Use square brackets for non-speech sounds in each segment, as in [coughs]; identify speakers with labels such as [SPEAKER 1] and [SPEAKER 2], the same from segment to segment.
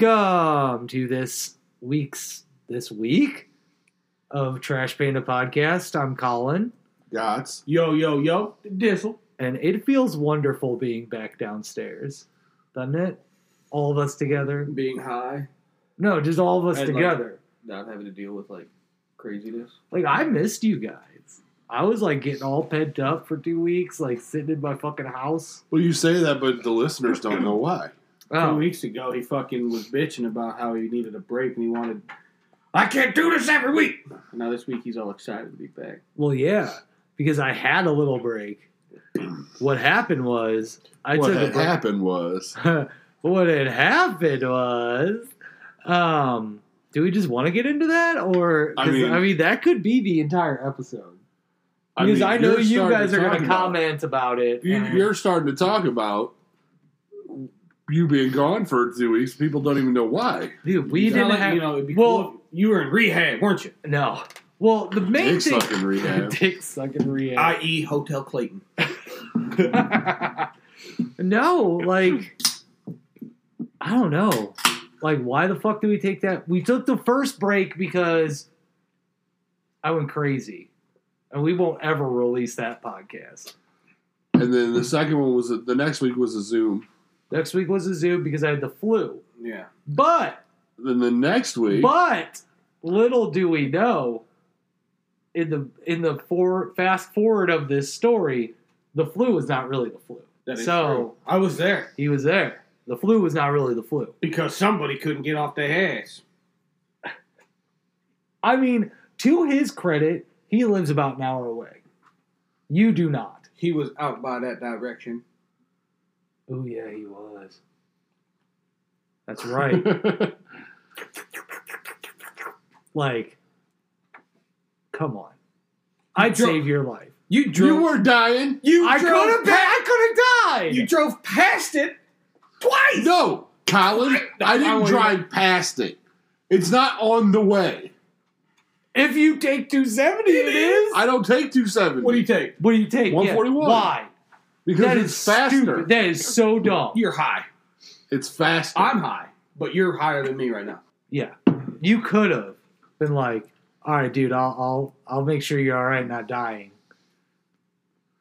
[SPEAKER 1] Welcome to this week's this week of Trash Panda Podcast. I'm Colin,
[SPEAKER 2] Gots.
[SPEAKER 3] Yo, yo, yo, Dizzle.
[SPEAKER 1] and it feels wonderful being back downstairs, doesn't it? All of us together.
[SPEAKER 3] Being high,
[SPEAKER 1] No, just all of us
[SPEAKER 3] I'd like-
[SPEAKER 1] together.
[SPEAKER 3] not having to deal with like craziness.
[SPEAKER 1] Like I missed you guys. I was like getting all pent up for two weeks, like sitting in my fucking house.
[SPEAKER 2] Well, you say that, but the listeners don't know why.
[SPEAKER 3] Two weeks ago, he fucking was bitching about how he needed a break and he wanted. I can't do this every week. And now this week he's all excited to be back.
[SPEAKER 1] Well, yeah, because I had a little break. What happened was I
[SPEAKER 2] what
[SPEAKER 1] took a
[SPEAKER 2] had
[SPEAKER 1] break.
[SPEAKER 2] happened was
[SPEAKER 1] [laughs] what had happened was, um, do we just want to get into that, or 'cause,
[SPEAKER 2] I mean-
[SPEAKER 1] I mean, that could be the entire episode because
[SPEAKER 2] mean,
[SPEAKER 1] I, know
[SPEAKER 2] you're
[SPEAKER 1] you
[SPEAKER 2] starting
[SPEAKER 1] guys are going
[SPEAKER 2] talk
[SPEAKER 1] to
[SPEAKER 2] about-
[SPEAKER 1] comment about it.
[SPEAKER 2] You,
[SPEAKER 1] and-
[SPEAKER 2] you're starting to talk about you being gone for two weeks. People don't even know why.
[SPEAKER 1] dude, we
[SPEAKER 3] It's not
[SPEAKER 1] didn't
[SPEAKER 3] like,
[SPEAKER 1] have
[SPEAKER 3] You know, it'd be
[SPEAKER 1] well-
[SPEAKER 3] cool if- you were in rehab, weren't you?
[SPEAKER 1] no. Well, the main
[SPEAKER 2] Dick's
[SPEAKER 1] thing,
[SPEAKER 2] fucking
[SPEAKER 1] [laughs]
[SPEAKER 2] rehab.
[SPEAKER 1] dick sucking rehab.
[SPEAKER 3] I.e., E Hotel Clayton.
[SPEAKER 1] [laughs] no, like I don't know. Like why the fuck did we take that? We took the first break because I went crazy. And we won't ever release that podcast.
[SPEAKER 2] And then the second one was a, the next week was a Zoom.
[SPEAKER 1] Next week was a zoo because I had the flu.
[SPEAKER 3] Yeah.
[SPEAKER 1] But
[SPEAKER 2] Then the next week, [laughs]
[SPEAKER 1] but little do we know in the in the for, fast forward of this story, the flu was not really the flu.
[SPEAKER 3] That is
[SPEAKER 1] So-
[SPEAKER 3] true. I was there
[SPEAKER 1] He was there. The flu was not really the flu.
[SPEAKER 3] because somebody couldn't get off their ass.
[SPEAKER 1] I mean, to his credit, he lives about an hour away. You do not.
[SPEAKER 3] He was out by that direction.
[SPEAKER 1] Oh yeah, he was. That's
[SPEAKER 2] [laughs]
[SPEAKER 1] right. like, come on. I'd
[SPEAKER 3] dro-
[SPEAKER 1] save your life.
[SPEAKER 3] You
[SPEAKER 2] you were dying.
[SPEAKER 3] You
[SPEAKER 1] I could
[SPEAKER 3] drove
[SPEAKER 1] have.
[SPEAKER 3] past-
[SPEAKER 1] I could have died.
[SPEAKER 3] You drove past it twice.
[SPEAKER 2] No, Colin, I
[SPEAKER 3] I
[SPEAKER 2] didn't
[SPEAKER 3] wouldn't-
[SPEAKER 2] drive past it. It's not on the way.
[SPEAKER 1] if you take two seventy, it is.
[SPEAKER 2] I don't take 270
[SPEAKER 3] What do you take?
[SPEAKER 1] what do you take? Yeah.
[SPEAKER 2] 141.
[SPEAKER 1] Why?
[SPEAKER 2] because
[SPEAKER 1] That is
[SPEAKER 2] it's faster.
[SPEAKER 1] stupid. That is so dumb.
[SPEAKER 3] You're high.
[SPEAKER 2] It's faster.
[SPEAKER 3] I'm high, but you're higher than me right now.
[SPEAKER 1] Yeah, you could have been like, "All right, dude, I'll I'll I'll make sure you're all right, not dying."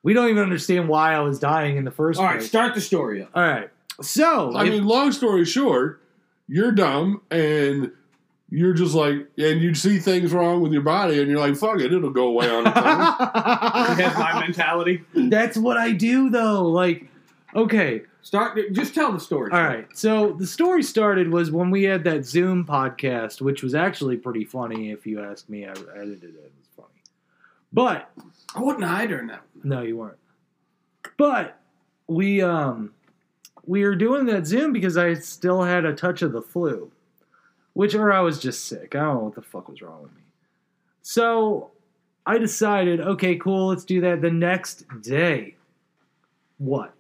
[SPEAKER 1] We don't even understand why I was dying in the first
[SPEAKER 3] All right,
[SPEAKER 1] place.
[SPEAKER 3] start the
[SPEAKER 1] [laughs]
[SPEAKER 3] story up.
[SPEAKER 1] all right, so
[SPEAKER 2] I
[SPEAKER 1] if-
[SPEAKER 2] mean, long story short, you're dumb and you're just like, and you see things wrong with your body and you're like, fuck it, it'll go away on
[SPEAKER 1] [laughs]
[SPEAKER 2] its own.
[SPEAKER 3] That's
[SPEAKER 2] [laughs]
[SPEAKER 3] my mentality.
[SPEAKER 1] that's what I do though. Like, okay,
[SPEAKER 3] Start. Just tell the story.
[SPEAKER 1] all right. So the story started was when we had that Zoom podcast, which was actually pretty funny. If you ask me, I edited it; it was funny. But
[SPEAKER 3] I wasn't high during that. one.
[SPEAKER 1] No, you weren't. But we um we were doing that Zoom because I still had a touch of the flu, which or I was just sick. I don't know what the fuck was wrong with me. So I decided, okay, cool, let's do that. The next day, what?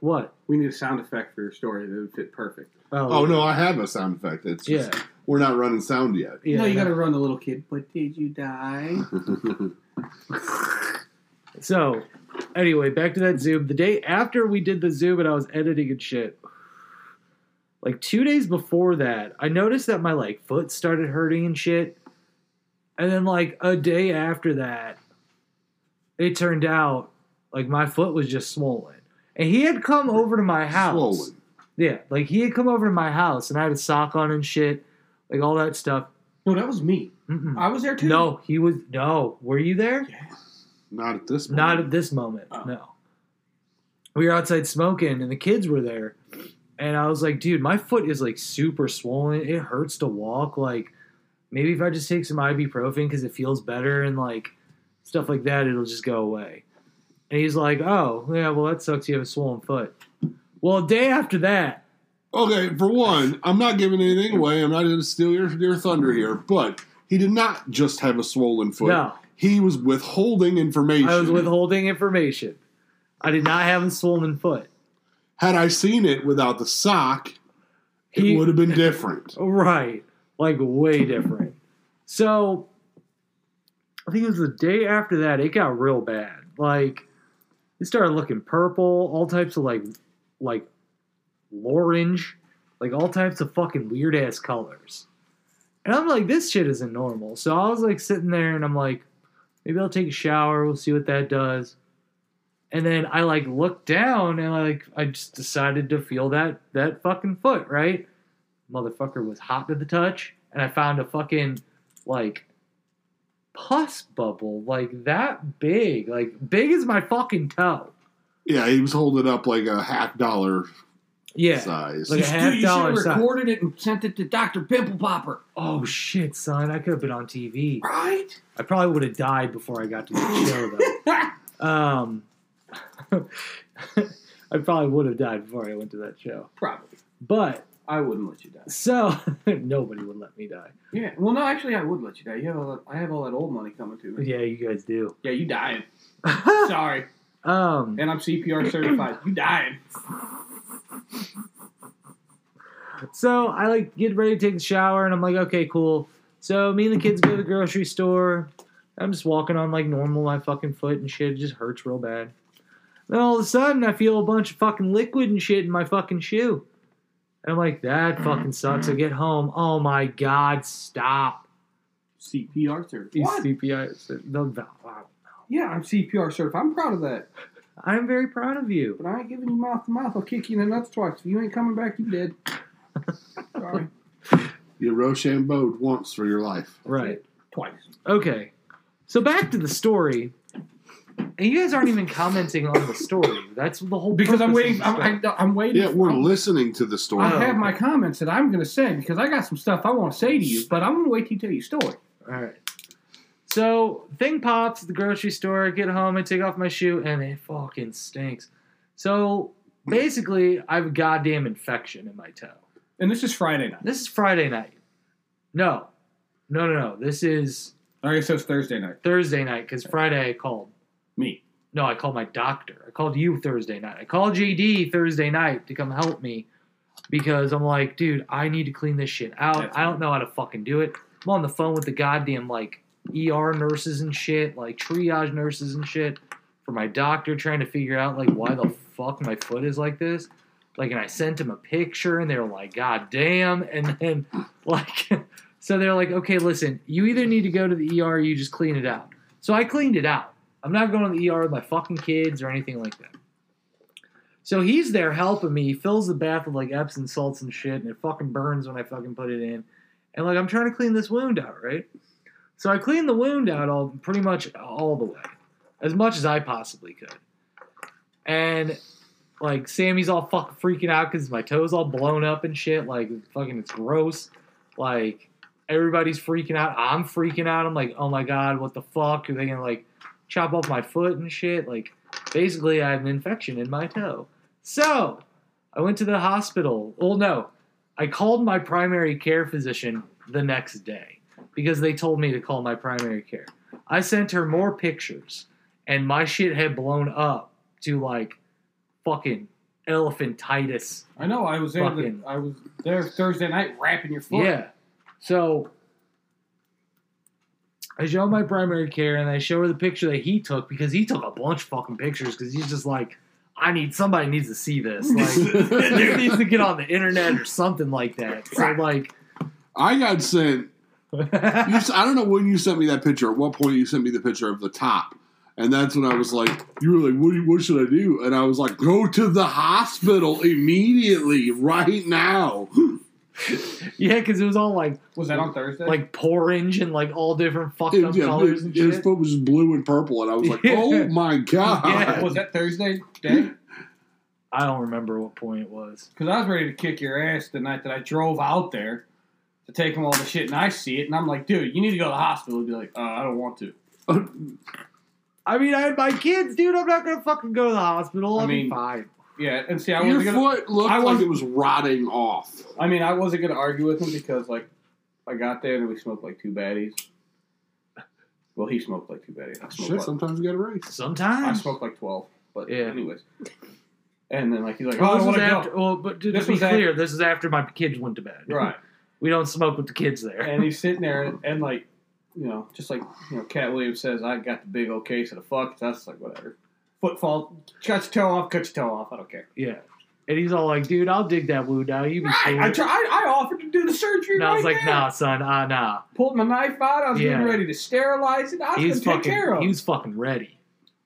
[SPEAKER 1] What?
[SPEAKER 3] We need a sound effect for your story that would fit perfect.
[SPEAKER 2] oh, no, I have a sound effect. It's
[SPEAKER 1] yeah,
[SPEAKER 2] just, we're not running sound yet.
[SPEAKER 1] yeah.
[SPEAKER 3] no, you got to run the little kid. But did you die?
[SPEAKER 1] So, anyway, back to that Zoom. The day after we did the Zoom and I was editing and shit, like two days before that, I noticed that my like foot started hurting and shit. And then like a day after that, it turned out like my foot was just swollen. And he had come over to my house.
[SPEAKER 2] Swollen.
[SPEAKER 1] Yeah, like he had come over to my house and I had a sock on and shit, like all that stuff.
[SPEAKER 3] [laughs] No, that was me.
[SPEAKER 1] Mm-mm.
[SPEAKER 3] I was there too.
[SPEAKER 1] No, he was no. Were you there?
[SPEAKER 2] Not at this point.
[SPEAKER 1] Not at this moment.
[SPEAKER 3] Oh.
[SPEAKER 1] No. We were outside smoking, and the kids were there, and I was like, "Dude, my foot is like super swollen. It hurts to walk. Like, maybe if I just take some ibuprofen because it feels better, and like stuff like that, it'll just go away." And he's like, "Oh, yeah. Well, that sucks. You have a swollen foot." Well, a day after that,
[SPEAKER 2] Okay, for one, I'm not giving anything away. I'm not going to steal your, your thunder here, but he did not just have a swollen foot.
[SPEAKER 1] no,
[SPEAKER 2] He was withholding information.
[SPEAKER 1] I was withholding information. I did not have a swollen foot.
[SPEAKER 2] Had I seen it without the sock,
[SPEAKER 1] He-
[SPEAKER 2] it would have been different.
[SPEAKER 1] [laughs] Right. Like way different. So I think it was the day after that it got real bad. Like it started looking purple, all types of like like orange, like all types of fucking weird ass colors. And I'm like, this shit isn't normal. So I was like sitting there and I'm like, maybe I'll take a shower. We'll see what that does. And then I like looked down and I like I just decided to feel that that fucking foot, right? Motherfucker was hot to the touch, and I found a fucking like pus bubble like that big, like big as my fucking toe.
[SPEAKER 2] Yeah, he was holding up like a half dollar
[SPEAKER 1] Yeah.
[SPEAKER 2] size.
[SPEAKER 1] Like a half
[SPEAKER 3] you
[SPEAKER 1] dollar
[SPEAKER 3] should
[SPEAKER 1] sign.
[SPEAKER 3] have recorded it and sent it to Dr. Pimple Popper.
[SPEAKER 1] Oh shit, son! I could have been on TV.
[SPEAKER 3] [laughs] Right?
[SPEAKER 1] I probably would have died before I got to the show though.
[SPEAKER 3] Ah,
[SPEAKER 1] Um, [laughs] I probably would have died before I went to that show.
[SPEAKER 3] Probably.
[SPEAKER 1] But
[SPEAKER 3] I wouldn't let you die.
[SPEAKER 1] so [laughs] nobody would let me die.
[SPEAKER 3] Yeah. Well, no, actually, I would let you die. You have all that, I have all that old money coming to me.
[SPEAKER 1] Yeah, you guys do.
[SPEAKER 3] Yeah, you dying.
[SPEAKER 1] [laughs]
[SPEAKER 3] Sorry.
[SPEAKER 1] um,
[SPEAKER 3] And I'm CPR certified. You dying.
[SPEAKER 1] so I like get ready to take the shower, and I'm like, okay, cool. So me and the kids go to the grocery store. I'm just walking on like normal. My fucking foot and shit it just hurts real bad. Then all of a sudden, I feel a bunch of fucking liquid and shit in my fucking shoe. And I'm like, that fucking sucks. I get home. Oh my god, stop.
[SPEAKER 3] CPR certified.
[SPEAKER 1] He's
[SPEAKER 3] What?
[SPEAKER 1] CPI. The, the- wow.
[SPEAKER 3] Yeah, I'm CPR certified. I'm proud of that.
[SPEAKER 1] I'm very proud of you.
[SPEAKER 3] But I ain't giving you mouth to mouth. I'll kick you in the nuts twice. If you ain't coming back,
[SPEAKER 1] [laughs]
[SPEAKER 3] you dead. Sorry.
[SPEAKER 2] you Rochambeau once for your life.
[SPEAKER 1] Right.
[SPEAKER 3] Twice.
[SPEAKER 1] Okay. So back to the story. And you guys aren't even commenting on the story. That's the whole
[SPEAKER 3] Because I'm
[SPEAKER 1] purpose of
[SPEAKER 3] waiting.
[SPEAKER 1] the
[SPEAKER 3] I'm,
[SPEAKER 1] story.
[SPEAKER 3] I, am waiting i am waiting.
[SPEAKER 2] Yeah, we're
[SPEAKER 3] I'm-
[SPEAKER 2] listening to the
[SPEAKER 3] I
[SPEAKER 2] story.
[SPEAKER 1] Oh,
[SPEAKER 3] have my comments that I'm going to say because I got some stuff I want to say to you, but I'm going to wait till you tell your story.
[SPEAKER 1] All right. So thing pops at the grocery store. I get home. I take off my shoe, and it fucking stinks. So basically, I have a goddamn infection in my toe.
[SPEAKER 3] And this is Friday night.
[SPEAKER 1] This is Friday night. No, no, no, no. This is
[SPEAKER 3] I guess it's Thursday night.
[SPEAKER 1] Thursday night because Friday I called.
[SPEAKER 3] Me.
[SPEAKER 1] No, I called my doctor. I called you Thursday night. I called JD Thursday night to come help me because I'm like, dude, I need to clean this shit out.
[SPEAKER 3] That's
[SPEAKER 1] I don't know how to fucking do it. I'm on the phone with the goddamn like ER nurses and shit, like triage nurses and shit for my doctor trying to figure out like why the fuck my foot is like this. Like and I sent him a picture and they were like, God damn and then [laughs] like so they're like, okay, listen, you either need to go to the ER or you just clean it out. So I cleaned it out. I'm not going to the ER with my fucking kids or anything like that. So he's there helping me. He fills the bath with like Epsom salts and shit, and it fucking burns when I fucking put it in. And like I'm trying to clean this wound out, right? So I cleaned the wound out all pretty much all the way, as much as I possibly could. And like Sammy's all fucking freaking out because my toe's all blown up and shit. Like fucking, it's gross. Like everybody's freaking out. I'm freaking out. I'm like, oh my god, what the fuck? Are they gonna like chop off my foot and shit? Like basically, I had an infection in my toe. So I went to the hospital. Well, no, I called my primary care physician the next day because they told me to call my primary care. I sent her more pictures, and my shit had blown up to like fucking elephantitis.
[SPEAKER 3] I know. I was there.
[SPEAKER 1] Fucking-
[SPEAKER 3] I was there Thursday night wrapping your foot.
[SPEAKER 1] Yeah. So I show my primary care and I show her the picture that he took because he took a bunch of fucking pictures because he's just like, I need somebody needs to see this. Like [laughs]
[SPEAKER 2] [laughs]
[SPEAKER 1] this needs to get on the internet or something like that. So like
[SPEAKER 2] I got sent. You, s- I don't know when you sent me that picture. At what point you sent me the picture of the top? And that's when I was like, you were like, what, do you- what should I do? And I was like, go to the hospital immediately, right now.
[SPEAKER 1] [laughs] Yeah, because it was all like
[SPEAKER 3] Was that on Thursday?
[SPEAKER 1] like orange and like all different fucked
[SPEAKER 2] It,
[SPEAKER 1] up
[SPEAKER 2] yeah,
[SPEAKER 1] colors and
[SPEAKER 2] it- his
[SPEAKER 1] shit.
[SPEAKER 2] foot was just blue and purple, and I was like,
[SPEAKER 1] Yeah.
[SPEAKER 2] "Oh my god!"
[SPEAKER 1] Yeah,
[SPEAKER 3] Uh, was that Thursday day?
[SPEAKER 1] I don't remember what point it was.
[SPEAKER 3] Because I was ready to kick your ass the night that I drove out there to take him all the shit, and I see it, and I'm like, dude, you need to go to the hospital. He'd be like, uh, I don't want to.
[SPEAKER 1] I mean, I had my kids, dude. I'm not gonna fucking go to the hospital.
[SPEAKER 3] I
[SPEAKER 1] I'll be
[SPEAKER 3] mean-
[SPEAKER 1] fine.
[SPEAKER 3] Yeah, and see, I
[SPEAKER 2] Your
[SPEAKER 3] wasn't gonna.
[SPEAKER 2] foot looked
[SPEAKER 3] I
[SPEAKER 2] like
[SPEAKER 3] was-
[SPEAKER 2] it was rotting off.
[SPEAKER 3] I mean, I wasn't gonna argue with him because like I got there and we smoked like two baddies. Well, he smoked like two baddies. I smoked,
[SPEAKER 2] Shit,
[SPEAKER 3] like,
[SPEAKER 2] sometimes you gotta race.
[SPEAKER 3] I
[SPEAKER 1] Sometimes.
[SPEAKER 3] smoked like twelve, but
[SPEAKER 1] Yeah.
[SPEAKER 3] anyways. And then like he's like,
[SPEAKER 1] Well,
[SPEAKER 3] oh, I
[SPEAKER 1] this
[SPEAKER 3] want
[SPEAKER 1] was
[SPEAKER 3] to go.
[SPEAKER 1] after, well, but to, to
[SPEAKER 3] This
[SPEAKER 1] be
[SPEAKER 3] was after-
[SPEAKER 1] clear, this is after my kids went to bed.
[SPEAKER 3] Right.
[SPEAKER 1] We don't smoke with the kids there.
[SPEAKER 3] And he's sitting there and, and like, you know, just like you know, Cat Williams says, I got the big old case of the fuck. That's like whatever. Footfall, cut your toe off, cut your toe off. I don't care.
[SPEAKER 1] Yeah. And he's all like, dude, I'll dig that wound out. You be
[SPEAKER 3] Right,
[SPEAKER 1] cool.
[SPEAKER 3] I, try, I, I offered to do the surgery.
[SPEAKER 1] and I was
[SPEAKER 3] right
[SPEAKER 1] like,
[SPEAKER 3] there.
[SPEAKER 1] nah, son, ah, nah.
[SPEAKER 3] Pulled my knife out. I was
[SPEAKER 1] Yeah.
[SPEAKER 3] getting ready to sterilize it. I was
[SPEAKER 1] He was
[SPEAKER 3] gonna take
[SPEAKER 1] fucking,
[SPEAKER 3] care of.
[SPEAKER 1] he
[SPEAKER 3] it.
[SPEAKER 1] was fucking ready.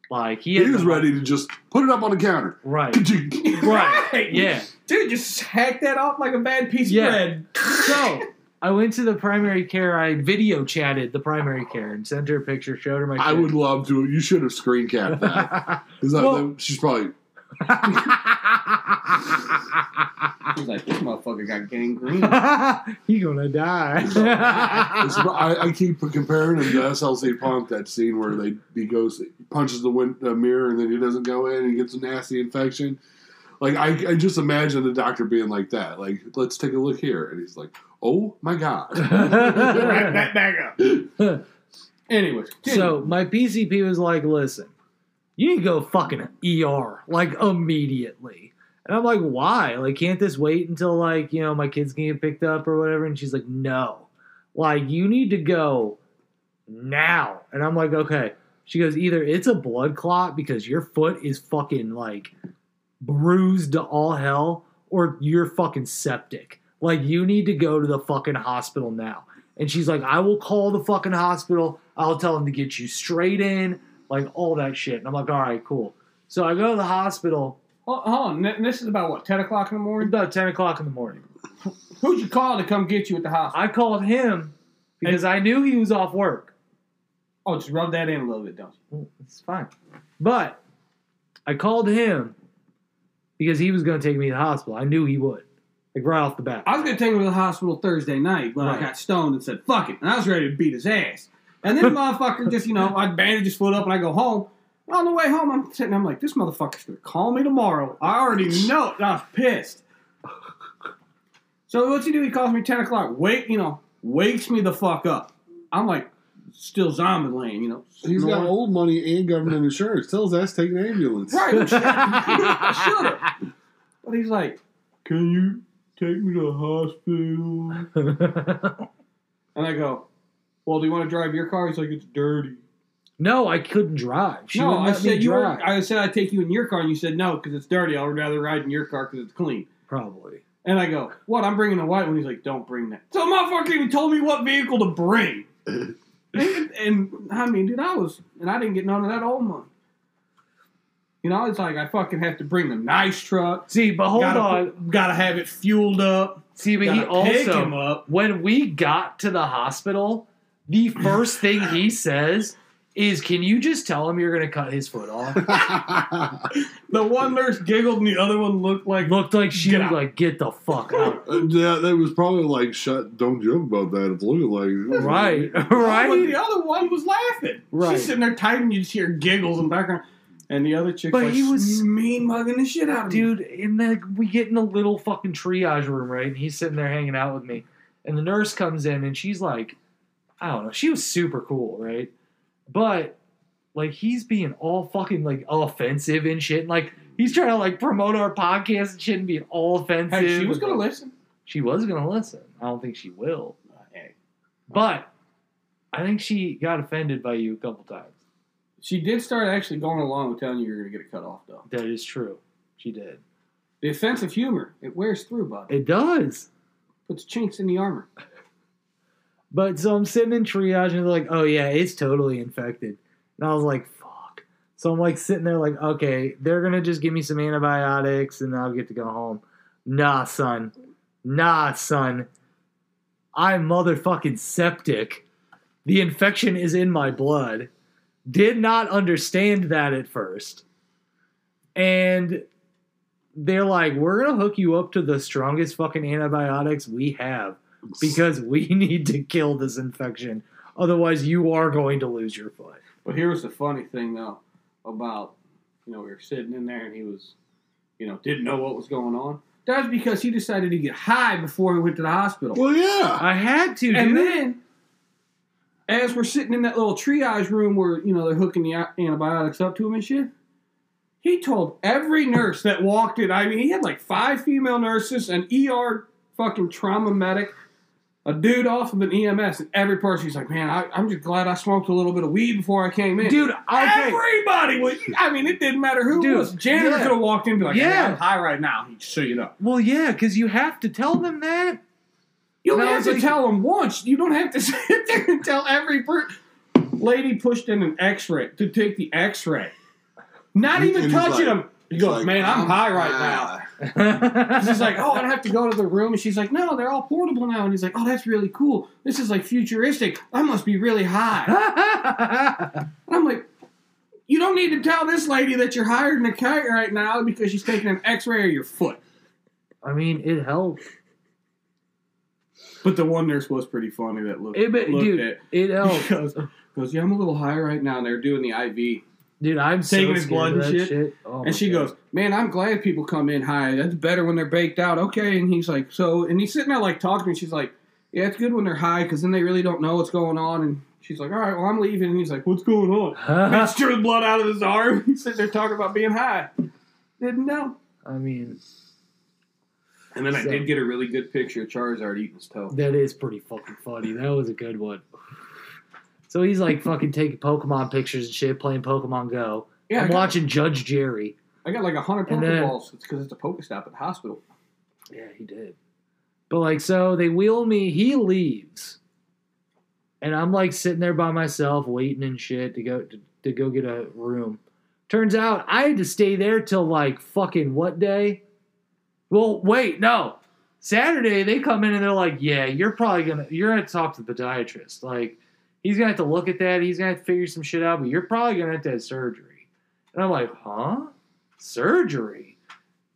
[SPEAKER 1] Like he,
[SPEAKER 2] He
[SPEAKER 1] had
[SPEAKER 2] was
[SPEAKER 1] no-
[SPEAKER 2] ready to just put it up on the
[SPEAKER 1] [laughs]
[SPEAKER 2] counter.
[SPEAKER 1] Right.
[SPEAKER 2] Ka-ching.
[SPEAKER 1] Right.
[SPEAKER 3] [laughs]
[SPEAKER 1] Yeah.
[SPEAKER 3] dude, just hack that off like a bad piece
[SPEAKER 1] Yeah.
[SPEAKER 3] of bread.
[SPEAKER 1] So I went to the primary care. I video chatted the primary care and sent her a picture, showed her my.
[SPEAKER 2] I
[SPEAKER 1] shit. [laughs]
[SPEAKER 2] would love to. You should have screen capped that. 'Cause I-
[SPEAKER 1] Well-
[SPEAKER 2] she's probably.
[SPEAKER 3] I was like, this motherfucker got gangrene.
[SPEAKER 1] [laughs] [laughs] he gonna die. [laughs]
[SPEAKER 2] it's- I, I keep comparing him to SLC Punk, that scene where they he goes punches the win, uh, mirror and then he doesn't go in and he gets a nasty infection. Like I, I just imagine the doctor being like that. Like let's take a look here, and he's like, "Oh
[SPEAKER 1] [laughs]
[SPEAKER 2] my god."
[SPEAKER 3] Right back, back up. Anyways,
[SPEAKER 1] so my PCP was like, "Listen, you need to go fucking ER like immediately." And I'm like, "Why? Like, can't this wait until like you know my kids can get picked up or whatever?" And she's like, "No, like you need to go now." And I'm like, "Okay." She goes, "Either it's a blood clot because your foot is fucking like bruised to all hell, or you're fucking septic. Like you need to go to the fucking hospital now." And she's like, I will call the fucking hospital. I'll tell them to get you straight in, like all that shit. And I'm like, all right, cool. So I go to the hospital
[SPEAKER 3] hold, hold on. N- This is about what ten o'clock in the morning.
[SPEAKER 1] about 10 o'clock in the morning.
[SPEAKER 3] Who'd you call to come get you at the hospital?
[SPEAKER 1] I called him because I knew he was off work.
[SPEAKER 3] Oh, just rub that in a little bit, don't you?
[SPEAKER 1] Well, It's fine. But I called him because he was going to take me to the hospital. I knew he would, like right off the bat.
[SPEAKER 3] I was gonna take him to the hospital Thursday night, but
[SPEAKER 1] Right.
[SPEAKER 3] I got stoned and said fuck it, and I was ready to beat his ass.
[SPEAKER 1] [laughs]
[SPEAKER 3] And then the motherfucker just, you know, I bandage his foot up and I go home. On the way home, I'm sitting. I'm like, this motherfucker's gonna call me tomorrow. I already know it. I was pissed. So what's he do? He calls me ten o'clock. Wake, you know, wakes me the fuck up. I'm like, still zombie lane, you know.
[SPEAKER 2] he's got
[SPEAKER 3] snoring.
[SPEAKER 2] old money and government insurance. Tell his ass to take an ambulance.
[SPEAKER 3] Right. Shut up. But he's like,
[SPEAKER 2] Can you take me to the hospital?
[SPEAKER 1] [laughs]
[SPEAKER 3] and I go, well, do you want to drive your car? He's like, it's dirty.
[SPEAKER 1] no, I couldn't drive. She
[SPEAKER 3] no,
[SPEAKER 1] wouldn't
[SPEAKER 3] I
[SPEAKER 1] let me
[SPEAKER 3] said you.
[SPEAKER 1] drive.
[SPEAKER 3] Were, I said I'd take you in your car, and you said no because it's dirty. I would rather ride in your car because it's clean.
[SPEAKER 1] Probably.
[SPEAKER 3] And I go, what? I'm bringing a white one. He's like, don't bring that. So the motherfucker even told me what vehicle
[SPEAKER 1] [laughs]
[SPEAKER 3] to bring. and, and, I mean, dude, I was, and I didn't get none of that old money. You know, it's like I fucking have to bring the nice truck.
[SPEAKER 1] See, but hold
[SPEAKER 3] gotta,
[SPEAKER 1] on.
[SPEAKER 3] gotta have it fueled up.
[SPEAKER 1] See, but he
[SPEAKER 3] gotta pick
[SPEAKER 1] also.
[SPEAKER 3] him up.
[SPEAKER 1] when we got to the hospital, the first thing [laughs] he says is, "Can you just tell him you're going to cut his foot off?"
[SPEAKER 2] [laughs]
[SPEAKER 3] The one nurse giggled and the other one looked like.
[SPEAKER 1] [laughs] Looked like she
[SPEAKER 3] Get
[SPEAKER 1] was
[SPEAKER 3] out.
[SPEAKER 1] like, "Get the [laughs] fuck out!"
[SPEAKER 2] Uh, yeah, that was probably like, shut, don't joke about that. It's looking like.
[SPEAKER 1] right, [laughs]
[SPEAKER 3] But the
[SPEAKER 1] right.
[SPEAKER 3] other one was laughing.
[SPEAKER 1] Right.
[SPEAKER 3] She's sitting there typing, you just hear giggles in the background. And the other chick
[SPEAKER 1] But
[SPEAKER 3] like,
[SPEAKER 1] he was-
[SPEAKER 3] mean mugging the shit out of me.
[SPEAKER 1] Dude, and then we get in a little fucking triage room, right? And he's sitting there hanging out with me, and the nurse comes in, and she's like, "I don't know." She was super cool, right? But like, he's being all fucking like offensive and shit, and, like. He's trying to like promote our podcast and shit and being all offensive.
[SPEAKER 3] Hey, she was
[SPEAKER 1] and,
[SPEAKER 3] gonna
[SPEAKER 1] like,
[SPEAKER 3] listen.
[SPEAKER 1] she was going to listen. I don't think she will.
[SPEAKER 3] Uh, Hey,
[SPEAKER 1] But I think she got offended by you a couple times.
[SPEAKER 3] She did start actually going along with telling you you're gonna get it cut off though.
[SPEAKER 1] That is true. She did.
[SPEAKER 3] The offense of humor, it wears through, bud. It
[SPEAKER 1] It does.
[SPEAKER 3] puts chinks in the armor.
[SPEAKER 1] But so I'm sitting in triage and they're like, oh, yeah, it's totally infected. And I was like, fuck. So I'm like sitting there, like, okay, they're going to just give me some antibiotics and I'll get to go home. Nah, son. Nah, son. I'm motherfucking septic. The infection is in my blood. Did not understand that at first. And they're like, we're going to hook you up to the strongest fucking antibiotics we have because we [laughs] need to kill this infection. Otherwise, you are going to lose your foot.
[SPEAKER 3] But here was the funny thing though, about you know, we were sitting in there and he was you know, didn't know what was going on. That was because he decided to get high before he went to the hospital.
[SPEAKER 2] Well, yeah.
[SPEAKER 1] I had to,
[SPEAKER 3] And
[SPEAKER 1] dude.
[SPEAKER 3] then, as we're sitting in that little triage room where you know they're hooking the a- antibiotics up to him and shit, he told every nurse that E walked in. I mean, he had like five female nurses, an ER fucking trauma medic, a dude off of an EMS, and every person he's like, man, I, I'm just glad I smoked a little bit of weed before I came in.
[SPEAKER 1] Dude, okay.
[SPEAKER 3] Everybody was. I mean, it didn't matter who it
[SPEAKER 1] Dude,
[SPEAKER 3] was. Janitor
[SPEAKER 1] yeah.
[SPEAKER 3] could have walked in and be like,
[SPEAKER 1] Yeah.
[SPEAKER 3] "Hey, I'm high right now, just so you know.
[SPEAKER 1] Well, yeah, because you have to tell them that.
[SPEAKER 3] You don't
[SPEAKER 1] No,
[SPEAKER 3] have
[SPEAKER 1] it's
[SPEAKER 3] to
[SPEAKER 1] like-
[SPEAKER 3] tell them once. You don't have to [laughs] sit there and tell every per- lady pushed in an X-ray to take the X-ray. Not
[SPEAKER 2] And
[SPEAKER 3] even
[SPEAKER 2] he's
[SPEAKER 3] touching
[SPEAKER 2] like- "Oh,
[SPEAKER 3] them. He goes, "Man, I'm high right now." She's
[SPEAKER 1] [laughs]
[SPEAKER 3] like, oh, I have to go to the room. And she's like, no, they're all portable now. And he's like, oh, that's really cool. This is like futuristic. I must be really high. And I'm like, you don't need to tell this lady that you're higher than a kite right now because she's taking an x ray of your foot.
[SPEAKER 1] I mean, it helped.
[SPEAKER 3] But the one nurse was pretty funny that looked,
[SPEAKER 1] It, but,
[SPEAKER 3] looked
[SPEAKER 1] dude,
[SPEAKER 3] at
[SPEAKER 1] it
[SPEAKER 3] oh. [laughs]
[SPEAKER 1] helped.
[SPEAKER 3] goes, goes, yeah, I'm a little high right now. And they're doing the IV.
[SPEAKER 1] Dude, I'm so
[SPEAKER 3] Taking his
[SPEAKER 1] scared of
[SPEAKER 3] blood and
[SPEAKER 1] that
[SPEAKER 3] shit.
[SPEAKER 1] shit. Oh my
[SPEAKER 3] And she
[SPEAKER 1] God.
[SPEAKER 3] goes, man, I'm glad people come in high. That's better when they're baked out. Okay. And he's like, so, and he's sitting there like talking. And she's like, yeah, it's good when they're high because then they really don't know what's going on. And she's like, all right, well, I'm leaving. And he's like, what's going
[SPEAKER 1] [laughs]
[SPEAKER 3] on? Bitch drew the blood out of his arm. [laughs] He's sitting there talking about being high. Didn't know.
[SPEAKER 1] I mean,
[SPEAKER 3] And then I
[SPEAKER 1] So-
[SPEAKER 3] did get a really good picture of Charizard eating his toe.
[SPEAKER 1] that is pretty fucking funny. That was a good one. So he's like fucking taking Pokemon pictures and shit, playing Pokemon Go.
[SPEAKER 3] Yeah, I
[SPEAKER 1] I'm
[SPEAKER 3] got,
[SPEAKER 1] watching Judge Jerry.
[SPEAKER 3] I got like a hundred
[SPEAKER 1] And then-
[SPEAKER 3] Pokeballs. It's because it's a Pokestop at the hospital.
[SPEAKER 1] Yeah, he did. But like, so they wheel me. He leaves, and I'm like sitting there by myself, waiting and shit to go to, to go get a room. Turns out I had to stay there till like fucking what day? Well, wait, no. Saturday they come in and they're like, "Yeah, you're probably gonna you're gonna talk to the podiatrist. Like, he's gonna have to look at that. He's gonna have to figure some shit out. But you're probably gonna have to have surgery." And I'm like, "Huh? Surgery?"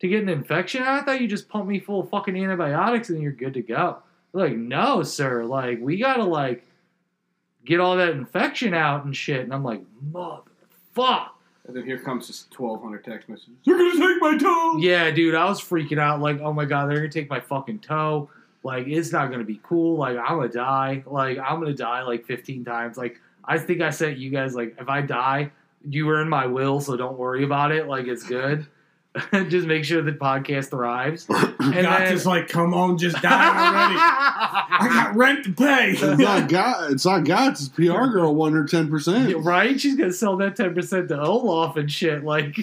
[SPEAKER 1] to get an infection? I thought you just pump me full of fucking antibiotics and you're good to go. They're like, no, sir. Like, we gotta like get all that infection out and shit. And I'm like, mother fuck.
[SPEAKER 3] And then here comes this 1200 text message. They're going to take my toe!
[SPEAKER 1] Yeah, dude, I was freaking out. Like, oh my god, they're gonna take my fucking toe. Like, it's not gonna be cool. Like, I'm gonna die. Like, I'm gonna die like 15 times. Like, I think I sent you guys like, if I die, you were in my will, so don't worry about it. Like, it's good. [laughs] just make sure the podcast thrives. And
[SPEAKER 3] And
[SPEAKER 1] then-
[SPEAKER 3] just like, come on, just die already.
[SPEAKER 1] [laughs]
[SPEAKER 3] I got rent
[SPEAKER 2] [laughs]
[SPEAKER 3] to pay.
[SPEAKER 2] It's not God. It's not God. It's PR girl. Won her ten
[SPEAKER 1] Yeah,
[SPEAKER 2] percent.
[SPEAKER 1] right? She's gonna sell that ten percent to Olaf and shit. Like,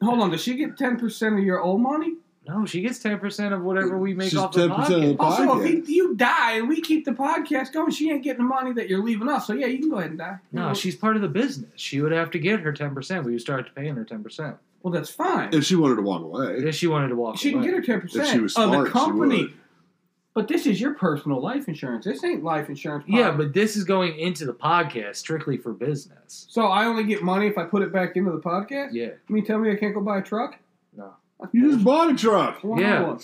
[SPEAKER 3] Hold on, does she get 10% of your old money?
[SPEAKER 1] no, she gets ten percent of whatever we make
[SPEAKER 2] She's
[SPEAKER 1] off the
[SPEAKER 2] 10% of the
[SPEAKER 1] podcast.
[SPEAKER 2] po-
[SPEAKER 3] Also, if
[SPEAKER 2] Podcast.
[SPEAKER 3] he, you die and we keep the podcast going, she ain't getting the money that you're leaving us. So, yeah, you can go ahead and die.
[SPEAKER 1] No, she's part of the business. She would have to get her ten percent. We would start paying her ten percent
[SPEAKER 3] Well, that's fine.
[SPEAKER 2] If she wanted to walk away,
[SPEAKER 1] if she wanted to walk
[SPEAKER 3] She can
[SPEAKER 1] away.
[SPEAKER 3] get her ten percent
[SPEAKER 2] If she was
[SPEAKER 3] of
[SPEAKER 2] smart,
[SPEAKER 3] the
[SPEAKER 2] she
[SPEAKER 3] company.
[SPEAKER 2] would.
[SPEAKER 3] But this is your personal life insurance. This ain't life insurance.
[SPEAKER 1] yeah,
[SPEAKER 3] policy.
[SPEAKER 1] but this is going into the podcast strictly for business.
[SPEAKER 3] so I only get money if I put it back into the podcast.
[SPEAKER 1] Yeah,
[SPEAKER 3] You mean tell me I can't go buy a truck?
[SPEAKER 1] no,
[SPEAKER 3] That's
[SPEAKER 2] you just
[SPEAKER 3] bullshit.
[SPEAKER 2] bought a truck.
[SPEAKER 3] One
[SPEAKER 1] Yeah.
[SPEAKER 3] on one.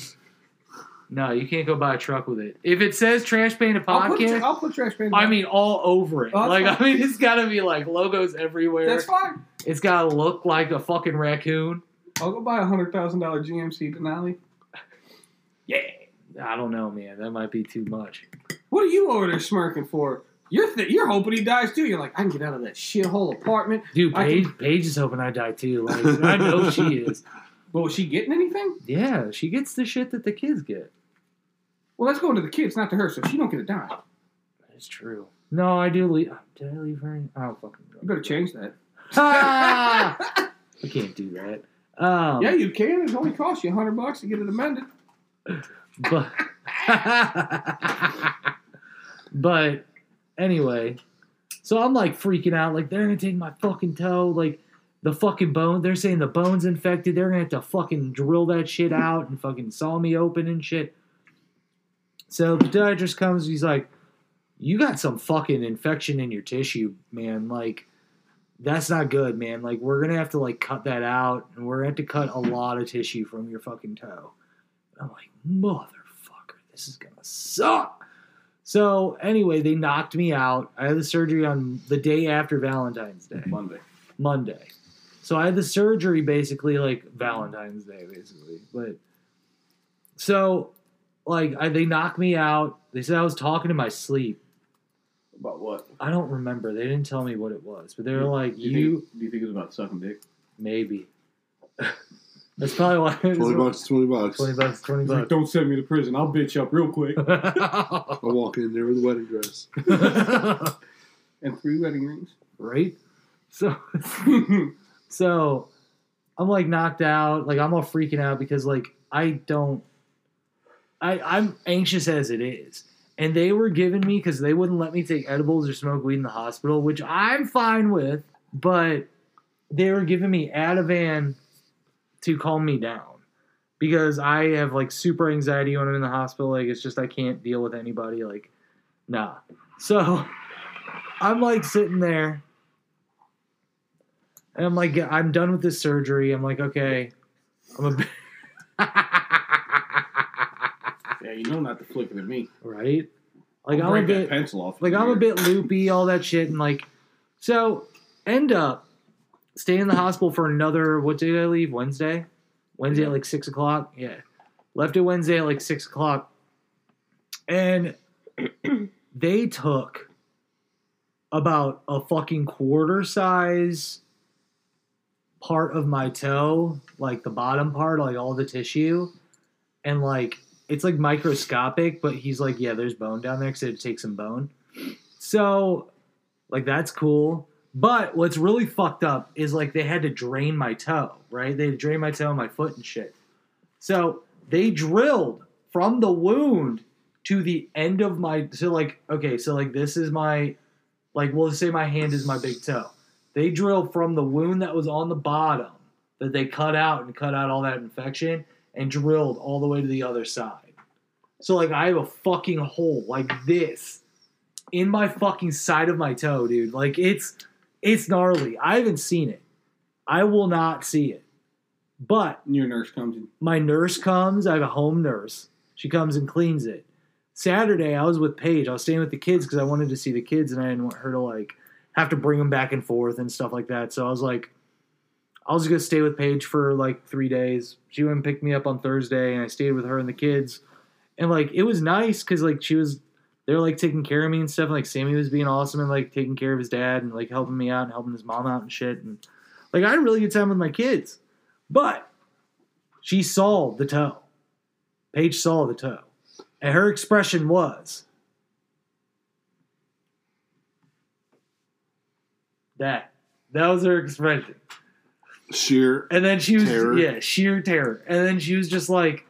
[SPEAKER 1] no, you can't go buy a truck with it. If it says trash painted
[SPEAKER 3] I'll put, tra-
[SPEAKER 1] podcast,
[SPEAKER 3] I'll put trash bins.
[SPEAKER 1] I
[SPEAKER 3] back.
[SPEAKER 1] mean all over it.
[SPEAKER 3] Oh, that's
[SPEAKER 1] like, I
[SPEAKER 3] fine.
[SPEAKER 1] mean, it's got to be like logos everywhere.
[SPEAKER 3] that's fine.
[SPEAKER 1] It's got to look like a fucking raccoon.
[SPEAKER 3] I'll go buy a hundred thousand dollar GMC Denali. Yeah.
[SPEAKER 1] I don't know, man. That might be too much.
[SPEAKER 3] What are you over there smirking for? You're th- you're hoping he dies too. You're like, I can get out of that shithole apartment.
[SPEAKER 1] Dude,
[SPEAKER 3] I
[SPEAKER 1] Paige, Paige is hoping I die too. Like I [laughs] know she is.
[SPEAKER 3] But was she getting anything?
[SPEAKER 1] Yeah, she gets the shit that the kids get.
[SPEAKER 3] Well, that's going to the kids, not to her. So she don't get a dime.
[SPEAKER 1] That's true. No, I do leave. Did I leave her? in- I don't fucking know.
[SPEAKER 3] You better change that.
[SPEAKER 1] Ah! [laughs] I can't do that. Um,
[SPEAKER 3] yeah, you can. It only costs you a hundred bucks to get it amended.
[SPEAKER 1] [laughs] but but anyway, so I'm like freaking out. Like they're gonna take my fucking toe. Like the fucking bone. They're saying the bone's infected. They're gonna have to fucking drill that shit out and fucking saw me open and shit. So the podiatrist comes. He's like, "You got some fucking infection in your tissue, man. Like." That's not good, man. Like we're gonna have to like cut that out, and we're gonna have to cut a lot of tissue from your fucking toe. I'm like, motherfucker, this is gonna suck. So anyway, they knocked me out. I had the surgery on the day after Valentine's Day,
[SPEAKER 3] Monday.
[SPEAKER 1] Monday. So I had the surgery basically like Valentine's Day, basically. But so like I, they knocked me out. They said I was talking in my sleep.
[SPEAKER 3] About what?
[SPEAKER 1] I don't remember. They didn't tell me what it was, but they were like,
[SPEAKER 3] do you,
[SPEAKER 1] "You
[SPEAKER 3] think, do you think it was about sucking dick?
[SPEAKER 1] maybe." [laughs] That's probably why.
[SPEAKER 2] Twenty bucks, twenty bucks.
[SPEAKER 1] Twenty bucks. Twenty
[SPEAKER 3] He's like,
[SPEAKER 1] bucks.
[SPEAKER 3] don't send me to prison. I'll bitch up real [laughs] quick.
[SPEAKER 2] I walk in there with a wedding dress.
[SPEAKER 3] and three wedding [laughs] rings.
[SPEAKER 1] [laughs] right? So, so I'm like knocked out. Like I'm all freaking out because like I don't. I I'm anxious as it is, and they were giving me because they wouldn't let me take edibles or smoke weed in the hospital, which I'm fine with. But they were giving me Ativan to calm me down because I have like super anxiety when I'm in the hospital. Like it's just I can't deal with anybody. Like, nah. So I'm like sitting there, and I'm like, I'm done with this surgery. I'm like, okay, I'm a bit- [laughs]
[SPEAKER 3] Yeah, you know not to flick it at me.
[SPEAKER 1] right. Like
[SPEAKER 3] I'll
[SPEAKER 1] I'm a
[SPEAKER 3] break that
[SPEAKER 1] bit,
[SPEAKER 3] pencil off.
[SPEAKER 1] like
[SPEAKER 3] your
[SPEAKER 1] I'm a
[SPEAKER 3] ear.
[SPEAKER 1] bit loopy, all that shit, and like, so end up staying in the hospital for another. What day did I leave? Wednesday. Wednesday at like six o'clock. Yeah, left it Wednesday at like six o'clock, and [clears throat] they took about a fucking quarter size part of my toe, like the bottom part, like all the tissue, and like it's like microscopic, but he's like, yeah, there's bone down there because it takes some bone. So, like that's cool. But what's really fucked up is like they had to drain my toe, right? They drained my toe, and my foot, and shit. So they drilled from the wound to the end of my. So like, okay, so like this is my, like we'll say my hand is my big toe. They drilled from the wound that was on the bottom that they cut out and cut out all that infection and drilled all the way to the other side. So like I have a fucking hole like this in my fucking side of my toe, dude. Like it's it's gnarly. I haven't seen it. I will not see it. But
[SPEAKER 3] Your nurse comes in.
[SPEAKER 1] my nurse comes. I have a home nurse. She comes and cleans it. Saturday, I was with Paige. I was staying with the kids because I wanted to see the kids and I didn't want her to like have to bring them back and forth and stuff like that. So I was like, I was gonna stay with Paige for like three days. She went and picked me up on Thursday, and I stayed with her and the kids. And like, it was nice because like she was, they were like taking care of me and stuff. And, like Sammy was being awesome and like taking care of his dad and like helping me out and helping his mom out and shit. And like, I had a really good time with my kids, but she saw the toe. Paige saw the toe. And her expression was that. That was her expression.
[SPEAKER 2] Sheer.
[SPEAKER 1] And then she was
[SPEAKER 2] Terror.
[SPEAKER 1] yeah, sheer terror. And then she was just like,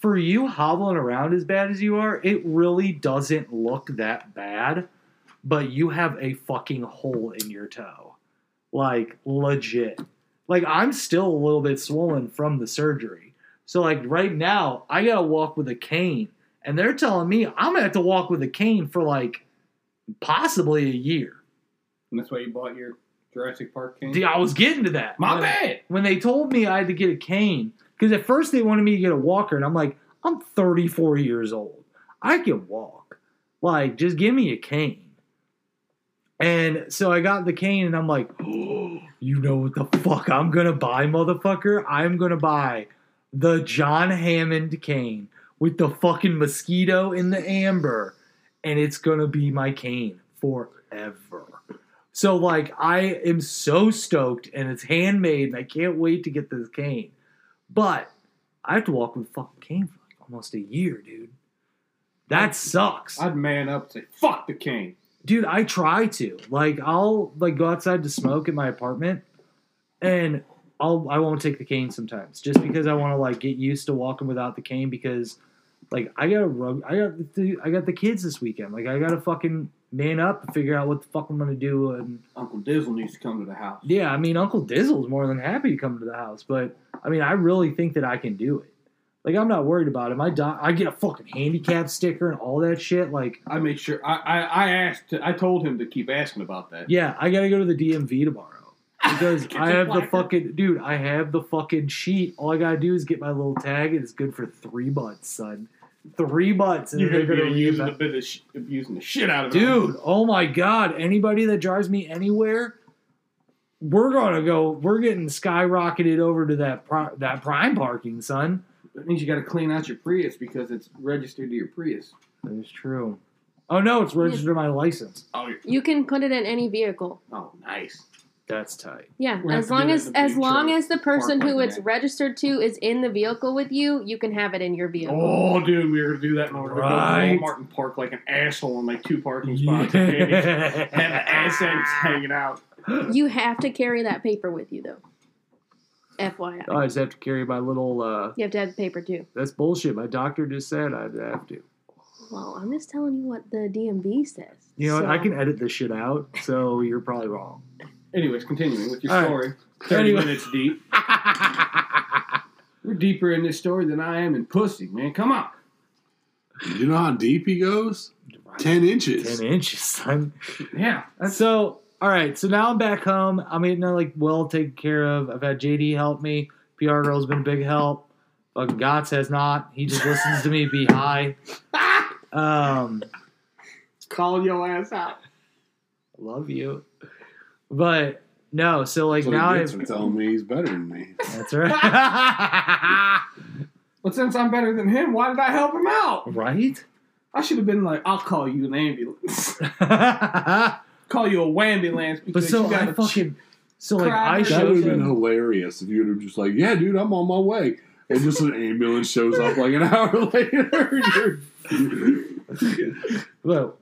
[SPEAKER 1] for you hobbling around as bad as you are, it really doesn't look that bad, but you have a fucking hole in your toe. Like legit. Like I'm still a little bit swollen from the surgery. So like right now, I got to walk with a cane and they're telling me I'm going to have to walk with a cane for like possibly a year.
[SPEAKER 3] And that's why you bought your Jurassic Park cane.
[SPEAKER 1] Dude, I was getting to that.
[SPEAKER 3] My
[SPEAKER 1] Like,
[SPEAKER 3] bad.
[SPEAKER 1] when they told me I had to get a cane, because at first they wanted me to get a walker, and I'm like, I'm 34 years old. I can walk. Like, just give me a cane. And so I got the cane, and I'm like, [gasps] you know what the fuck I'm gonna buy, motherfucker? I'm gonna buy the John Hammond cane with the fucking mosquito in the amber, and it's gonna be my cane forever. So like I am so stoked and it's handmade and I can't wait to get this cane. But I have to walk with a fucking cane for like almost a year, dude. That sucks.
[SPEAKER 3] I'd man up and say, fuck the cane.
[SPEAKER 1] Dude, I try to. Like I'll like go outside to smoke at my apartment and I'll I won't take the cane sometimes just because I want to like get used to walking without the cane because like I got to rug I got the I got the kids this weekend. Like I got to fucking man up and figure out what the fuck I'm going to do and
[SPEAKER 3] Uncle Dizzle needs to come to the house.
[SPEAKER 1] yeah, I mean, Uncle Dizzle's more than happy to come to the house, but I mean, I really think that I can do it. Like, I'm not worried about it. My doc, I get a fucking handicap sticker and all that shit. Like,
[SPEAKER 3] I made sure. I, I, I asked. I told him to keep asking about that.
[SPEAKER 1] yeah, I gotta go to the DMV tomorrow because
[SPEAKER 3] Get
[SPEAKER 1] I
[SPEAKER 3] your
[SPEAKER 1] have the
[SPEAKER 3] placard.
[SPEAKER 1] fucking dude. I have the fucking sheet. All I gotta do is get my little tag, and it's good for three months, son. Three months, and
[SPEAKER 3] You're
[SPEAKER 1] then
[SPEAKER 3] gonna
[SPEAKER 1] they're
[SPEAKER 3] be
[SPEAKER 1] gonna use
[SPEAKER 3] abusing a bit of sh- abusing the shit out of it.
[SPEAKER 1] dude oh my god anybody that drives me anywhere we're gonna go we're getting skyrocketed over to that pri- that prime parking son
[SPEAKER 3] That means you got to clean out your Prius because it's registered to your Prius.
[SPEAKER 1] that is true oh no it's registered to my license
[SPEAKER 3] Oh, you're-
[SPEAKER 4] You can put it in any vehicle.
[SPEAKER 3] oh, nice.
[SPEAKER 1] That's tight.
[SPEAKER 4] Yeah,
[SPEAKER 3] We have
[SPEAKER 4] as
[SPEAKER 3] to
[SPEAKER 4] long
[SPEAKER 3] do it
[SPEAKER 4] as
[SPEAKER 3] in the
[SPEAKER 4] as
[SPEAKER 3] picture.
[SPEAKER 4] long as the person
[SPEAKER 3] Park
[SPEAKER 4] who
[SPEAKER 3] like
[SPEAKER 4] it's
[SPEAKER 3] that.
[SPEAKER 4] registered to is in the vehicle with you, you can have it in your vehicle.
[SPEAKER 3] Oh, dude, we were gonna do that, and we were gonna
[SPEAKER 1] Right.
[SPEAKER 3] go to Walmart and park like an asshole in like two parking spots. and Have
[SPEAKER 1] [laughs]
[SPEAKER 3] [laughs] the assets
[SPEAKER 1] Yeah.
[SPEAKER 3] hanging out.
[SPEAKER 1] Oh.
[SPEAKER 4] You have to carry that paper with you though. FYI,
[SPEAKER 1] I just have to carry my little. uh
[SPEAKER 4] you have to have the paper too.
[SPEAKER 1] That's bullshit. My doctor just said I'd have to.
[SPEAKER 4] Well, I'm just telling you what the DMV says.
[SPEAKER 1] You know what?
[SPEAKER 4] so-
[SPEAKER 1] I can edit this shit out, so you're probably
[SPEAKER 2] [laughs]
[SPEAKER 1] wrong.
[SPEAKER 3] Anyways, continuing with your
[SPEAKER 1] All right.
[SPEAKER 3] story. Thirty
[SPEAKER 1] Anyway.
[SPEAKER 3] minutes deep. We're deeper in this story than I am in pussy, man. Come on.
[SPEAKER 2] You know how deep he goes? Ten inches.
[SPEAKER 1] Ten inches, son.
[SPEAKER 3] Yeah, that's [laughs]
[SPEAKER 1] So, all right. So now I'm back home. I'm getting uh, like well taken care of. I've had JD help me. PR girl's been a big help. Fucking Gotts has not. He just listens to me be high. Um,
[SPEAKER 3] calling your ass out.
[SPEAKER 1] love you, but no. So like
[SPEAKER 2] That's what
[SPEAKER 1] now
[SPEAKER 2] he
[SPEAKER 1] I.
[SPEAKER 2] gets for telling me he's better than me.
[SPEAKER 1] [laughs] That's right.
[SPEAKER 3] But since I'm better than him, why did I help him out?
[SPEAKER 1] right. [laughs]
[SPEAKER 3] I should have been like, I'll call you
[SPEAKER 1] [laughs]
[SPEAKER 3] an ambulance. call you a wambulance
[SPEAKER 1] but
[SPEAKER 3] because
[SPEAKER 1] so
[SPEAKER 3] you got
[SPEAKER 1] I
[SPEAKER 3] a
[SPEAKER 1] fucking. So like I
[SPEAKER 3] That
[SPEAKER 2] That would
[SPEAKER 1] showed
[SPEAKER 2] have been
[SPEAKER 1] him.
[SPEAKER 2] hilarious if you'd have just like, yeah, dude, I'm on my way. And just an ambulance shows up like an [laughs] hour later.
[SPEAKER 1] Well,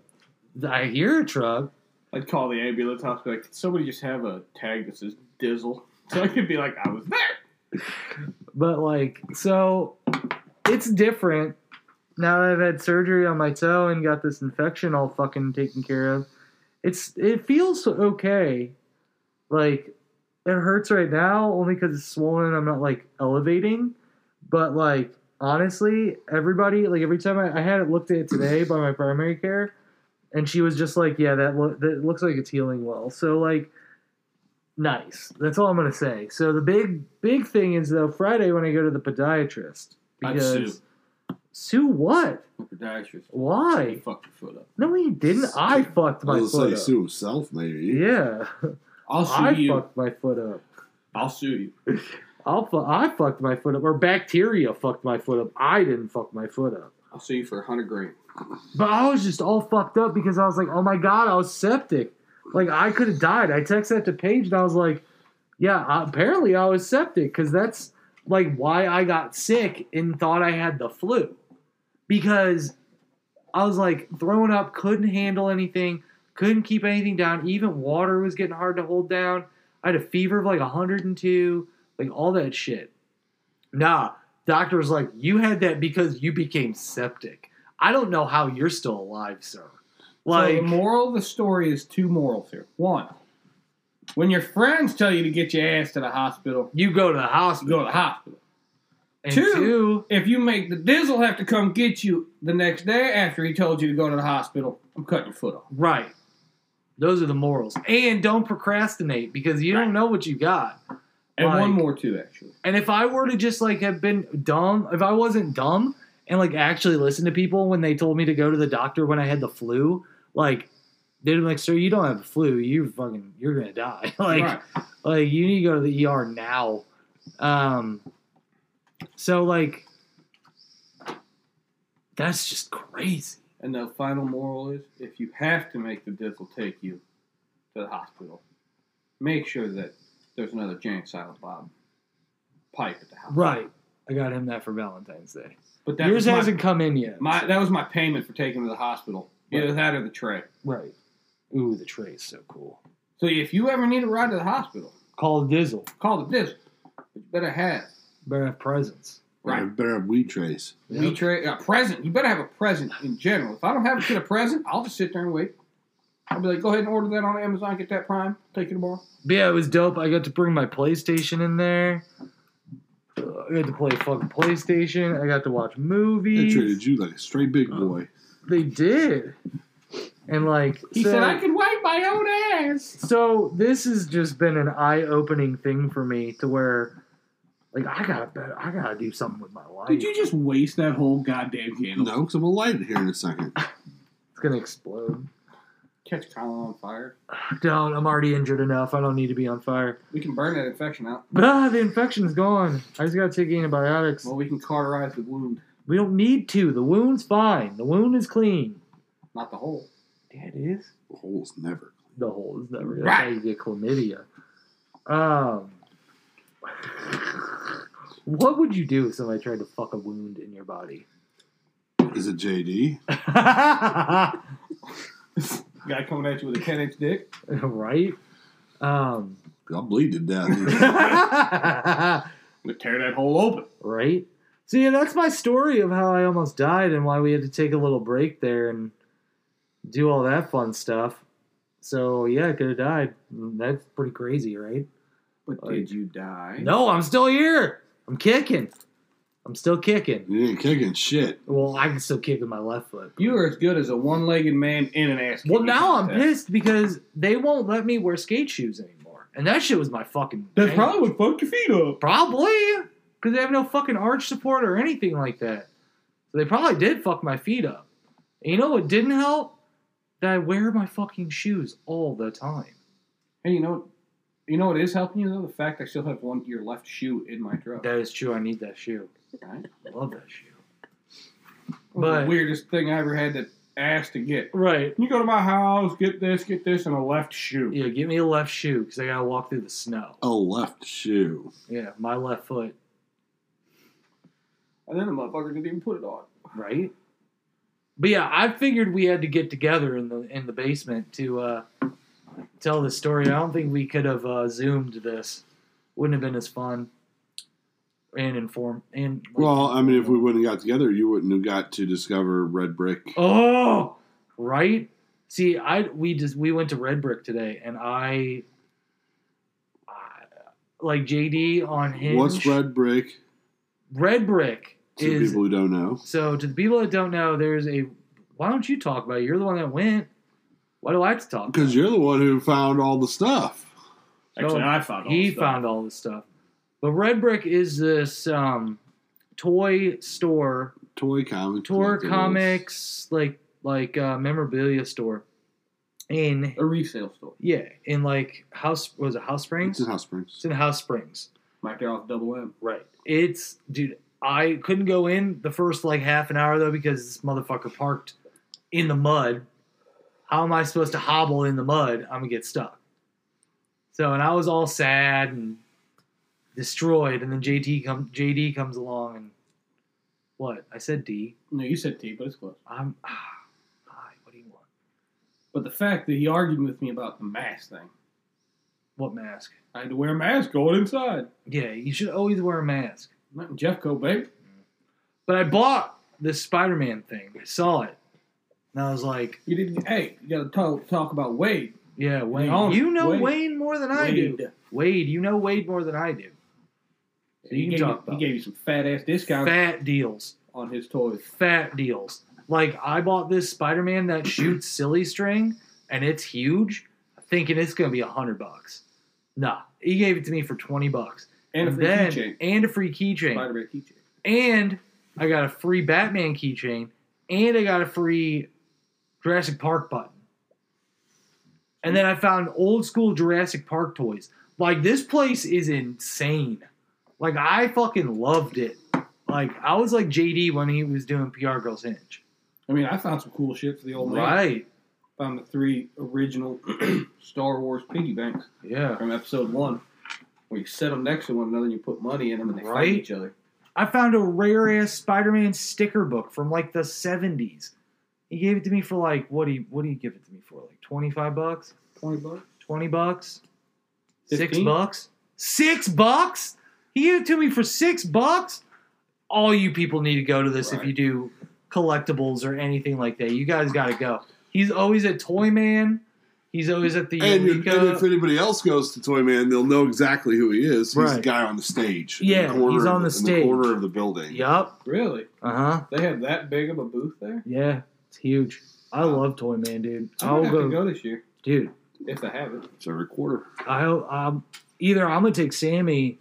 [SPEAKER 1] I hear a truck.
[SPEAKER 3] I'd call the ambulance house be like, Could somebody just have a tag that says Dizzle? [laughs] So I could be like, I was there.
[SPEAKER 1] But like, so it's different now that I've had surgery on my toe and got this infection all fucking taken care of. It's it feels okay. Like it hurts right now only because it's swollen. I'm not like elevating, but like honestly, everybody like every time I, I had it looked at today by my primary care, and she was just like, "Yeah, that look that looks like it's healing well." So like nice. That's all I'm gonna say. So the big big thing is though Friday when I go to the podiatrist
[SPEAKER 3] I'd sue.
[SPEAKER 1] because sue what?
[SPEAKER 3] Podiatrist.
[SPEAKER 1] Why?
[SPEAKER 3] Fuck your foot up.
[SPEAKER 1] No, he didn't. I fucked
[SPEAKER 2] I
[SPEAKER 1] my
[SPEAKER 2] was gonna
[SPEAKER 1] foot
[SPEAKER 2] say
[SPEAKER 1] up.
[SPEAKER 2] sue himself, maybe.
[SPEAKER 1] Yeah,
[SPEAKER 3] I'll sue
[SPEAKER 1] I
[SPEAKER 3] you.
[SPEAKER 1] fucked my foot up.
[SPEAKER 3] I'll sue you.
[SPEAKER 1] I'll fu- I fucked my foot up, or bacteria fucked my foot up. I didn't fuck my foot up.
[SPEAKER 3] I'll sue you for a hundred grand.
[SPEAKER 1] But I was just all fucked up because I was like, oh my god, I was septic. Like I could have died. I texted that to Paige and I was like, yeah, uh, apparently I was septic because that's like why I got sick and thought I had the flu because I was like throwing up, couldn't handle anything, couldn't keep anything down. Even water was getting hard to hold down. I had a fever of like 102, like all that shit. Nah, doctor was like, you had that because you became septic. I don't know how you're still alive, sir.
[SPEAKER 3] so
[SPEAKER 1] Like,
[SPEAKER 3] the moral of the story is two morals here. One, when your friends tell you to get your ass to the hospital,
[SPEAKER 1] you go to the
[SPEAKER 3] go
[SPEAKER 1] hospital.
[SPEAKER 3] to the hospital.
[SPEAKER 1] And
[SPEAKER 3] Two.
[SPEAKER 1] two,
[SPEAKER 3] If you make the Dizzle have to come get you the next day after he told you to go to the hospital, I'm cutting your foot off.
[SPEAKER 1] Right. Those are the morals. And don't procrastinate because you don't know what you got.
[SPEAKER 3] And
[SPEAKER 1] Like-
[SPEAKER 3] one more too, actually.
[SPEAKER 1] And if I were to just like have been dumb, if I wasn't dumb and like actually listened to people when they told me to go to the doctor when I had the flu, like they'd be like, "Sir, you don't have the flu. You fucking you're gonna die. [laughs] like
[SPEAKER 3] right.
[SPEAKER 1] like you need to go to the ER now." Um. So like, that's just crazy.
[SPEAKER 3] And the final moral is if you have to make the Dizzle take you to the hospital, make sure that there's another James Silent Bob pipe at the house.
[SPEAKER 1] Right. I got him that for Valentine's Day.
[SPEAKER 3] But that
[SPEAKER 1] Yours
[SPEAKER 3] was my,
[SPEAKER 1] hasn't come in yet.
[SPEAKER 3] my that was my payment for taking him to the hospital. Either that or the tray.
[SPEAKER 1] Right. Ooh, the tray is so cool.
[SPEAKER 3] So if you ever need a ride to the hospital,
[SPEAKER 1] Call Dizzle.
[SPEAKER 3] call the Dizzle. But you better have
[SPEAKER 1] Better have presents.
[SPEAKER 2] Right.
[SPEAKER 3] Right.
[SPEAKER 2] better have weed trays.
[SPEAKER 1] Yep.
[SPEAKER 3] We trade a present. You better have a present in general. If I don't have a kid a present, I'll just sit there and wait. I'll be like, go ahead and order that on Amazon, get that Prime, take it tomorrow.
[SPEAKER 1] But yeah, it was dope. I got to bring my PlayStation in there. I got to play fucking PlayStation. I got to watch
[SPEAKER 2] They
[SPEAKER 1] movies.
[SPEAKER 2] treated you like a straight big boy.
[SPEAKER 1] They did. And like
[SPEAKER 3] He
[SPEAKER 1] so,
[SPEAKER 3] said I could wipe my own ass.
[SPEAKER 1] so this has just been an eye-opening thing for me to where like I gotta better, I gotta do something with my life.
[SPEAKER 3] just waste that whole goddamn
[SPEAKER 2] No,
[SPEAKER 3] candle?
[SPEAKER 2] because I'm gonna light it here in a second.
[SPEAKER 1] It's gonna explode.
[SPEAKER 3] Catch Colin on fire.
[SPEAKER 1] Don't. I'm already injured enough. I don't need to be on fire.
[SPEAKER 3] We can burn that infection out.
[SPEAKER 1] But ah, the infection's gone. I just gotta take antibiotics.
[SPEAKER 3] Well, we can cauterize the wound,
[SPEAKER 1] We don't need to. The wound's fine. The wound is clean.
[SPEAKER 3] not the hole.
[SPEAKER 1] That is.
[SPEAKER 2] The hole's never.
[SPEAKER 1] The hole is never. That's
[SPEAKER 3] Right.
[SPEAKER 1] how you get chlamydia. Um, what would you do if somebody tried to fuck a wound in your body? [laughs]
[SPEAKER 2] Is it JD?
[SPEAKER 3] Guy coming at you with a 10 inch dick.
[SPEAKER 1] right? Um, [laughs]
[SPEAKER 2] I'll bleed to death.
[SPEAKER 1] right?
[SPEAKER 3] I'm gonna tear that hole open.
[SPEAKER 1] So yeah, that's my story of how I almost died and why we had to take a little break there and do all that fun stuff. So yeah, I could have died. That's pretty crazy, right?
[SPEAKER 3] But
[SPEAKER 1] Like-
[SPEAKER 3] did you die?
[SPEAKER 1] No, I'm still here. I'm kicking. I'm still kicking.
[SPEAKER 2] you ain't kicking shit.
[SPEAKER 1] Well, I can still kick with my left foot.
[SPEAKER 3] You are as good as a one legged man in an ass.
[SPEAKER 1] Well,
[SPEAKER 3] kicking
[SPEAKER 1] now I'm
[SPEAKER 3] contest.
[SPEAKER 1] pissed because they won't let me wear skate shoes anymore, and that shit was my fucking.
[SPEAKER 3] That's
[SPEAKER 1] thing.
[SPEAKER 3] probably what fucked your feet up.
[SPEAKER 1] probably because they have no fucking arch support or anything like that. So they probably did fuck my feet up. And you know what didn't help? That I wear my fucking shoes all the time.
[SPEAKER 3] Hey, you know, you know what is helping you though? The fact I still have one your left shoe in my truck.
[SPEAKER 1] That is true. I need that shoe.
[SPEAKER 3] Right?
[SPEAKER 1] I love that shoe.
[SPEAKER 3] But,
[SPEAKER 1] But-
[SPEAKER 3] the weirdest thing I ever had to ask to get.
[SPEAKER 1] Right.
[SPEAKER 3] Can you go to my house, get this, get this, and a left shoe?
[SPEAKER 1] Yeah, give me a left shoe because I gotta walk through the snow.
[SPEAKER 2] Oh, left shoe.
[SPEAKER 1] Yeah, my left foot.
[SPEAKER 3] And then the motherfucker didn't even put it on.
[SPEAKER 1] right? But yeah, I figured we had to get together in the in the basement to uh, tell the story. I don't think we could have uh, zoomed this; wouldn't have been as fun and inform and. like-
[SPEAKER 2] Well, I mean, if we wouldn't have got together, you wouldn't have got to discover red brick.
[SPEAKER 1] Oh, right. See, I we just we went to Red Brick today, and I, I like JD on Hinge.
[SPEAKER 2] What's red brick?
[SPEAKER 1] Red Brick
[SPEAKER 2] To the
[SPEAKER 1] is
[SPEAKER 2] people who don't know,
[SPEAKER 1] So to the people that don't know, there's a. Why don't you talk about it? You're the one that went. Why do I have to talk?
[SPEAKER 2] because you're the one who found all the stuff.
[SPEAKER 1] Actually,
[SPEAKER 3] I found
[SPEAKER 1] he found all this stuff. But Red Brick is this um, toy store,
[SPEAKER 2] Toy comic,
[SPEAKER 1] toy
[SPEAKER 2] collectibles.
[SPEAKER 1] comics, like like uh, memorabilia store. In
[SPEAKER 3] a resale store.
[SPEAKER 1] yeah, in like house was it House Springs?
[SPEAKER 2] It's in House Springs.
[SPEAKER 1] It's in House Springs.
[SPEAKER 3] Right there off double M.
[SPEAKER 1] Right. It's dude. I couldn't go in the first like half an hour though because this motherfucker parked in the mud. How am I supposed to hobble in the mud? I'm gonna get stuck. So and I was all sad and destroyed, and then JT come JD comes along and what I said D.
[SPEAKER 3] No, you said T, but it's close.
[SPEAKER 1] I'm ah, hi. What do you want?
[SPEAKER 3] But the fact that he argued with me about the mask thing.
[SPEAKER 1] What mask?
[SPEAKER 3] I had to wear a mask going inside.
[SPEAKER 1] Yeah, you should always wear a mask.
[SPEAKER 3] Not in Jeffco, baby.
[SPEAKER 1] But I bought this Spider-Man thing. I saw it, and I was like,
[SPEAKER 3] You didn't. Hey, you got to talk talk about Wade.
[SPEAKER 1] Yeah, Wayne.
[SPEAKER 3] own it.
[SPEAKER 1] you know
[SPEAKER 3] Wade.
[SPEAKER 1] Wayne more than I do.
[SPEAKER 3] Wade.
[SPEAKER 1] Wade, you know Wade more than I do. So
[SPEAKER 3] he,
[SPEAKER 1] you can
[SPEAKER 3] gave
[SPEAKER 1] talk
[SPEAKER 3] you, he
[SPEAKER 1] about
[SPEAKER 3] gave you some fat ass discounts
[SPEAKER 1] fat deals.
[SPEAKER 3] on his toys.
[SPEAKER 1] Fat deals. Like I bought this Spider-Man
[SPEAKER 3] [clears throat]
[SPEAKER 1] that shoots silly string, and it's huge. Thinking it's gonna be a hundred bucks. Nah, he gave it to me for twenty bucks,
[SPEAKER 3] And a free
[SPEAKER 1] then,
[SPEAKER 3] keychain.
[SPEAKER 1] and a free keychain,
[SPEAKER 3] Spider Man keychain.
[SPEAKER 1] and I got a free Batman keychain, and I got a free Jurassic Park button. And then I found old school Jurassic Park toys. Like this place is insane. Like I fucking loved it. Like I was like JD when he was doing PR Girls Hinge.
[SPEAKER 3] I mean, I found some cool shit for the old man.
[SPEAKER 1] Right.
[SPEAKER 3] Found the three original [clears throat] Star Wars piggy banks
[SPEAKER 1] Yeah.
[SPEAKER 3] from episode one, where you set them next to one another and you put money in them and they
[SPEAKER 1] Right.
[SPEAKER 3] fight each other.
[SPEAKER 1] I found a rare ass Spider-Man sticker book from like the 70s. He gave it to me for like what do you what do you give it to me for? Like 25 bucks?
[SPEAKER 3] 20 bucks?
[SPEAKER 1] 20 bucks? Six
[SPEAKER 3] 15?
[SPEAKER 1] bucks? Six bucks? He gave it to me for six bucks? All you people need to go to this if
[SPEAKER 3] Right.
[SPEAKER 1] you do collectibles or anything like that. You guys got to go. He's always at Toy Man. He's always at the
[SPEAKER 2] And, you-
[SPEAKER 1] Eureka.
[SPEAKER 2] and if anybody else goes to Toy Man, they'll know exactly who he is. He's the
[SPEAKER 1] Right.
[SPEAKER 2] guy on the stage.
[SPEAKER 1] Yeah,
[SPEAKER 2] in the corner
[SPEAKER 1] he's
[SPEAKER 2] of
[SPEAKER 1] on the
[SPEAKER 2] In
[SPEAKER 1] stage.
[SPEAKER 2] the corner of the building.
[SPEAKER 1] Yup.
[SPEAKER 3] Really?
[SPEAKER 1] Uh huh.
[SPEAKER 3] They have that big of a booth there?
[SPEAKER 1] Yeah. It's huge. I love Toy Man, dude.
[SPEAKER 3] I'm gonna
[SPEAKER 1] I'll
[SPEAKER 3] have
[SPEAKER 1] go,
[SPEAKER 3] to go this year
[SPEAKER 1] dude.
[SPEAKER 3] if they have it.
[SPEAKER 2] It's every quarter.
[SPEAKER 1] I'll um, either I'm gonna take Sammy,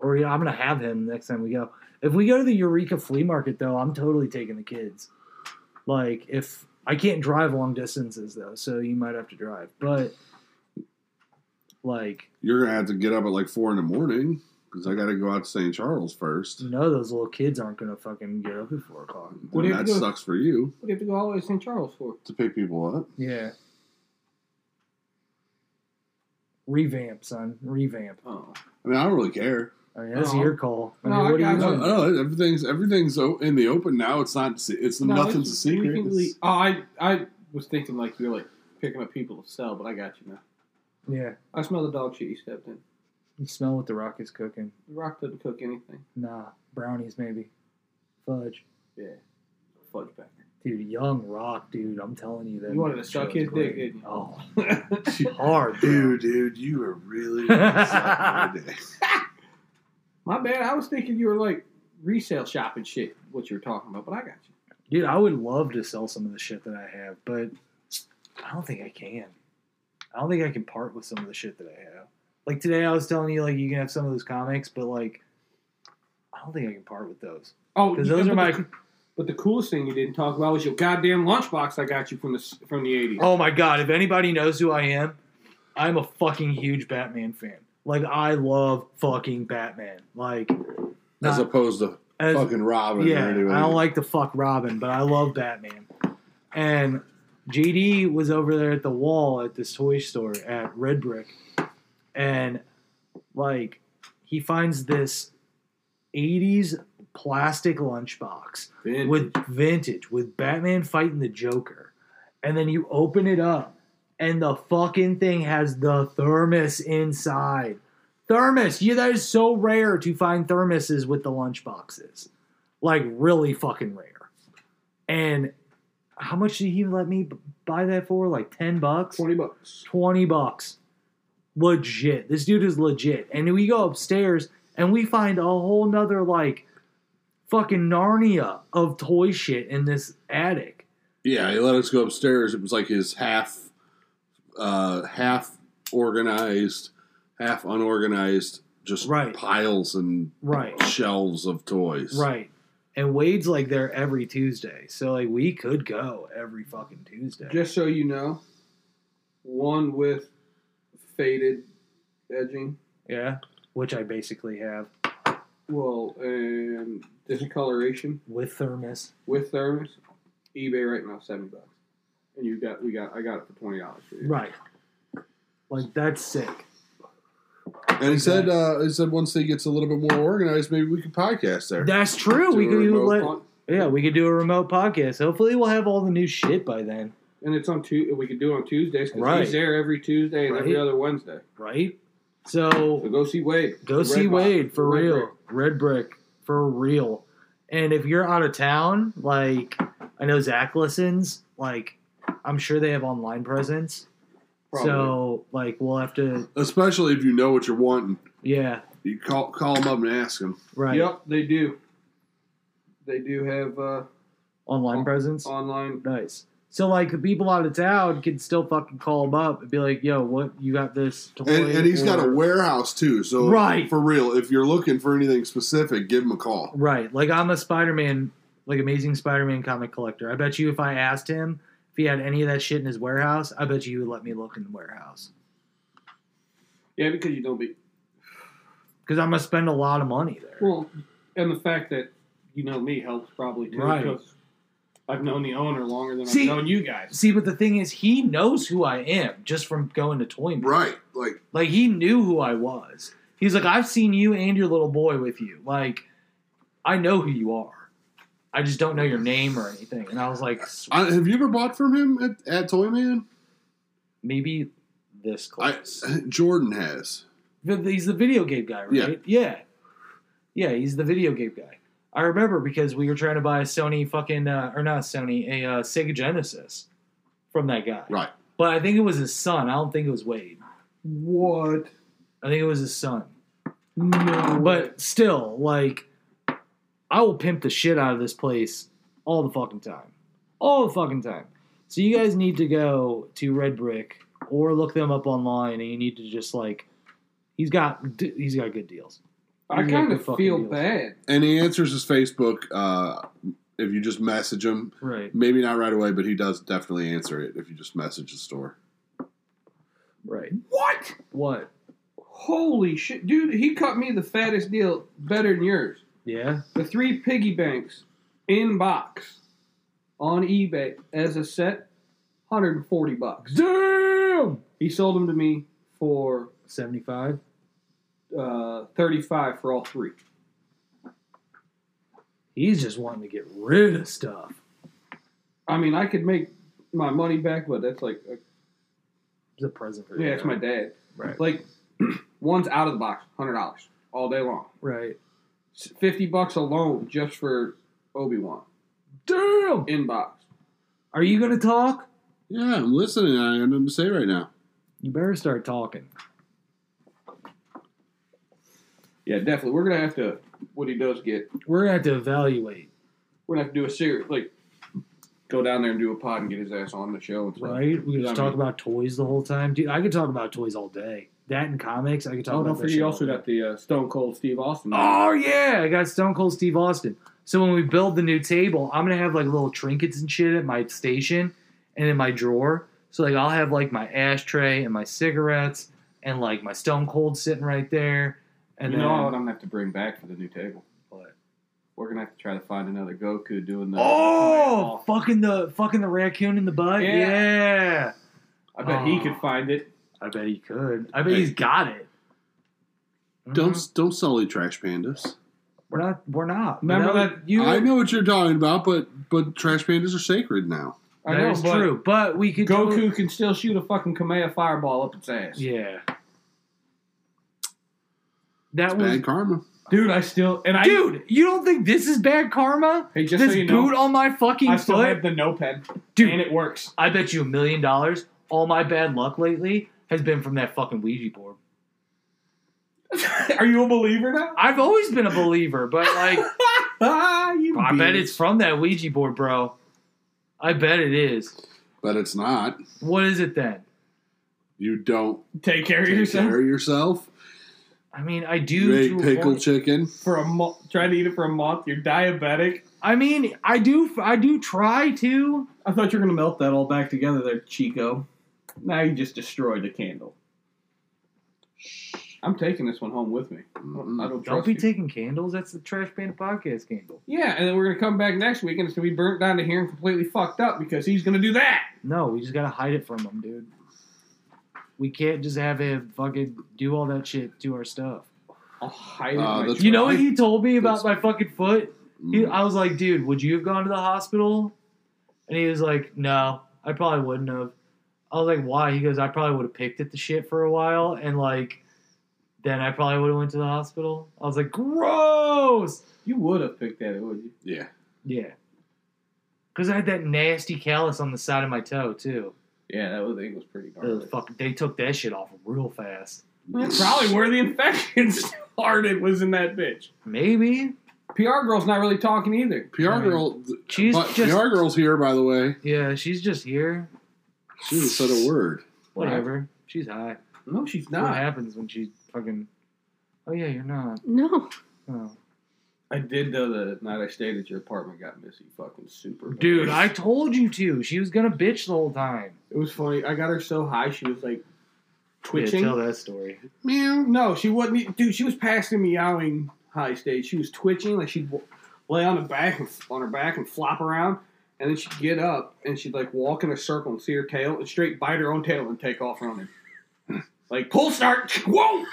[SPEAKER 1] or yeah, I'm gonna have him next time we go. If we go to the Eureka Flea Market, though, I'm totally taking the kids. Like if I can't drive long distances though, so you might have to drive. But like
[SPEAKER 2] You're gonna have to get up at like four in the morning because I got to go out to St. Charles first.
[SPEAKER 1] you know, those little kids aren't gonna fucking get up at four o'clock.
[SPEAKER 3] What
[SPEAKER 2] and
[SPEAKER 3] do you have
[SPEAKER 2] that
[SPEAKER 3] to do?
[SPEAKER 2] sucks for you
[SPEAKER 3] What do you have to go all the way to St. Charles for?
[SPEAKER 2] to pick people up.
[SPEAKER 1] Yeah. Revamp, son. Revamp.
[SPEAKER 3] Oh.
[SPEAKER 2] I mean, I don't really care.
[SPEAKER 1] I mean, that's
[SPEAKER 3] No.
[SPEAKER 1] your call. I mean,
[SPEAKER 3] Oh, No, I
[SPEAKER 1] what do you
[SPEAKER 3] got
[SPEAKER 2] No,
[SPEAKER 1] want?
[SPEAKER 3] it.
[SPEAKER 2] no, everything's everything's o- in the open now. It's not. se- It's
[SPEAKER 3] No,
[SPEAKER 2] nothing's
[SPEAKER 3] it's-
[SPEAKER 2] a
[SPEAKER 3] we
[SPEAKER 2] secret.
[SPEAKER 3] can
[SPEAKER 2] It's-
[SPEAKER 3] leave- Oh, I I was thinking like you're like picking up people to sell, but I got you now.
[SPEAKER 1] Yeah.
[SPEAKER 3] I smell the dog shit you stepped in.
[SPEAKER 1] You smell what the rock is cooking.
[SPEAKER 3] The rock doesn't cook anything.
[SPEAKER 1] Nah. Brownies, maybe. Fudge.
[SPEAKER 3] Yeah. Fudge backer.
[SPEAKER 1] Dude, young rock, dude. I'm telling you that.
[SPEAKER 3] You wanted to
[SPEAKER 1] show
[SPEAKER 3] suck
[SPEAKER 1] is
[SPEAKER 3] his
[SPEAKER 1] great.
[SPEAKER 3] dick, didn't you?
[SPEAKER 1] Oh, hard,
[SPEAKER 2] Hard, dude, dude, you are really.
[SPEAKER 3] [laughs] My bad. I was thinking you were like resale shopping shit, what you were talking about, but I got you.
[SPEAKER 1] dude. I would love to sell some of the shit that I have, but I don't think I can. I don't think I can part with some of the shit that I have. Like today, I was telling you, like you can have some of those comics, but like I don't think I can part with those
[SPEAKER 3] Oh,
[SPEAKER 1] because
[SPEAKER 3] yeah,
[SPEAKER 1] those are
[SPEAKER 3] but
[SPEAKER 1] my.
[SPEAKER 3] the- but the coolest thing you didn't talk about was your goddamn lunchbox I got you from the s- from the eighties.
[SPEAKER 1] Oh my god! If anybody knows who I am, I'm a fucking huge Batman fan. Like I love fucking Batman. Like
[SPEAKER 2] As
[SPEAKER 1] not-
[SPEAKER 2] opposed to
[SPEAKER 1] as-
[SPEAKER 2] fucking Robin.
[SPEAKER 1] Yeah,
[SPEAKER 2] or anything.
[SPEAKER 1] I don't like to fuck Robin, but I love Batman. And JD was over there at the wall at this toy store at Red Brick, and like he finds this '80s plastic lunchbox with vintage with Batman fighting the Joker, and then you open it up, and the fucking thing has the thermos inside. Thermos, yeah, that is so rare to find thermoses with the lunchboxes, like really fucking rare. And how much did he let me b- buy that for? Like ten bucks.
[SPEAKER 3] twenty bucks.
[SPEAKER 1] 20 bucks. Legit. This dude is legit. And we go upstairs and we find a whole nother like fucking Narnia of toy shit in this attic.
[SPEAKER 2] Yeah, he let us go upstairs. It was like his half, uh, half organized, half unorganized, just
[SPEAKER 1] Right.
[SPEAKER 2] piles and
[SPEAKER 1] Right.
[SPEAKER 2] shelves of toys.
[SPEAKER 1] Right. And Wade's like there every Tuesday. So like we could go every fucking Tuesday.
[SPEAKER 3] Just so you know, one with faded edging,
[SPEAKER 1] yeah. Which I basically have
[SPEAKER 3] well, and discoloration
[SPEAKER 1] with thermos.
[SPEAKER 3] with thermos. eBay right now seventy bucks, and you got we got I got it for twenty dollars.
[SPEAKER 1] Right. Like that's sick.
[SPEAKER 2] And he said, uh, he said once he gets a little bit more organized, maybe we could podcast there.
[SPEAKER 1] That's true.
[SPEAKER 2] Do
[SPEAKER 1] we
[SPEAKER 2] a
[SPEAKER 1] could
[SPEAKER 2] remote
[SPEAKER 1] let,
[SPEAKER 3] On,
[SPEAKER 1] yeah, we could do a remote podcast. Hopefully we'll have all the new shit by then.
[SPEAKER 3] and it's on two. We could do it on Tuesdays because
[SPEAKER 1] Right.
[SPEAKER 3] he's there every Tuesday and every
[SPEAKER 1] Right.
[SPEAKER 3] other Wednesday.
[SPEAKER 1] Right? So
[SPEAKER 3] So go see Wade.
[SPEAKER 1] Go
[SPEAKER 3] Red
[SPEAKER 1] see
[SPEAKER 3] Box.
[SPEAKER 1] Wade for
[SPEAKER 3] Red
[SPEAKER 1] real.
[SPEAKER 3] Brick.
[SPEAKER 1] Red Brick for real. And if you're out of town, like I know Zach listens, like I'm sure they have online presence.
[SPEAKER 3] Probably.
[SPEAKER 1] So like we'll have to
[SPEAKER 2] Especially if you know what you're wanting.
[SPEAKER 1] yeah,
[SPEAKER 2] You call call him up and ask him.
[SPEAKER 1] right.
[SPEAKER 3] Yep, they do. They do have uh,
[SPEAKER 1] Online
[SPEAKER 3] On-
[SPEAKER 1] presence.
[SPEAKER 3] online.
[SPEAKER 1] Nice. So like the people out of town can still fucking call him up and be like, yo, what you got this toy
[SPEAKER 2] And, and he's got a
[SPEAKER 1] or-
[SPEAKER 2] warehouse too. So
[SPEAKER 1] Right.
[SPEAKER 2] for real, if you're looking for anything specific, give him a call.
[SPEAKER 1] Right. Like I'm a Spider-Man, like amazing Spider-Man comic collector. I bet you if I asked him if he had any of that shit in his warehouse, I bet you he would let me look in the warehouse.
[SPEAKER 3] Yeah, because you don't be
[SPEAKER 1] Because I'm gonna spend a lot of money there.
[SPEAKER 3] well, and the fact that you know me helps probably too.
[SPEAKER 1] Right.
[SPEAKER 3] Because I've known the owner longer than
[SPEAKER 1] See-
[SPEAKER 3] I've known you guys.
[SPEAKER 1] See, but the thing is, he knows who I am just from going to Toy Man.
[SPEAKER 2] Right. Like
[SPEAKER 1] Like he knew who I was. He's like, I've seen you and your little boy with you. Like, I know who you are. I just don't know your name or anything. And I was like, s-
[SPEAKER 2] I, have you ever bought from him at, at Toy Man?
[SPEAKER 1] maybe this
[SPEAKER 2] I,
[SPEAKER 1] close.
[SPEAKER 2] Jordan has.
[SPEAKER 1] The- the- He's the video game guy, right? Yeah. yeah. he's the video game guy. I remember because we were trying to buy a Sony fucking, uh, or not Sony, a uh, Sega Genesis from that guy.
[SPEAKER 2] Right.
[SPEAKER 1] But I think it was his son. I don't think it was Wade.
[SPEAKER 3] What?
[SPEAKER 1] I think it was his son.
[SPEAKER 3] No.
[SPEAKER 1] But still, like, I will pimp the shit out of this place all the fucking time. All the fucking time. So you guys need to go to Red Brick or look them up online and you need to just, like, he's got he's got good deals.
[SPEAKER 3] I
[SPEAKER 1] you
[SPEAKER 3] kind
[SPEAKER 1] make the
[SPEAKER 3] of
[SPEAKER 1] fucking
[SPEAKER 3] feel
[SPEAKER 1] deals.
[SPEAKER 3] bad.
[SPEAKER 2] And he answers his Facebook. Uh, if you just message him,
[SPEAKER 1] Right.
[SPEAKER 2] maybe not right away, but he does definitely answer it if you just message the store.
[SPEAKER 1] Right.
[SPEAKER 3] What?
[SPEAKER 1] What?
[SPEAKER 3] Holy shit, dude! He cut me the fattest deal, better than yours.
[SPEAKER 1] Yeah.
[SPEAKER 3] The three piggy banks in box on eBay as a set, 140 bucks.
[SPEAKER 1] Damn.
[SPEAKER 3] He sold them to me for
[SPEAKER 1] 75?
[SPEAKER 3] Uh, 35 for all three.
[SPEAKER 1] He's just wanting to get rid of stuff.
[SPEAKER 3] I mean, I could make my money back, but that's like, uh,
[SPEAKER 1] It's a present for
[SPEAKER 3] yeah,
[SPEAKER 1] you.
[SPEAKER 3] it's my dad.
[SPEAKER 1] Right.
[SPEAKER 3] Like, [clears throat] one's out of the box, hundred dollars all day long.
[SPEAKER 1] Right.
[SPEAKER 3] S- Fifty bucks alone just for Obi Wan
[SPEAKER 1] Damn!
[SPEAKER 3] in box.
[SPEAKER 1] Are you going to talk?
[SPEAKER 2] Yeah, I'm listening. I got nothing to say right now.
[SPEAKER 1] You better start talking.
[SPEAKER 3] Yeah, definitely. We're gonna have to what he does get.
[SPEAKER 1] We're going to have to evaluate,
[SPEAKER 3] We're gonna have to do a series like go down there and do a pod and get his ass on the show and stuff.
[SPEAKER 1] right? We could
[SPEAKER 3] I
[SPEAKER 1] just talk
[SPEAKER 3] mean-
[SPEAKER 1] about toys the whole time. Dude, I could talk about toys all day. That and comics, I could talk
[SPEAKER 3] Oh,
[SPEAKER 1] about
[SPEAKER 3] don't
[SPEAKER 1] that
[SPEAKER 3] forget
[SPEAKER 1] shit
[SPEAKER 3] you
[SPEAKER 1] all
[SPEAKER 3] also
[SPEAKER 1] day.
[SPEAKER 3] got the uh, Stone Cold Steve Austin.
[SPEAKER 1] Oh yeah, I got Stone Cold Steve Austin. So when we build the new table, I'm gonna have like little trinkets and shit at my station and in my drawer. So like I'll have like my ashtray and my cigarettes and like my Stone Cold sitting right there. And
[SPEAKER 3] you
[SPEAKER 1] then
[SPEAKER 3] know what I'm gonna have to bring back for the new table.
[SPEAKER 1] What?
[SPEAKER 3] We're gonna have to try to find another Goku doing the.
[SPEAKER 1] oh, fucking the fucking the raccoon in the butt. Yeah,
[SPEAKER 3] Yeah. I bet he could find it.
[SPEAKER 1] I bet he could. I bet he's got it.
[SPEAKER 2] Don't
[SPEAKER 3] Mm-hmm.
[SPEAKER 1] Mhm.
[SPEAKER 2] don't sully trash pandas.
[SPEAKER 1] we're not we're not.
[SPEAKER 3] Remember
[SPEAKER 1] Without
[SPEAKER 3] that you?
[SPEAKER 2] I know what you're talking about, but but trash pandas are sacred now.
[SPEAKER 3] I
[SPEAKER 1] that
[SPEAKER 3] know,
[SPEAKER 1] is
[SPEAKER 3] but
[SPEAKER 1] true, but we could do it-
[SPEAKER 3] Goku can still shoot a fucking Kamea fireball up its ass.
[SPEAKER 1] Yeah. That
[SPEAKER 2] It's
[SPEAKER 1] was
[SPEAKER 2] bad karma.
[SPEAKER 3] Dude, I still and I
[SPEAKER 1] Dude, you don't think this is bad karma?
[SPEAKER 3] Hey, just
[SPEAKER 1] this
[SPEAKER 3] so you know,
[SPEAKER 1] boot on my fucking
[SPEAKER 3] I still
[SPEAKER 1] foot?
[SPEAKER 3] have the notepad,
[SPEAKER 1] Dude.
[SPEAKER 3] and it works. [laughs]
[SPEAKER 1] I bet you a million dollars all my bad luck lately has been from that fucking Ouija board.
[SPEAKER 3] Are you a believer now?
[SPEAKER 1] I've always been a believer, but
[SPEAKER 2] [laughs]
[SPEAKER 1] like
[SPEAKER 3] ah, you.
[SPEAKER 1] I bet
[SPEAKER 3] bitch.
[SPEAKER 1] it's from that Ouija board, bro. I bet it is.
[SPEAKER 2] But it's not.
[SPEAKER 1] What is it then?
[SPEAKER 2] You don't
[SPEAKER 3] Take care of
[SPEAKER 2] take
[SPEAKER 3] yourself
[SPEAKER 2] care of yourself.
[SPEAKER 1] I mean, I do
[SPEAKER 2] You
[SPEAKER 1] to
[SPEAKER 2] ate
[SPEAKER 1] a
[SPEAKER 2] pickle
[SPEAKER 1] point-
[SPEAKER 2] chicken.
[SPEAKER 3] for a month. Try to eat it for a month. You're diabetic.
[SPEAKER 1] I mean, I do I do try to.
[SPEAKER 3] I thought you were gonna melt that all back together, there, Chico. Now you just destroyed the candle. I'm taking this one home with me. I don't, I
[SPEAKER 2] Mm-mm.
[SPEAKER 3] don't
[SPEAKER 1] Don't
[SPEAKER 3] trust
[SPEAKER 1] be
[SPEAKER 3] you.
[SPEAKER 1] taking candles. That's the trash band podcast candle.
[SPEAKER 3] yeah, and then we're gonna come back next week and it's gonna be burnt down to here and completely fucked up because he's gonna do that.
[SPEAKER 1] No, we just gotta hide it from them, dude. We can't just have him fucking do all that shit to our stuff.
[SPEAKER 3] I'll hide it.
[SPEAKER 2] Uh,
[SPEAKER 3] in my
[SPEAKER 2] that's
[SPEAKER 1] You know what
[SPEAKER 2] right.
[SPEAKER 1] he told me about my
[SPEAKER 2] That's-
[SPEAKER 1] fucking foot? He,
[SPEAKER 2] Mm.
[SPEAKER 1] I was like, dude, would you have gone to the hospital? And he was like, no, I probably wouldn't have. I was like, why? He goes, I probably would have picked at the shit for a while, and like, then I probably would have went to the hospital. I was like, gross.
[SPEAKER 3] You would have picked that, would you?
[SPEAKER 2] Yeah.
[SPEAKER 1] Yeah, because I had that nasty callus on the side of my toe too.
[SPEAKER 3] Yeah, that was it was pretty
[SPEAKER 1] Ugh,
[SPEAKER 3] gnarly.
[SPEAKER 1] fuck, they took that shit off real fast. [laughs]
[SPEAKER 3] That's probably where the infection [laughs] started was in that bitch.
[SPEAKER 1] Maybe
[SPEAKER 3] PR girl's not really talking either.
[SPEAKER 2] PR girl.
[SPEAKER 1] she's
[SPEAKER 2] but
[SPEAKER 1] just
[SPEAKER 2] PR girl's here, by the way.
[SPEAKER 1] yeah, she's just here.
[SPEAKER 2] She hasn't said a word.
[SPEAKER 1] Whatever, she's high.
[SPEAKER 3] No, she's
[SPEAKER 1] That's What
[SPEAKER 3] not.
[SPEAKER 1] happens when she fucking? Oh yeah, you're not.
[SPEAKER 4] No.
[SPEAKER 1] Oh.
[SPEAKER 3] I did though the night I stayed at your apartment got Missy fucking super.
[SPEAKER 1] Dude, I
[SPEAKER 3] annoyed.
[SPEAKER 1] told you to. She was gonna bitch the whole time.
[SPEAKER 3] it was funny. I got her so high she was like
[SPEAKER 1] Yeah,
[SPEAKER 3] twitching.
[SPEAKER 1] tell that story.
[SPEAKER 2] Meow.
[SPEAKER 3] no, she wasn't. e- Dude, she was passing meowing high stage. She was twitching like she'd w- lay on the back and f- on her back and flop around, and then she'd get up and she'd like walk in a circle and see her tail and straight bite her own tail and take off running. like pull start, whoa!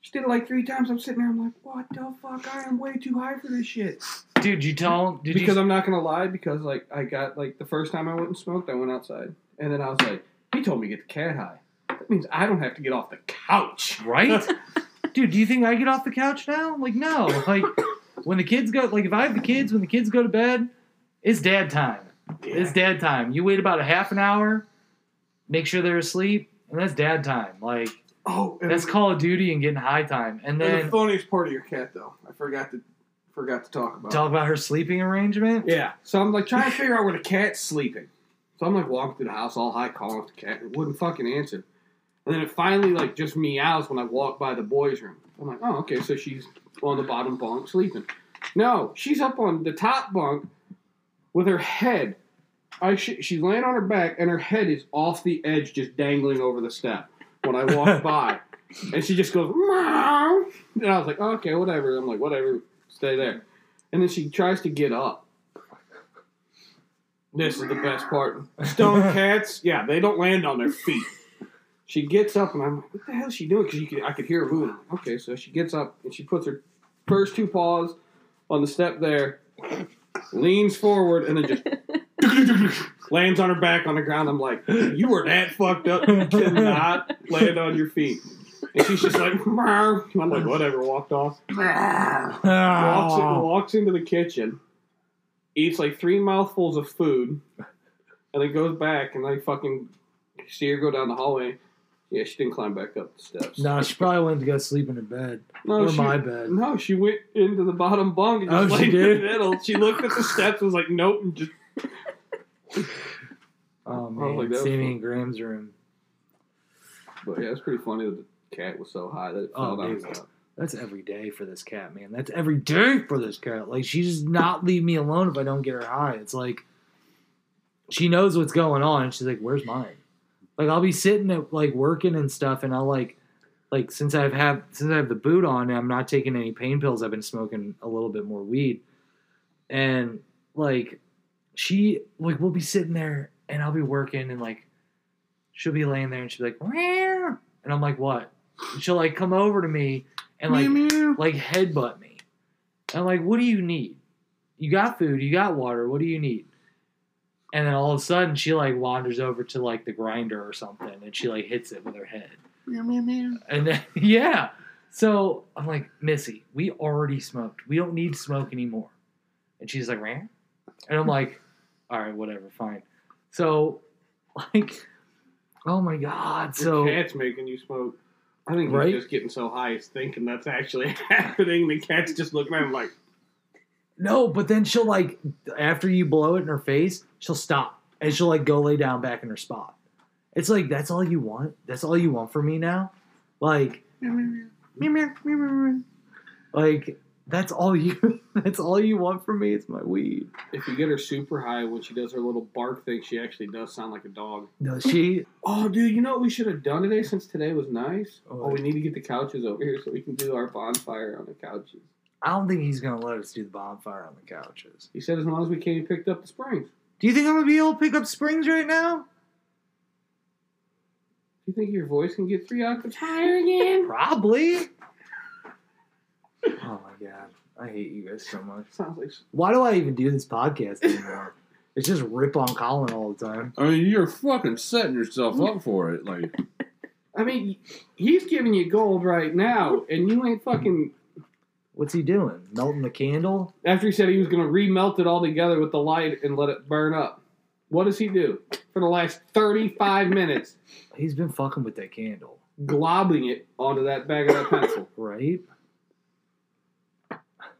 [SPEAKER 3] she did it like three times. I'm sitting there. I'm like, what the fuck? I am way too high for this shit.
[SPEAKER 1] Dude, you tell did
[SPEAKER 3] because
[SPEAKER 1] you,
[SPEAKER 3] I'm not gonna lie, because like I got like the first time I went and smoked, I went outside, and then I was like, he told me to get the cat high. That means I don't have to get off the couch.
[SPEAKER 1] right?
[SPEAKER 3] [laughs]
[SPEAKER 1] Dude, do you think I get off the couch now? Like no. Like when the kids go like if I have the kids, when the kids go to bed, it's dad time. It's dad time. You wait about a half an hour, make sure they're asleep, and that's dad time. Like
[SPEAKER 3] Oh, and,
[SPEAKER 1] that's Call of Duty and getting high time. And
[SPEAKER 3] and
[SPEAKER 1] then
[SPEAKER 3] the funniest part of your cat though, I forgot to forgot to talk about.
[SPEAKER 1] talk about her sleeping arrangement.
[SPEAKER 3] Yeah. So I'm like trying to figure out where the cat's sleeping. So I'm like walking through the house all high, calling up the cat. It wouldn't fucking answer. And then it finally like just meows when I walk by the boys' room. I'm like, oh, okay, so she's on the bottom bunk sleeping. No, she's up on the top bunk with her head. I sh- she's laying on her back and her head is off the edge, just dangling over the step when I walk by. And she just goes, meow. And I was like, okay, whatever. I'm like, whatever, stay there. And then she tries to get up. This is the best part. Stone cats, yeah, they don't land on their feet. She gets up and I'm like, what the hell is she doing? Because I could hear her moving. Okay, so she gets up and she puts her first two paws on the step there, leans forward, and then just lands on her back on the ground. I'm like, you were that fucked up. You cannot land on your feet. And she's just like, "Meow." I'm like, whatever, walked off. Walks,
[SPEAKER 1] Ah.
[SPEAKER 3] in- walks into the kitchen, eats like three mouthfuls of food, and then goes back and I fucking see her go down the hallway. Yeah, she didn't climb back up the steps.
[SPEAKER 1] No, she probably went to go sleep in her bed.
[SPEAKER 3] no
[SPEAKER 1] or
[SPEAKER 3] Oh, she,
[SPEAKER 1] my bed.
[SPEAKER 3] no, she went into the bottom bunk and just
[SPEAKER 1] Oh, she
[SPEAKER 3] laid in
[SPEAKER 1] did?
[SPEAKER 3] the middle.
[SPEAKER 1] [laughs]
[SPEAKER 3] She looked at the steps, was like, nope, and just
[SPEAKER 1] Oh
[SPEAKER 3] Probably
[SPEAKER 1] man,
[SPEAKER 3] that was
[SPEAKER 1] Sammy
[SPEAKER 3] fun.
[SPEAKER 1] and Graham's room.
[SPEAKER 3] But yeah, it's pretty funny that the cat was so high that it
[SPEAKER 1] Oh,
[SPEAKER 3] fell down.
[SPEAKER 1] dude. That's every day for this cat, man. That's every day for this cat. Like she does not leave me alone if I don't get her high. It's like she knows what's going on. And she's like, "Where's mine?" Like I'll be sitting at like working and stuff, and I'll like like since I've have since I have the boot on, and I'm not taking any pain pills. I've been smoking a little bit more weed, and like she like we'll be sitting there, and I'll be working, and like she'll be laying there, and she'll be like, "Meow," and I'm like, "What?" And she'll like come over to me and like like headbutt me. I'm like, what do you need? You got food, you got water, what do you need? And then all of a sudden she like wanders over to like the grinder or something and she like hits it with her head. And then [laughs] yeah. So I'm like, Missy, we already smoked. We don't need to smoke anymore. And she's like, Ran? And I'm like, all right, whatever, fine. So [laughs] like oh my god. So
[SPEAKER 3] Your cat's making you smoke. I think
[SPEAKER 1] Right?
[SPEAKER 3] he's just getting so high, he's thinking that's actually [laughs] happening. The cat's just looking at him like,
[SPEAKER 1] No, but then she'll like after you blow it in her face, she'll stop and she'll like go lay down back in her spot. It's like that's all you want. That's all you want from me now. Like, meow, meow, meow, meow, meow. like that's all you. [laughs] That's all you want from me. It's my weed.
[SPEAKER 3] if you get her super high when she does her little bark thing, she actually does sound like a dog.
[SPEAKER 1] No, she.
[SPEAKER 3] Oh, dude, you know what we should have done today since today was nice?
[SPEAKER 1] Oh.
[SPEAKER 3] Oh, we need to get the couches over here so we can do our bonfire on the couches.
[SPEAKER 1] I don't think he's gonna let us do the bonfire on the couches.
[SPEAKER 3] He said as long as we came and picked up the springs.
[SPEAKER 1] Do you think I'm gonna be able to pick up springs right now?
[SPEAKER 3] Do you think your voice can get three octaves higher again?
[SPEAKER 1] Probably. oh my god, I hate you guys so much.
[SPEAKER 3] Sounds like
[SPEAKER 1] Why do I even do this podcast anymore? it's just rip on Colin all the time.
[SPEAKER 2] I mean, you're fucking setting yourself up for it. Like,
[SPEAKER 3] I mean, he's giving you gold right now, and you ain't fucking.
[SPEAKER 1] What's he doing? Melting the candle?
[SPEAKER 3] After he said he was going to remelt it all together with the light and let it burn up, what does he do for the last 35 minutes?
[SPEAKER 1] He's been fucking with that candle,
[SPEAKER 3] Globbing it onto that bag of that pencil.
[SPEAKER 1] right?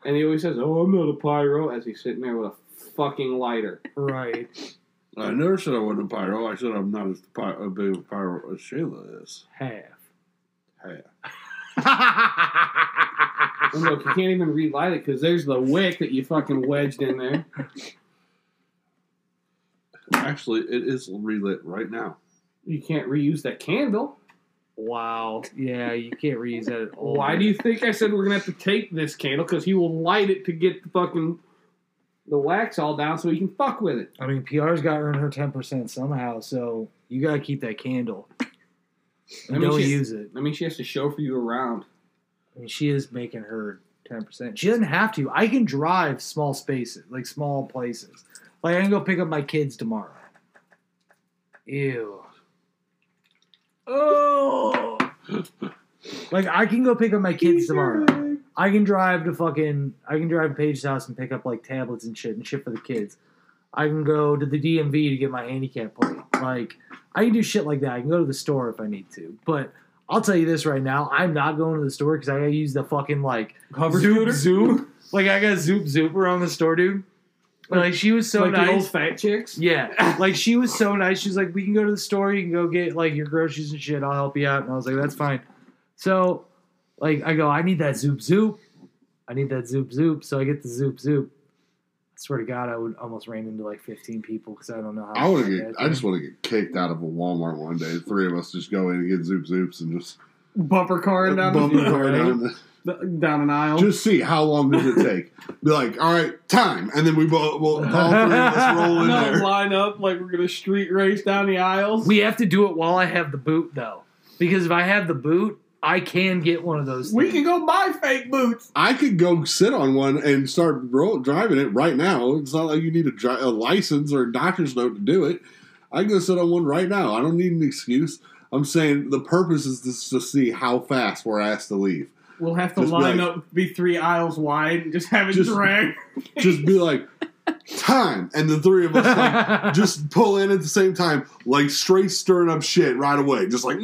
[SPEAKER 3] And he always says, Oh, I'm not a pyro, as he's sitting there with a fucking lighter.
[SPEAKER 1] Right.
[SPEAKER 2] I never said I wasn't a pyro. I said I'm not as py- a big of a pyro as Shayla is.
[SPEAKER 1] Half.
[SPEAKER 3] And look, you can't even relight it because there's the wick that you fucking wedged in there.
[SPEAKER 2] Actually, it is relit right now.
[SPEAKER 3] You can't reuse that candle.
[SPEAKER 1] [laughs] wow. Yeah, you can't reuse that at all.
[SPEAKER 3] Why do you think I said we're gonna have to take this candle? Because he will light it to get the fucking the wax all down so he can fuck with it.
[SPEAKER 1] I mean, PR's got to earn her 10% somehow, so you got to keep that candle. And
[SPEAKER 3] I mean,
[SPEAKER 1] don't
[SPEAKER 3] she's-
[SPEAKER 1] use it.
[SPEAKER 3] I mean, she has to chauffeur you around.
[SPEAKER 1] I mean, she is making her ten percent. She doesn't have to. I can drive small spaces, like small places. Like I can go pick up my kids tomorrow. Ew. Oh. like I can go pick up my kids tomorrow. I can drive to fucking. I can drive to Paige's house and pick up like tablets and shit and shit for the kids. I can go to the DMV to get my handicap plate. Like I can do shit like that. I can go to the store if I need to. But I'll tell you this right now, I'm not going to the store because I gotta use the fucking like
[SPEAKER 3] Hover
[SPEAKER 1] zoop
[SPEAKER 3] scooter?
[SPEAKER 1] zoop. Like I got zoop zoop around the store, dude. Like, she was so
[SPEAKER 3] like the old
[SPEAKER 1] nice.
[SPEAKER 3] fat chicks. [laughs]
[SPEAKER 1] Yeah, like she was so nice. She's like, "We can go to the store. You can go get like your groceries and shit. I'll help you out." And I was like, "That's fine." So, like, I go, "I need that zoop zoop. I need that zoop zoop." So I get the zoop zoop. I swear to God, I would almost ran into like 15 people because I don't know how.
[SPEAKER 2] I want to get. I just want to get kicked out of a Walmart one day. The three of us just go in and get zoop zoops and just
[SPEAKER 3] Bumper car and down
[SPEAKER 2] bump
[SPEAKER 3] the
[SPEAKER 2] it right down the-
[SPEAKER 3] the- down an aisle.
[SPEAKER 2] Just see how long does it take. Be like, all right, time, and then we both we'll, all three of us roll in
[SPEAKER 3] no,
[SPEAKER 2] there.
[SPEAKER 3] line up like we're gonna street race down the aisles.
[SPEAKER 1] We have to do it while I have the boot, though. Because if I have the boot, I can get one of those.
[SPEAKER 3] We
[SPEAKER 1] things.
[SPEAKER 3] can go buy fake boots.
[SPEAKER 2] I could go sit on one and start ro- driving it right now. It's not like you need a, dri- a license or a doctor's note to do it. I can go sit on one right now. I don't need an excuse. I'm saying the purpose is just to see how fast we're asked to leave.
[SPEAKER 3] We'll have to
[SPEAKER 2] Just
[SPEAKER 3] line
[SPEAKER 2] like-
[SPEAKER 3] up, be three aisles wide, and just have it
[SPEAKER 2] Just-
[SPEAKER 3] [laughs] drag.
[SPEAKER 2] Just be like, time, and the three of us
[SPEAKER 1] [laughs]
[SPEAKER 2] like just pull in at the same time, like straight stirring up shit right away. Just like,
[SPEAKER 1] [laughs]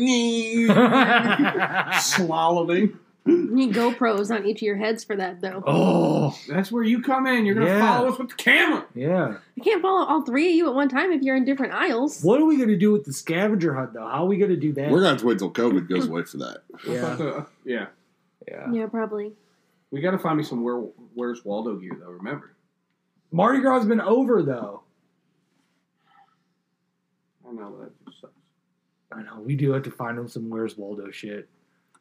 [SPEAKER 3] Slaloming.
[SPEAKER 4] You need GoPros on each of your heads for that, though.
[SPEAKER 1] oh
[SPEAKER 3] That's where you come in. You're gonna
[SPEAKER 1] Yeah.
[SPEAKER 3] follow us with the camera.
[SPEAKER 1] yeah.
[SPEAKER 4] I can't follow all three of you at one time if you're in different aisles.
[SPEAKER 1] What are we gonna do with the scavenger hunt though? How are we gonna do that?
[SPEAKER 2] we're gonna have to wait till COVID goes away for that.
[SPEAKER 1] yeah.
[SPEAKER 3] Uh, yeah.
[SPEAKER 1] yeah.
[SPEAKER 4] Yeah, probably.
[SPEAKER 3] We gotta find me some where, Where's Waldo gear though. Remember.
[SPEAKER 1] Mardi Gras has been over though.
[SPEAKER 3] I know that just sucks.
[SPEAKER 1] I know we do have to find him some Where's Waldo shit.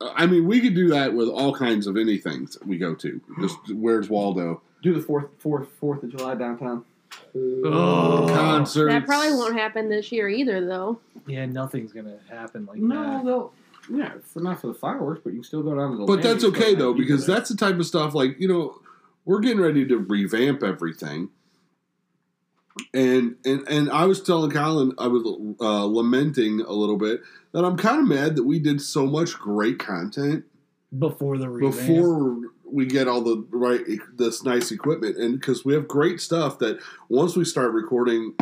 [SPEAKER 2] I mean, we could do that with all kinds of anything that we go to. Just where's Waldo
[SPEAKER 3] Do the fourth, fourth, fourth of July downtown.
[SPEAKER 1] Oh.
[SPEAKER 2] concerts?
[SPEAKER 4] That probably won't happen this year either, though.
[SPEAKER 1] Yeah, nothing's gonna happen like
[SPEAKER 3] No, they'll. Yeah, for not for the fireworks, but you can still go down to the.
[SPEAKER 2] But
[SPEAKER 3] landing
[SPEAKER 2] that's
[SPEAKER 3] and still
[SPEAKER 2] okay
[SPEAKER 3] have
[SPEAKER 2] though,
[SPEAKER 3] people
[SPEAKER 2] because
[SPEAKER 3] there.
[SPEAKER 2] that's the type of stuff like you know we're getting ready to revamp everything. And and and I was telling Colin, I was uh, lamenting a little bit that I'm kind of mad that we did so much great content
[SPEAKER 1] that before the revamp.
[SPEAKER 2] before we get all the right this nice equipment and because we have great stuff that once we start recording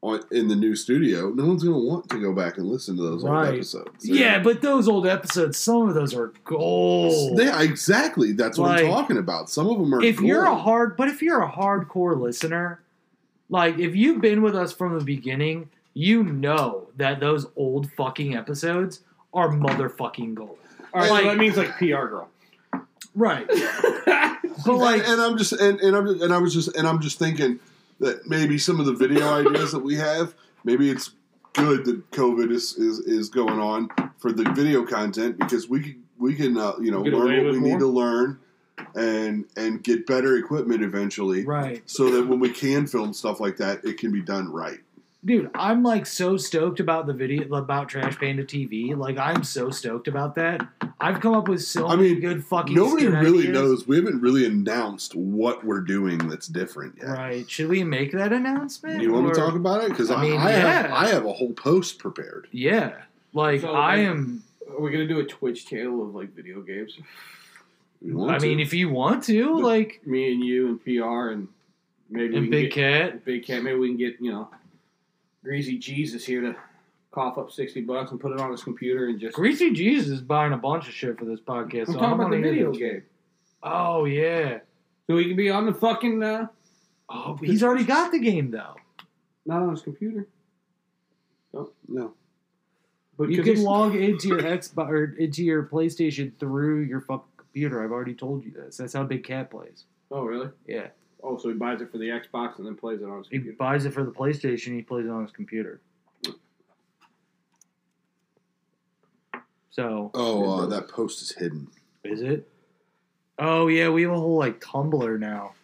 [SPEAKER 2] on, in the new studio no one's going to want to go back and listen to those
[SPEAKER 1] Right.
[SPEAKER 2] old episodes
[SPEAKER 1] Yeah, but those old episodes, some of those are gold.
[SPEAKER 2] yeah exactly that's what i'm
[SPEAKER 1] Like,
[SPEAKER 2] talking about some of them are
[SPEAKER 1] if you're a
[SPEAKER 2] gold.
[SPEAKER 1] hard but if you're a hardcore listener like if you've been with us from the beginning you know that those old fucking episodes are motherfucking gold
[SPEAKER 3] All right,
[SPEAKER 1] like-
[SPEAKER 3] so that means like PR [laughs] girl.
[SPEAKER 1] right
[SPEAKER 2] [laughs]
[SPEAKER 1] but like
[SPEAKER 2] and, and I'm just and, and I'm and I was just and I'm just thinking that maybe some of
[SPEAKER 1] [laughs]
[SPEAKER 2] the video ideas that we have, maybe it's good that COVID is is, is going on for the video content because we can we can uh, you know
[SPEAKER 3] Get away
[SPEAKER 2] learn what
[SPEAKER 3] with
[SPEAKER 2] we
[SPEAKER 3] more?
[SPEAKER 2] need to learn and and get better equipment eventually.
[SPEAKER 1] right
[SPEAKER 2] So that when we can film stuff like that, it can be done right.
[SPEAKER 1] dude i'm like so stoked about the video about trash panda tv like i'm so stoked about that i've come up with so
[SPEAKER 2] I
[SPEAKER 1] many
[SPEAKER 2] mean,
[SPEAKER 1] good fucking
[SPEAKER 2] Nobody
[SPEAKER 1] skit
[SPEAKER 2] really
[SPEAKER 1] ideas.
[SPEAKER 2] knows. We haven't really announced what we're doing that's different yet.
[SPEAKER 1] right should we make that announcement
[SPEAKER 2] You want
[SPEAKER 1] or-
[SPEAKER 2] to talk about it? Because
[SPEAKER 1] I
[SPEAKER 2] I,
[SPEAKER 1] mean,
[SPEAKER 2] I have
[SPEAKER 1] yeah.
[SPEAKER 2] I have a whole post prepared.
[SPEAKER 1] yeah like
[SPEAKER 3] So,
[SPEAKER 1] i
[SPEAKER 3] like-
[SPEAKER 1] am
[SPEAKER 3] Are we gonna do a Twitch channel of like video games?
[SPEAKER 2] We want
[SPEAKER 1] i mean
[SPEAKER 2] to.
[SPEAKER 1] if you want to
[SPEAKER 2] The-
[SPEAKER 1] like
[SPEAKER 3] Me and you and PR and maybe we
[SPEAKER 1] and
[SPEAKER 3] can
[SPEAKER 1] big
[SPEAKER 3] get,
[SPEAKER 1] cat
[SPEAKER 3] Big Cat. Maybe we can get you know Greasy Jesus here to cough up sixty bucks and put it on his computer and just.
[SPEAKER 1] Greasy Jesus is buying a bunch of shit for this podcast.
[SPEAKER 3] I'm
[SPEAKER 1] so I
[SPEAKER 3] talking about
[SPEAKER 1] wanna
[SPEAKER 3] the
[SPEAKER 1] hear
[SPEAKER 3] video
[SPEAKER 1] this.
[SPEAKER 3] game,
[SPEAKER 1] Oh yeah.
[SPEAKER 3] so he can be on the fucking uh,
[SPEAKER 1] Oh, but he's already got the game though.
[SPEAKER 3] not on his computer.
[SPEAKER 2] no.
[SPEAKER 3] But
[SPEAKER 1] You
[SPEAKER 3] 'cause
[SPEAKER 1] can
[SPEAKER 3] he's-
[SPEAKER 1] [laughs] log into your Xbox or into your PlayStation through your fucking computer. I've already told you this. That's how Big Cat plays.
[SPEAKER 3] Oh really?
[SPEAKER 1] Yeah,
[SPEAKER 3] Oh, so he buys it for the Xbox and then plays it on his
[SPEAKER 1] he
[SPEAKER 3] computer.
[SPEAKER 1] buys it for the PlayStation. He plays it on his computer. So
[SPEAKER 2] Oh, uh, that post is hidden.
[SPEAKER 1] is it? Oh yeah, we have a whole like Tumblr now.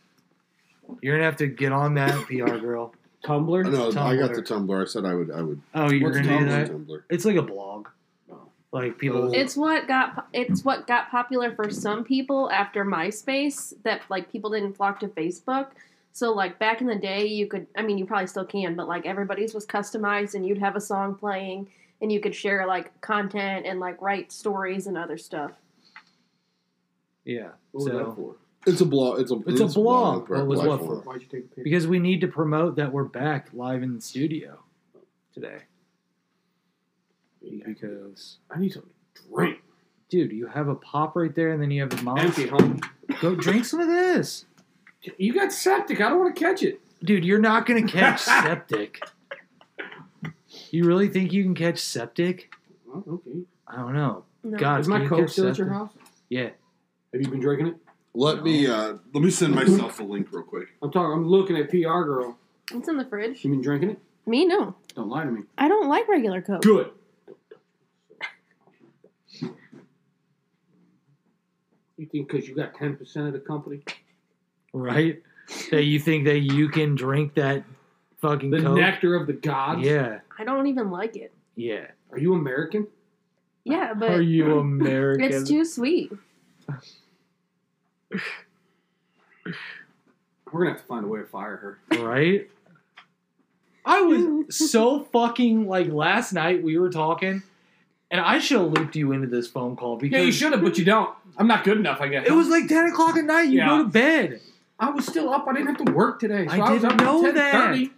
[SPEAKER 1] You're gonna have to get on that PR girl.
[SPEAKER 3] Tumblr.
[SPEAKER 2] No, I got
[SPEAKER 1] Tumblr.
[SPEAKER 2] the Tumblr. I said I would. I would.
[SPEAKER 1] Oh, you're
[SPEAKER 3] What's
[SPEAKER 1] gonna do
[SPEAKER 3] Tumblr?
[SPEAKER 1] that.
[SPEAKER 2] Tumblr.
[SPEAKER 1] It's like a blog.
[SPEAKER 3] Oh.
[SPEAKER 1] Like people.
[SPEAKER 2] Oh.
[SPEAKER 4] It's what got po- it's what got popular for some people after MySpace that like people didn't flock to Facebook. So like back in the day, you could I mean you probably still can, but like everybody's was customized and you'd have a song playing and you could share like content and like write stories and other stuff.
[SPEAKER 1] yeah.
[SPEAKER 3] What was that
[SPEAKER 1] So
[SPEAKER 3] for?
[SPEAKER 2] It's a blog. It's a.
[SPEAKER 1] It's a blog.
[SPEAKER 2] blog
[SPEAKER 1] What was what
[SPEAKER 2] platform.
[SPEAKER 3] Why'd you take a picture?
[SPEAKER 1] because we need to promote that we're back live in the studio today. Because
[SPEAKER 3] I need some drink.
[SPEAKER 1] dude, you have a pop right there, and then you have the monster.
[SPEAKER 3] Empty, homie.
[SPEAKER 1] Go drink some of this,
[SPEAKER 3] You got septic. I don't want to catch it.
[SPEAKER 1] dude. You're not gonna catch septic. You really think you can catch septic?
[SPEAKER 3] Oh, okay.
[SPEAKER 1] I don't know.
[SPEAKER 4] No.
[SPEAKER 1] God,
[SPEAKER 3] Is my
[SPEAKER 1] can you
[SPEAKER 3] coke
[SPEAKER 1] catch
[SPEAKER 3] still at your
[SPEAKER 1] septic?
[SPEAKER 3] house?
[SPEAKER 1] Yeah.
[SPEAKER 3] Have you been drinking it?
[SPEAKER 2] Let me. Uh, let me send myself a link real quick.
[SPEAKER 3] I'm talking. I'm looking at PR girl.
[SPEAKER 4] It's in the fridge.
[SPEAKER 3] You been drinking it?
[SPEAKER 4] Me no.
[SPEAKER 3] Don't lie to me.
[SPEAKER 4] I don't like regular Coke.
[SPEAKER 3] Good. You think because you got ten percent of the company,
[SPEAKER 1] Right. that you think that you can drink that fucking
[SPEAKER 3] the
[SPEAKER 1] Coke?
[SPEAKER 3] nectar of the gods?
[SPEAKER 1] Yeah.
[SPEAKER 4] I don't even like it.
[SPEAKER 1] Yeah.
[SPEAKER 3] Are you American?
[SPEAKER 4] Yeah,
[SPEAKER 1] Are
[SPEAKER 4] but
[SPEAKER 1] you American?
[SPEAKER 4] it's too sweet.
[SPEAKER 3] We're gonna have to find a way to fire her.
[SPEAKER 1] right? I was so fucking like last night we were talking, and I should have looped you into this phone call because
[SPEAKER 3] Yeah, you should have, but you don't. I'm not good enough, I guess.
[SPEAKER 1] it was like ten o'clock at night. You
[SPEAKER 3] Yeah.
[SPEAKER 1] go to bed.
[SPEAKER 3] I was still up. I didn't have to work today. So
[SPEAKER 1] I
[SPEAKER 3] I, was
[SPEAKER 1] didn't
[SPEAKER 3] up at
[SPEAKER 1] know that.
[SPEAKER 3] 10:30.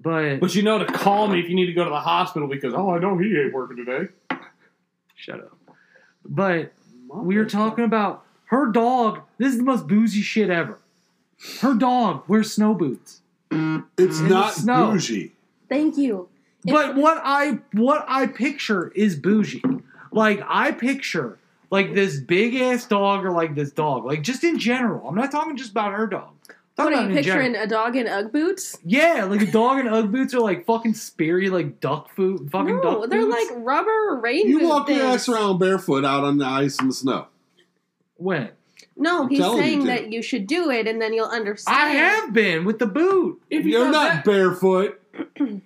[SPEAKER 1] But
[SPEAKER 3] But you know to call me if you need to go to the hospital because oh, I know he ain't working today.
[SPEAKER 1] shut up. But we were talking about her dog. This is the most boozy shit ever. Her dog wears snow boots.
[SPEAKER 2] It's
[SPEAKER 1] In the
[SPEAKER 2] not
[SPEAKER 1] snow.
[SPEAKER 2] bougie.
[SPEAKER 4] Thank you. It's-
[SPEAKER 1] But what I what I picture is bougie. Like I picture like this big ass dog or like this dog. Like just in general. I'm not talking just about her dog. I'm
[SPEAKER 4] What
[SPEAKER 1] talking
[SPEAKER 4] are
[SPEAKER 1] about
[SPEAKER 4] you
[SPEAKER 1] in general.
[SPEAKER 4] picturing? A dog in Ugg boots?
[SPEAKER 1] Yeah, like a dog in Ugg boots are like fucking speary, like duck food, fucking
[SPEAKER 4] no,
[SPEAKER 1] duck
[SPEAKER 4] they're
[SPEAKER 1] boots.
[SPEAKER 4] like rubber rain
[SPEAKER 2] You
[SPEAKER 4] boot
[SPEAKER 2] walk your
[SPEAKER 4] things.
[SPEAKER 2] ass around barefoot out on the ice and the snow.
[SPEAKER 1] when
[SPEAKER 4] No,
[SPEAKER 2] I'm
[SPEAKER 4] he's
[SPEAKER 2] telling you
[SPEAKER 4] saying
[SPEAKER 2] to.
[SPEAKER 4] that you should do it, and then you'll understand.
[SPEAKER 1] I have been with the boot.
[SPEAKER 3] If you
[SPEAKER 2] You're
[SPEAKER 3] know
[SPEAKER 2] not
[SPEAKER 3] that-
[SPEAKER 2] barefoot.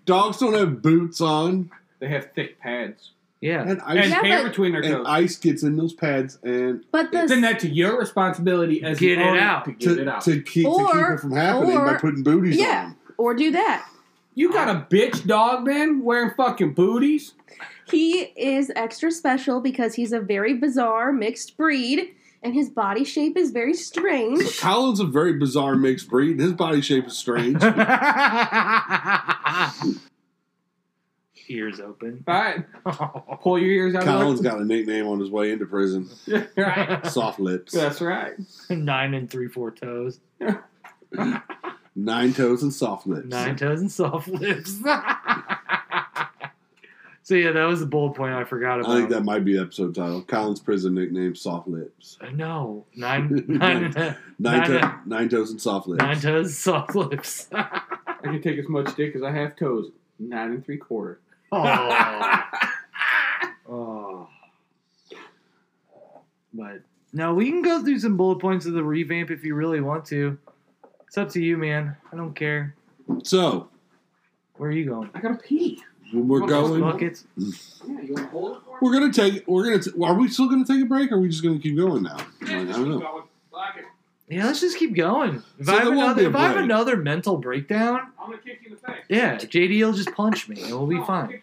[SPEAKER 2] Dogs don't have boots on,
[SPEAKER 3] They have thick pads
[SPEAKER 1] Yeah,
[SPEAKER 2] and
[SPEAKER 3] and
[SPEAKER 2] ice,
[SPEAKER 4] Yeah,
[SPEAKER 3] hair
[SPEAKER 4] but-
[SPEAKER 3] between their
[SPEAKER 2] and
[SPEAKER 3] toes.
[SPEAKER 2] ice gets in those pads and
[SPEAKER 4] But the
[SPEAKER 3] Then that's your responsibility as
[SPEAKER 1] Get
[SPEAKER 3] the
[SPEAKER 1] it
[SPEAKER 3] owner
[SPEAKER 1] out.
[SPEAKER 3] to get
[SPEAKER 2] to,
[SPEAKER 3] it out.
[SPEAKER 2] to keep to keep
[SPEAKER 4] Or-
[SPEAKER 2] it from happening by
[SPEAKER 4] or-
[SPEAKER 2] putting booties on.
[SPEAKER 4] yeah, or do that.
[SPEAKER 3] you got a bitch dog man wearing fucking booties.
[SPEAKER 4] He is extra special because he's a very bizarre mixed breed, and his body shape is very strange.
[SPEAKER 2] So Colin's a very bizarre mixed breed. and His body shape
[SPEAKER 1] [laughs]
[SPEAKER 2] is strange.
[SPEAKER 1] ears [laughs] open.
[SPEAKER 3] All right, pull your ears out.
[SPEAKER 2] Colin's got a nickname on his way into prison.
[SPEAKER 3] of the [laughs] right.
[SPEAKER 2] Soft lips,
[SPEAKER 3] That's right.
[SPEAKER 1] Nine and three four toes,
[SPEAKER 2] nine toes, and soft lips.
[SPEAKER 1] nine toes and soft [laughs] lips. so yeah, that was the bullet point I forgot about.
[SPEAKER 2] I think that might be the episode title. Colin's prison nickname: Soft Lips.
[SPEAKER 1] Uh, no, nine, nine,
[SPEAKER 2] Nine,
[SPEAKER 1] Nine-
[SPEAKER 2] to- nine toes and soft lips.
[SPEAKER 1] nine toes, and soft lips. [laughs]
[SPEAKER 3] I can take as much dick as I have toes. Nine and three quarter.
[SPEAKER 1] Oh. oh. But no, we can go through some bullet points of the revamp if you really want to. It's up to you, man. I don't care.
[SPEAKER 2] So
[SPEAKER 1] Where are you going?
[SPEAKER 3] I gotta pee.
[SPEAKER 2] we're going.
[SPEAKER 1] Buckets.
[SPEAKER 3] Yeah, you wanna hold it for me?
[SPEAKER 2] We're gonna take. We're gonna. T- are we still gonna take a break? or Are we just gonna keep going now? Like, I don't know.
[SPEAKER 1] Yeah, let's just keep going. If
[SPEAKER 2] So
[SPEAKER 1] I
[SPEAKER 2] there
[SPEAKER 1] have
[SPEAKER 2] won't be
[SPEAKER 1] another,
[SPEAKER 2] a
[SPEAKER 1] if I have
[SPEAKER 2] break.
[SPEAKER 1] another mental breakdown,
[SPEAKER 3] I'm gonna kick you in the face.
[SPEAKER 1] yeah, JD will just punch me and we'll be fine.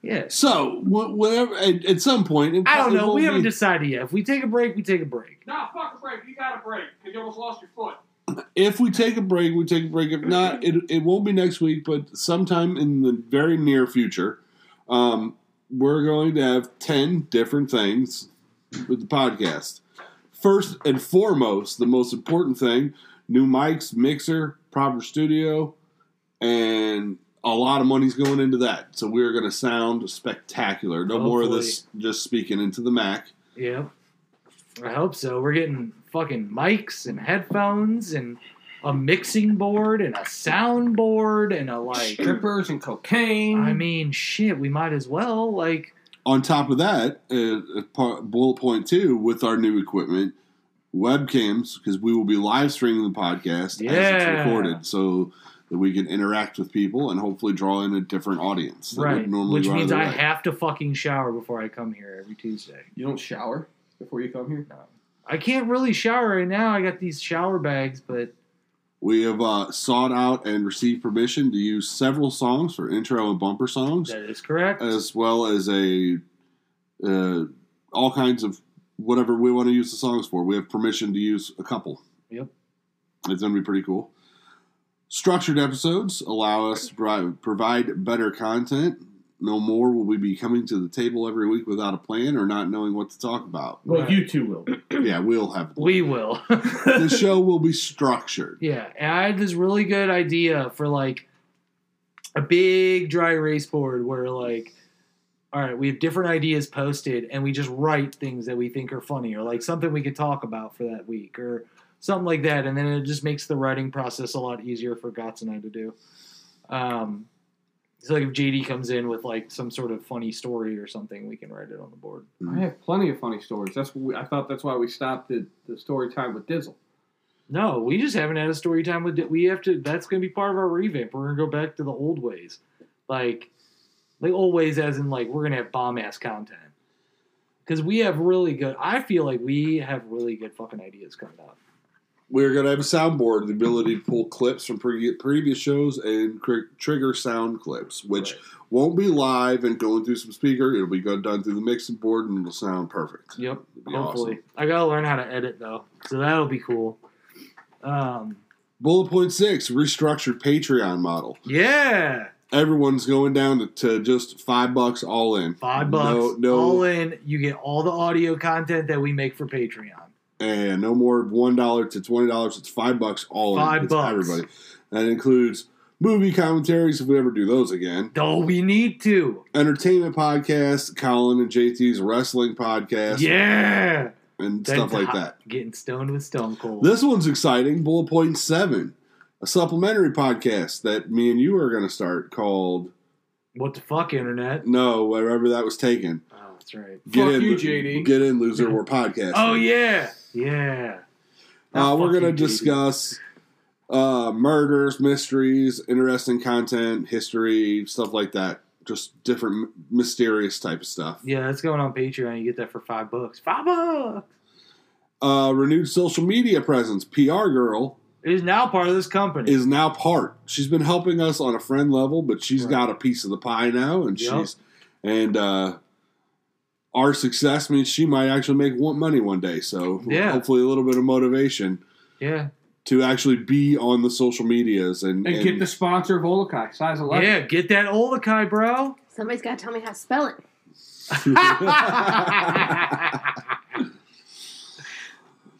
[SPEAKER 1] Yes.
[SPEAKER 2] So wh- whenever at, at some point, it
[SPEAKER 1] I don't
[SPEAKER 2] probably
[SPEAKER 1] know.
[SPEAKER 2] won't
[SPEAKER 1] We haven't
[SPEAKER 2] be-
[SPEAKER 1] decided yet. If we take a break, we take a break.
[SPEAKER 3] Nah, fuck a break. You got a break because you almost lost your foot.
[SPEAKER 2] if we take a break, we take a break. If not, it, it won't be next week, but sometime in the very near future, um, we're going to have 10 different things with the podcast. First and foremost, the most important thing new mics, mixer, proper studio, and a lot of money's going into that. So we're going to sound spectacular. No more of this just speaking into the Mac.
[SPEAKER 1] Yeah. I hope so. We're getting fucking mics and headphones and a mixing board and a sound board and a like.
[SPEAKER 3] Strippers and cocaine.
[SPEAKER 1] I mean, shit, we might as well. Like,
[SPEAKER 2] on top of that, uh, part, bullet point two with our new equipment, webcams, because we will be live streaming the podcast as it's
[SPEAKER 1] Yeah.
[SPEAKER 2] recorded, so that we can interact with people and hopefully draw in a different audience. that would
[SPEAKER 1] right.
[SPEAKER 2] normally
[SPEAKER 1] Which
[SPEAKER 2] go out of
[SPEAKER 1] means
[SPEAKER 2] their
[SPEAKER 1] I
[SPEAKER 2] way.
[SPEAKER 1] have to fucking shower before I come here every Tuesday.
[SPEAKER 3] you don't shower before you come here.
[SPEAKER 1] I can't really shower right now. I got these shower bags, but
[SPEAKER 2] we have uh, sought out and received permission to use several songs for intro and bumper songs,
[SPEAKER 1] that is correct.
[SPEAKER 2] as well as a uh, all kinds of whatever we want to use the songs for. We have permission to use a couple.
[SPEAKER 1] Yep.
[SPEAKER 2] It's going to be pretty cool. Structured episodes allow us to provide, provide better content. No more will we be coming to the table every week without a plan or not knowing what to talk
[SPEAKER 1] [clears throat]
[SPEAKER 2] about.
[SPEAKER 3] Well,
[SPEAKER 1] Right.
[SPEAKER 3] you two will.
[SPEAKER 2] yeah, we'll have.
[SPEAKER 1] we [laughs] will.
[SPEAKER 2] the show will be structured.
[SPEAKER 1] Yeah, and I had this really good idea for like a big dry erase board where like, all right, we have different ideas posted, and we just write things that we think are funny or like something we could talk about for that week or something like that, and then it just makes the writing process a lot easier for Gotts and I to do. Um, so like if JD comes in with like some sort of funny story or something, we can write it on the board.
[SPEAKER 3] I have plenty of funny stories. That's what we, I thought. That's why we stopped at the story time with Dizzle.
[SPEAKER 1] No, we just haven't had a story time with. We have to. That's going to be part of our revamp. We're going to go back to the old ways. Like Like always, as in like we're gonna have bomb ass content because we have really good. I feel like we have really good fucking ideas coming up.
[SPEAKER 2] We're going to have a soundboard, the ability to pull clips from pre- previous shows and cr- trigger sound clips, which
[SPEAKER 1] Right.
[SPEAKER 2] won't be live and going through some speaker. It'll be go- done through the mixing board and it'll sound perfect.
[SPEAKER 1] Yep.
[SPEAKER 2] It'll be
[SPEAKER 1] Hopefully,
[SPEAKER 2] awesome.
[SPEAKER 1] I gotta learn how to edit though, so that'll be cool. Um.
[SPEAKER 2] Bullet point six restructured Patreon model.
[SPEAKER 1] Yeah.
[SPEAKER 2] Everyone's going down to, to just five bucks all in.
[SPEAKER 1] Five bucks.
[SPEAKER 2] No, no,
[SPEAKER 1] All in. You get all the audio content that we make for Patreon.
[SPEAKER 2] and no more one dollar to twenty dollars. It's five bucks all
[SPEAKER 1] Five
[SPEAKER 2] in. It's
[SPEAKER 1] bucks.
[SPEAKER 2] everybody. That includes movie commentaries if we ever do those again.
[SPEAKER 1] Though we need to.
[SPEAKER 2] Entertainment podcasts, Colin and JT's wrestling podcast,
[SPEAKER 1] Yeah.
[SPEAKER 2] and
[SPEAKER 1] That's
[SPEAKER 2] stuff like
[SPEAKER 1] hot.
[SPEAKER 2] that.
[SPEAKER 1] Getting stoned with Stone Cold.
[SPEAKER 2] This one's exciting. Bullet point seven, a supplementary podcast that me and you are going to start called
[SPEAKER 1] what the fuck, internet?
[SPEAKER 2] No, wherever that was taken.
[SPEAKER 1] Oh, that's right.
[SPEAKER 3] Fuck
[SPEAKER 2] in,
[SPEAKER 3] you,
[SPEAKER 2] lo-
[SPEAKER 3] JD.
[SPEAKER 2] Get in, loser. We're podcasting.
[SPEAKER 1] Oh yeah, yeah.
[SPEAKER 2] Uh,
[SPEAKER 1] Now
[SPEAKER 2] we're going to
[SPEAKER 1] fucking do
[SPEAKER 2] discuss uh, murders, mysteries, interesting content, history, stuff like that. Just different m- mysterious type of stuff.
[SPEAKER 1] it. Yeah, that's going on Patreon. You get that for five bucks. Five bucks
[SPEAKER 2] Uh, renewed social media presence. PR Girl
[SPEAKER 1] It is now part of this company.
[SPEAKER 2] is now part. She's been helping us on a friend level, but she's
[SPEAKER 1] Right.
[SPEAKER 2] got a piece of the pie now, and
[SPEAKER 1] Yep.
[SPEAKER 2] she's and uh, our success means she might actually make one money one day. So
[SPEAKER 1] Yeah.
[SPEAKER 2] hopefully, a little bit of motivation
[SPEAKER 1] yeah,
[SPEAKER 2] to actually be on the social medias and,
[SPEAKER 3] And get
[SPEAKER 1] [laughs]
[SPEAKER 3] the sponsor of Olakai, size 11.
[SPEAKER 1] yeah. Get that Olakai,
[SPEAKER 2] [laughs]
[SPEAKER 1] bro. [laughs]
[SPEAKER 4] Somebody's got to tell me how to spell it.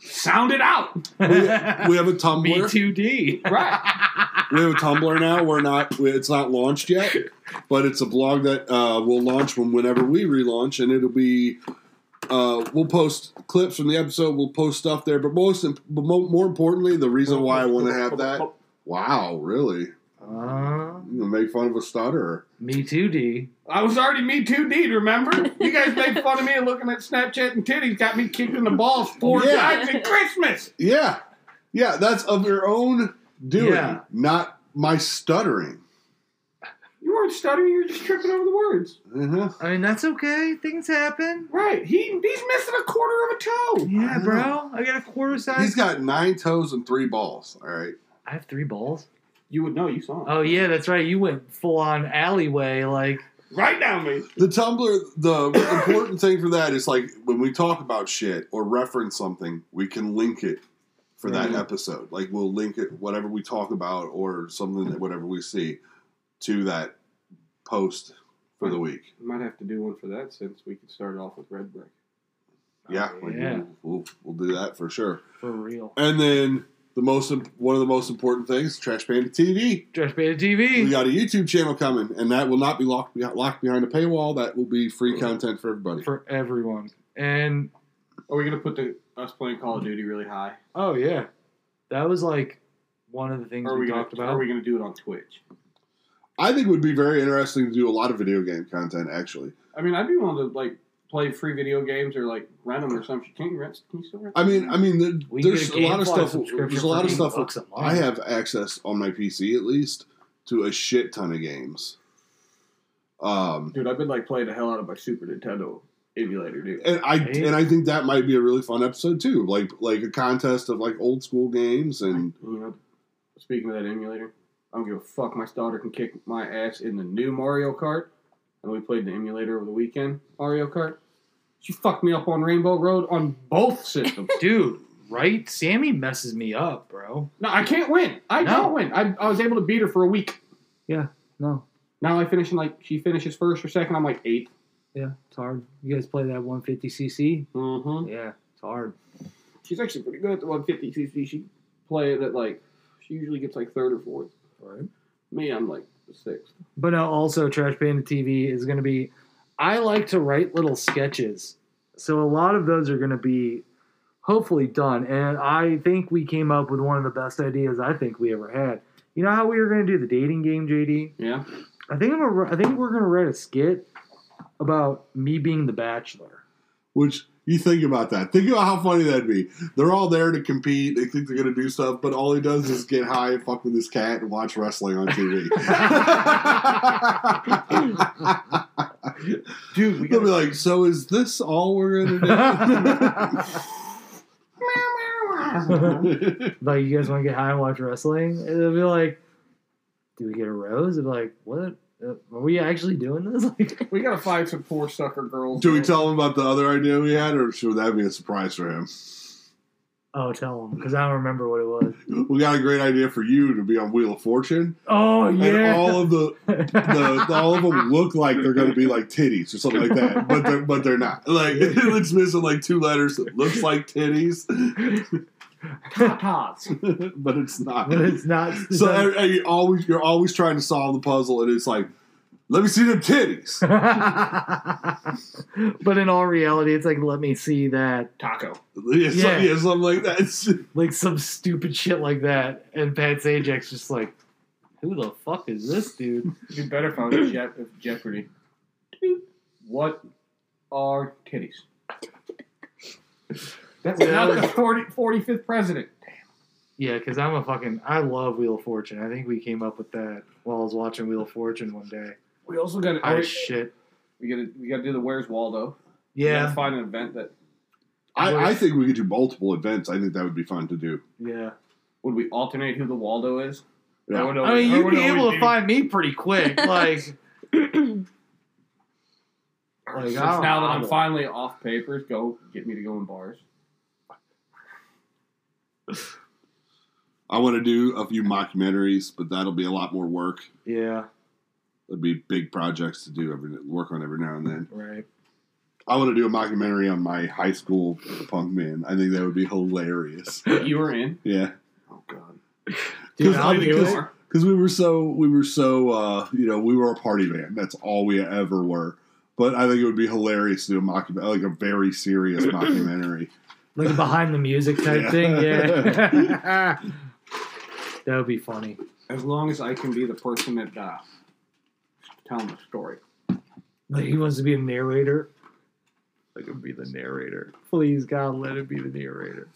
[SPEAKER 3] Sound it [laughs]
[SPEAKER 2] [laughs]
[SPEAKER 3] out.
[SPEAKER 2] we have a Tumblr.
[SPEAKER 1] Me too, D.
[SPEAKER 3] Right.
[SPEAKER 2] We have a Tumblr now. We're not. we- It's not launched yet, but it's a blog that uh, will launch when whenever we relaunch, and it'll be. Uh, we'll post clips from the episode. We'll post stuff there, but most, imp- but mo- more importantly, the reason why I want to have that. Wow, really?
[SPEAKER 1] Uh,
[SPEAKER 2] You gonna make fun of a stutterer?
[SPEAKER 1] me too, D.
[SPEAKER 3] I was already Me Too Deed, remember? You guys made fun of me looking at Snapchat and titties, got me kicked in the balls four
[SPEAKER 2] Yeah.
[SPEAKER 3] times at Christmas.
[SPEAKER 2] Yeah, yeah. That's of your own doing,
[SPEAKER 1] Yeah.
[SPEAKER 2] not my stuttering.
[SPEAKER 3] You weren't stuttering, you were just tripping over the words.
[SPEAKER 2] Uh-huh.
[SPEAKER 1] I mean, that's okay. Things happen.
[SPEAKER 3] Right. He he's missing a quarter of a toe.
[SPEAKER 1] Yeah,
[SPEAKER 2] I know.
[SPEAKER 1] bro. I got a quarter size.
[SPEAKER 2] He's got nine toes and three balls. All right.
[SPEAKER 1] I have three balls.
[SPEAKER 3] You would know, you saw him.
[SPEAKER 1] Oh yeah, that's right. You went full on alleyway, like
[SPEAKER 3] Right down me.
[SPEAKER 2] The Tumblr, the important thing for that is like when we talk about shit or reference something, we can link it for that
[SPEAKER 3] Right.
[SPEAKER 2] episode. Like we'll link it, whatever we talk about or something, that whatever we see, to that post for the week.
[SPEAKER 3] Might have to do one for that since we could start off with red brick.
[SPEAKER 2] Yeah, like,
[SPEAKER 1] Yeah.
[SPEAKER 2] We'll, we'll we'll do that for sure.
[SPEAKER 1] for real.
[SPEAKER 2] And then the most im- one of the most important things, Trash Panda TV.
[SPEAKER 1] Trash Beta
[SPEAKER 2] We
[SPEAKER 1] TV.
[SPEAKER 2] got a YouTube channel coming, and that will not be locked be- locked behind a paywall. That will be free content for everybody.
[SPEAKER 1] for everyone. And
[SPEAKER 3] Are we gonna put the us playing Call of Duty really high?
[SPEAKER 1] oh yeah, that was like one of the things
[SPEAKER 3] Or are
[SPEAKER 1] we,
[SPEAKER 3] we gonna
[SPEAKER 1] talked about.
[SPEAKER 3] are we gonna do it on Twitch?
[SPEAKER 2] I think it would be very interesting to do a lot of video game content, actually.
[SPEAKER 3] I mean, I'd be willing to like play free video games or like rent them or something. Can you rent? Can you still rent?
[SPEAKER 2] I mean, I mean, the,
[SPEAKER 1] We can
[SPEAKER 2] there's
[SPEAKER 1] get
[SPEAKER 2] a lot of
[SPEAKER 1] GameFly
[SPEAKER 2] stuff.
[SPEAKER 1] subscription
[SPEAKER 2] There's a
[SPEAKER 1] for
[SPEAKER 2] lot of
[SPEAKER 1] 80
[SPEAKER 2] stuff.
[SPEAKER 1] bucks a month.
[SPEAKER 2] I have access on my PC at least to a shit ton of games. Um,
[SPEAKER 3] dude, I've been like playing the hell out of my Super Nintendo emulator, dude.
[SPEAKER 2] and I
[SPEAKER 1] Hey.
[SPEAKER 2] and I think that might be a really fun episode too, like like a contest of like old school games and
[SPEAKER 3] You know, speaking of that emulator, I don't give a fuck. My daughter can kick my ass in the new Mario Kart, and we played the emulator over the weekend. Mario Kart. She fucked me up on Rainbow Road on both [laughs] systems.
[SPEAKER 1] Dude, right? Sammy messes me up, bro.
[SPEAKER 3] no, I can't win. I
[SPEAKER 1] No.
[SPEAKER 3] don't win. I, I was able to beat her for a week.
[SPEAKER 1] No,
[SPEAKER 3] Now I finish in like she finishes first or second. I'm like eighth.
[SPEAKER 1] yeah, it's hard. You guys play that 150cc?
[SPEAKER 3] Mm-hmm.
[SPEAKER 1] Yeah, it's hard.
[SPEAKER 3] She's actually pretty good at the 150cc. She play it at like she usually gets like third or fourth.
[SPEAKER 1] Right.
[SPEAKER 3] Me, I'm like sixth.
[SPEAKER 1] But no, also Trash Panda TV is going to be. I like to write little sketches, so a lot of those are going to be hopefully done. And I think we came up with one of the best ideas I think we ever had. You know how we were going to do the dating game, JD?
[SPEAKER 3] Yeah.
[SPEAKER 1] I think I'm. A, I think we're going to write a skit about me being the bachelor. [laughs]
[SPEAKER 2] Which you think about that. Think about how funny that'd be. They're all there to compete. They think they're gonna do stuff, but all he does is get high, and fuck with his cat, and watch wrestling
[SPEAKER 1] [laughs]
[SPEAKER 2] on TV.
[SPEAKER 3] Dude, we
[SPEAKER 2] They'll
[SPEAKER 3] gotta,
[SPEAKER 2] be like, "So is this all
[SPEAKER 1] [laughs]
[SPEAKER 2] we're gonna do?"
[SPEAKER 1] like you guys want to get high and watch wrestling and they'll be like do we get a rose and be like what Uh, are we actually doing this [laughs] like
[SPEAKER 3] we gotta find some poor sucker girls.
[SPEAKER 2] do we
[SPEAKER 3] man.
[SPEAKER 2] tell him about the other idea we had, or should that be a surprise for him?
[SPEAKER 1] oh tell them because i don't remember what it was
[SPEAKER 2] We got a great idea for you to be on Wheel of Fortune,
[SPEAKER 1] oh
[SPEAKER 2] and
[SPEAKER 1] yeah
[SPEAKER 2] all of the
[SPEAKER 1] [laughs]
[SPEAKER 2] the, all of them look like they're going to be like titties or something like that, but they're but they're not. Like [laughs] it looks missing like two letters. It looks like titties, [laughs]
[SPEAKER 3] tatas?
[SPEAKER 2] but it's not.
[SPEAKER 1] but it's not
[SPEAKER 2] So
[SPEAKER 1] [laughs]
[SPEAKER 2] and- and you always you're always trying to solve the puzzle, and it's like, let me see them titties. [laughs]
[SPEAKER 1] but in all reality it's like let me see that
[SPEAKER 3] Taco.
[SPEAKER 2] Yeah, so-
[SPEAKER 1] Yeah.
[SPEAKER 2] yeah, something like that. It's-
[SPEAKER 1] like some stupid shit like that and pat sajak's just like who the fuck is this dude
[SPEAKER 3] It'd be better if I was Je- if Jeopardy. What are titties? That was not the 40, 45th president.
[SPEAKER 1] yeah because i'm a fucking i love wheel of fortune i think we came up with that while i was watching wheel of fortune one day
[SPEAKER 3] We also got to
[SPEAKER 1] oh shit
[SPEAKER 3] we got to we got to do the Where's Waldo. We
[SPEAKER 1] yeah
[SPEAKER 3] gotta find an event that
[SPEAKER 2] I, I think we could do multiple events. I think that would be fun to do.
[SPEAKER 1] Yeah.
[SPEAKER 3] would we alternate who the Waldo is.
[SPEAKER 2] Yeah.
[SPEAKER 3] would
[SPEAKER 1] I mean,
[SPEAKER 3] I
[SPEAKER 1] you'd
[SPEAKER 3] would
[SPEAKER 1] be
[SPEAKER 3] always
[SPEAKER 1] able
[SPEAKER 3] do-
[SPEAKER 1] to find me pretty quick. Like, Like,
[SPEAKER 3] Since
[SPEAKER 1] I don't
[SPEAKER 3] now that
[SPEAKER 1] know.
[SPEAKER 3] I'm finally off papers, go get me to go in
[SPEAKER 1] [laughs]
[SPEAKER 3] bars.
[SPEAKER 2] I want to do a few mockumentaries, but that'll be a lot more work.
[SPEAKER 1] yeah,
[SPEAKER 2] That'd be big projects to do every work on every now and then.
[SPEAKER 1] right.
[SPEAKER 2] I want to do a mockumentary on my high school punk band. I think that would be hilarious.
[SPEAKER 3] That you were in.
[SPEAKER 2] Yeah,
[SPEAKER 3] Oh God.
[SPEAKER 1] Dude,
[SPEAKER 2] 'Cause
[SPEAKER 1] I'll
[SPEAKER 2] like,
[SPEAKER 1] do
[SPEAKER 2] 'cause-
[SPEAKER 1] it.
[SPEAKER 2] because we were so we were so uh, you know we were a party band. That's all we ever were. But I think it would be hilarious to do a mockumentary, like a very
[SPEAKER 1] [clears throat]
[SPEAKER 2] serious mockumentary.
[SPEAKER 1] Like a behind the music type
[SPEAKER 2] Yeah.
[SPEAKER 1] thing. [laughs] Yeah. that would be funny.
[SPEAKER 3] As long as I can be the person that uh, telling the story.
[SPEAKER 1] Like, he wants to be a narrator. Like, it'd be the narrator. Please, God, let it be the narrator.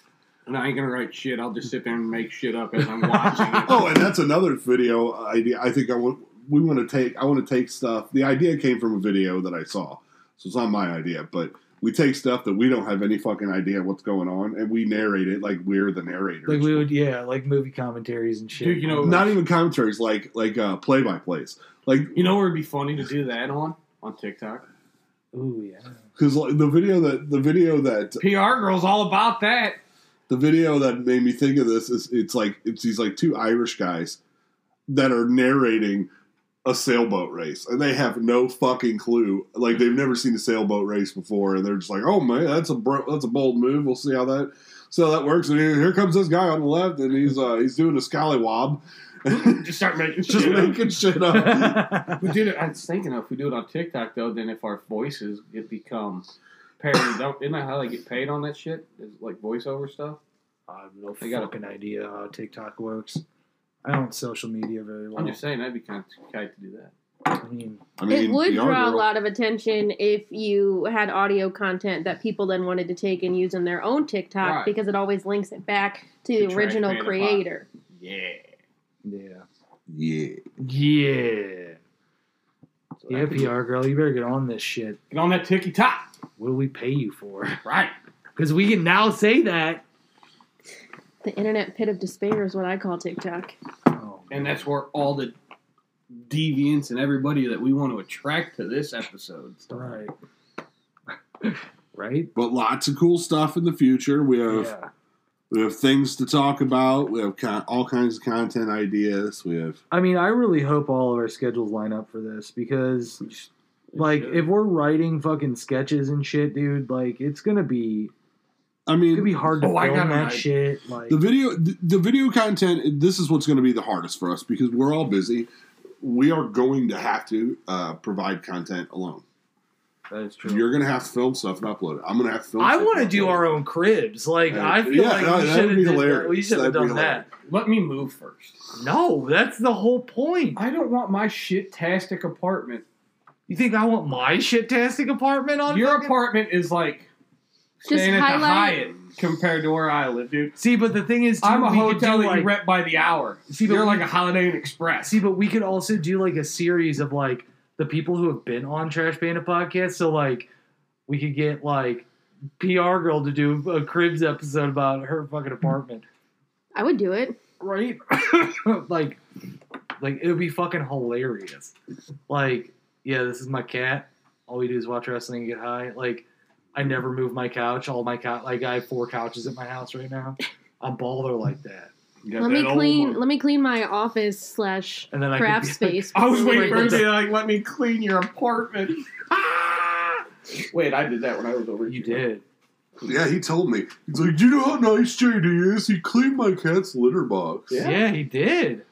[SPEAKER 3] And I ain't gonna write shit. I'll just sit there and make shit up as I'm watching it.
[SPEAKER 2] [laughs] Oh, and that's another video idea. I think I want we want to take. I want to take stuff. The idea came from a video that I saw, so it's not my idea. But we take stuff that we don't have any fucking idea what's going on, and we narrate it like we're the narrators.
[SPEAKER 1] Like, we would, yeah, like movie commentaries and shit.
[SPEAKER 3] Dude, you know-
[SPEAKER 2] not even commentaries, like like uh, play by plays, like
[SPEAKER 3] You know where it'd be funny to do that on on TikTok?
[SPEAKER 1] Ooh,
[SPEAKER 3] [laughs]
[SPEAKER 1] yeah.
[SPEAKER 2] because like, the video that the video that
[SPEAKER 3] PR girl's all about that.
[SPEAKER 2] the video that made me think of this is it's like it's these like two Irish guys that are narrating a sailboat race and they have no fucking clue like they've never seen a sailboat race before and they're just like oh man that's a bro- that's a bold move we'll see how that so that works and here here comes this guy on the left and he's uh, he's doing a scallywob
[SPEAKER 3] Just start
[SPEAKER 2] [laughs]
[SPEAKER 3] making
[SPEAKER 2] just
[SPEAKER 3] shit up.
[SPEAKER 2] making
[SPEAKER 1] [laughs]
[SPEAKER 2] shit up
[SPEAKER 3] We did it. I was thinking though, if we do it on TikTok though, then if our voices it become parody, don't isn't that how they get paid on that shit? Is like voiceover stuff.
[SPEAKER 1] I have no
[SPEAKER 3] I gotta-
[SPEAKER 1] fucking idea how TikTok works. I don't social media very well.
[SPEAKER 3] I'm just saying that'd be kind of tight to do that.
[SPEAKER 1] I mean,
[SPEAKER 2] I
[SPEAKER 4] It would
[SPEAKER 2] Yarn
[SPEAKER 4] draw a
[SPEAKER 2] Girl-
[SPEAKER 4] lot of attention if you had audio content that people then wanted to take and use in their own TikTok
[SPEAKER 3] Right.
[SPEAKER 4] because it always links it back to
[SPEAKER 3] To
[SPEAKER 4] the
[SPEAKER 3] trash
[SPEAKER 4] original
[SPEAKER 3] man apart.
[SPEAKER 4] creator.
[SPEAKER 3] Yeah.
[SPEAKER 1] yeah.
[SPEAKER 2] yeah
[SPEAKER 1] Yeah.
[SPEAKER 3] So
[SPEAKER 1] Yeah,
[SPEAKER 3] that could-
[SPEAKER 1] PR girl, you better get on this shit.
[SPEAKER 3] Get on that TikTok.
[SPEAKER 1] What do we pay you for?
[SPEAKER 3] Right.
[SPEAKER 1] Because we can now say that.
[SPEAKER 4] The internet pit of despair is what I call TikTok.
[SPEAKER 1] Oh,
[SPEAKER 3] And that's where all the deviants and everybody that we want to attract to this episode.
[SPEAKER 1] [laughs] right. right?
[SPEAKER 2] but lots of cool stuff in the future we have
[SPEAKER 1] Yeah.
[SPEAKER 2] We have things to talk about. We have con- all kinds of content ideas. We have
[SPEAKER 1] I mean, I really hope all of our schedules line up for this because, like,
[SPEAKER 3] should.
[SPEAKER 1] if we're writing fucking sketches and shit, dude, like, it's gonna be
[SPEAKER 2] I
[SPEAKER 1] it's gonna be
[SPEAKER 2] mean
[SPEAKER 1] hard to
[SPEAKER 3] Oh, I
[SPEAKER 1] film
[SPEAKER 3] got an
[SPEAKER 1] that
[SPEAKER 3] idea.
[SPEAKER 1] shit. Like,
[SPEAKER 2] the video the, the video content this is what's going to be the hardest for us because we're all busy. We are going to have to uh, provide content alone.
[SPEAKER 1] that is true.
[SPEAKER 2] You're going to have to film stuff and upload it. I'm going to have to film.
[SPEAKER 1] I
[SPEAKER 2] stuff and
[SPEAKER 1] want to
[SPEAKER 2] upload
[SPEAKER 1] do
[SPEAKER 2] it.
[SPEAKER 1] our own cribs. Like,
[SPEAKER 2] Uh,
[SPEAKER 1] I feel
[SPEAKER 2] yeah,
[SPEAKER 1] like
[SPEAKER 2] no,
[SPEAKER 1] we
[SPEAKER 2] that
[SPEAKER 1] should
[SPEAKER 2] would
[SPEAKER 1] have
[SPEAKER 2] be
[SPEAKER 1] done,
[SPEAKER 2] hilarious.
[SPEAKER 1] we should have
[SPEAKER 2] That'd be
[SPEAKER 1] done that.
[SPEAKER 3] Let me move first.
[SPEAKER 1] No, that's the whole point.
[SPEAKER 3] I don't want my shit-tastic apartment.
[SPEAKER 1] You think I want my shit-tastic apartment on
[SPEAKER 3] Your
[SPEAKER 1] fucking-
[SPEAKER 3] apartment is like
[SPEAKER 4] Just
[SPEAKER 3] staying at the
[SPEAKER 4] highlight-
[SPEAKER 3] Hyatt compared to where I live, dude.
[SPEAKER 1] See, but the thing is, too,
[SPEAKER 3] I'm a
[SPEAKER 1] we could
[SPEAKER 3] hotel
[SPEAKER 1] do,
[SPEAKER 3] that
[SPEAKER 1] like-
[SPEAKER 3] you rent by the hour.
[SPEAKER 1] See, but
[SPEAKER 3] You're
[SPEAKER 1] we-
[SPEAKER 3] like a Holiday Inn Express.
[SPEAKER 1] See, but we could also do like a series of like the people who have been on Trash Panda podcast. So like we could get like PR girl to do a cribs episode about her fucking apartment,
[SPEAKER 4] I would do it.
[SPEAKER 1] right? [coughs] like, like it would be fucking hilarious. Like, yeah, this is my cat. All we do is watch wrestling and get high. Like, I never move my couch. All my couch, like I have four couches at my house right now. I'm baller like that.
[SPEAKER 3] You got
[SPEAKER 4] let
[SPEAKER 3] that
[SPEAKER 4] me
[SPEAKER 3] old
[SPEAKER 4] clean.
[SPEAKER 3] one.
[SPEAKER 4] Let me clean my office slash
[SPEAKER 1] And then I
[SPEAKER 4] craft
[SPEAKER 1] could be-
[SPEAKER 4] space.
[SPEAKER 3] I was
[SPEAKER 4] before
[SPEAKER 3] waiting
[SPEAKER 4] we
[SPEAKER 3] for you
[SPEAKER 4] leave.
[SPEAKER 3] to like let me clean your apartment. Ah! Wait, I did that when I was over.
[SPEAKER 1] [laughs]
[SPEAKER 3] at
[SPEAKER 1] You did.
[SPEAKER 2] Yeah, he told me. He's like, Do you know how nice JD is? He cleaned my cat's litter box.
[SPEAKER 3] Yeah.
[SPEAKER 1] Yeah, he did.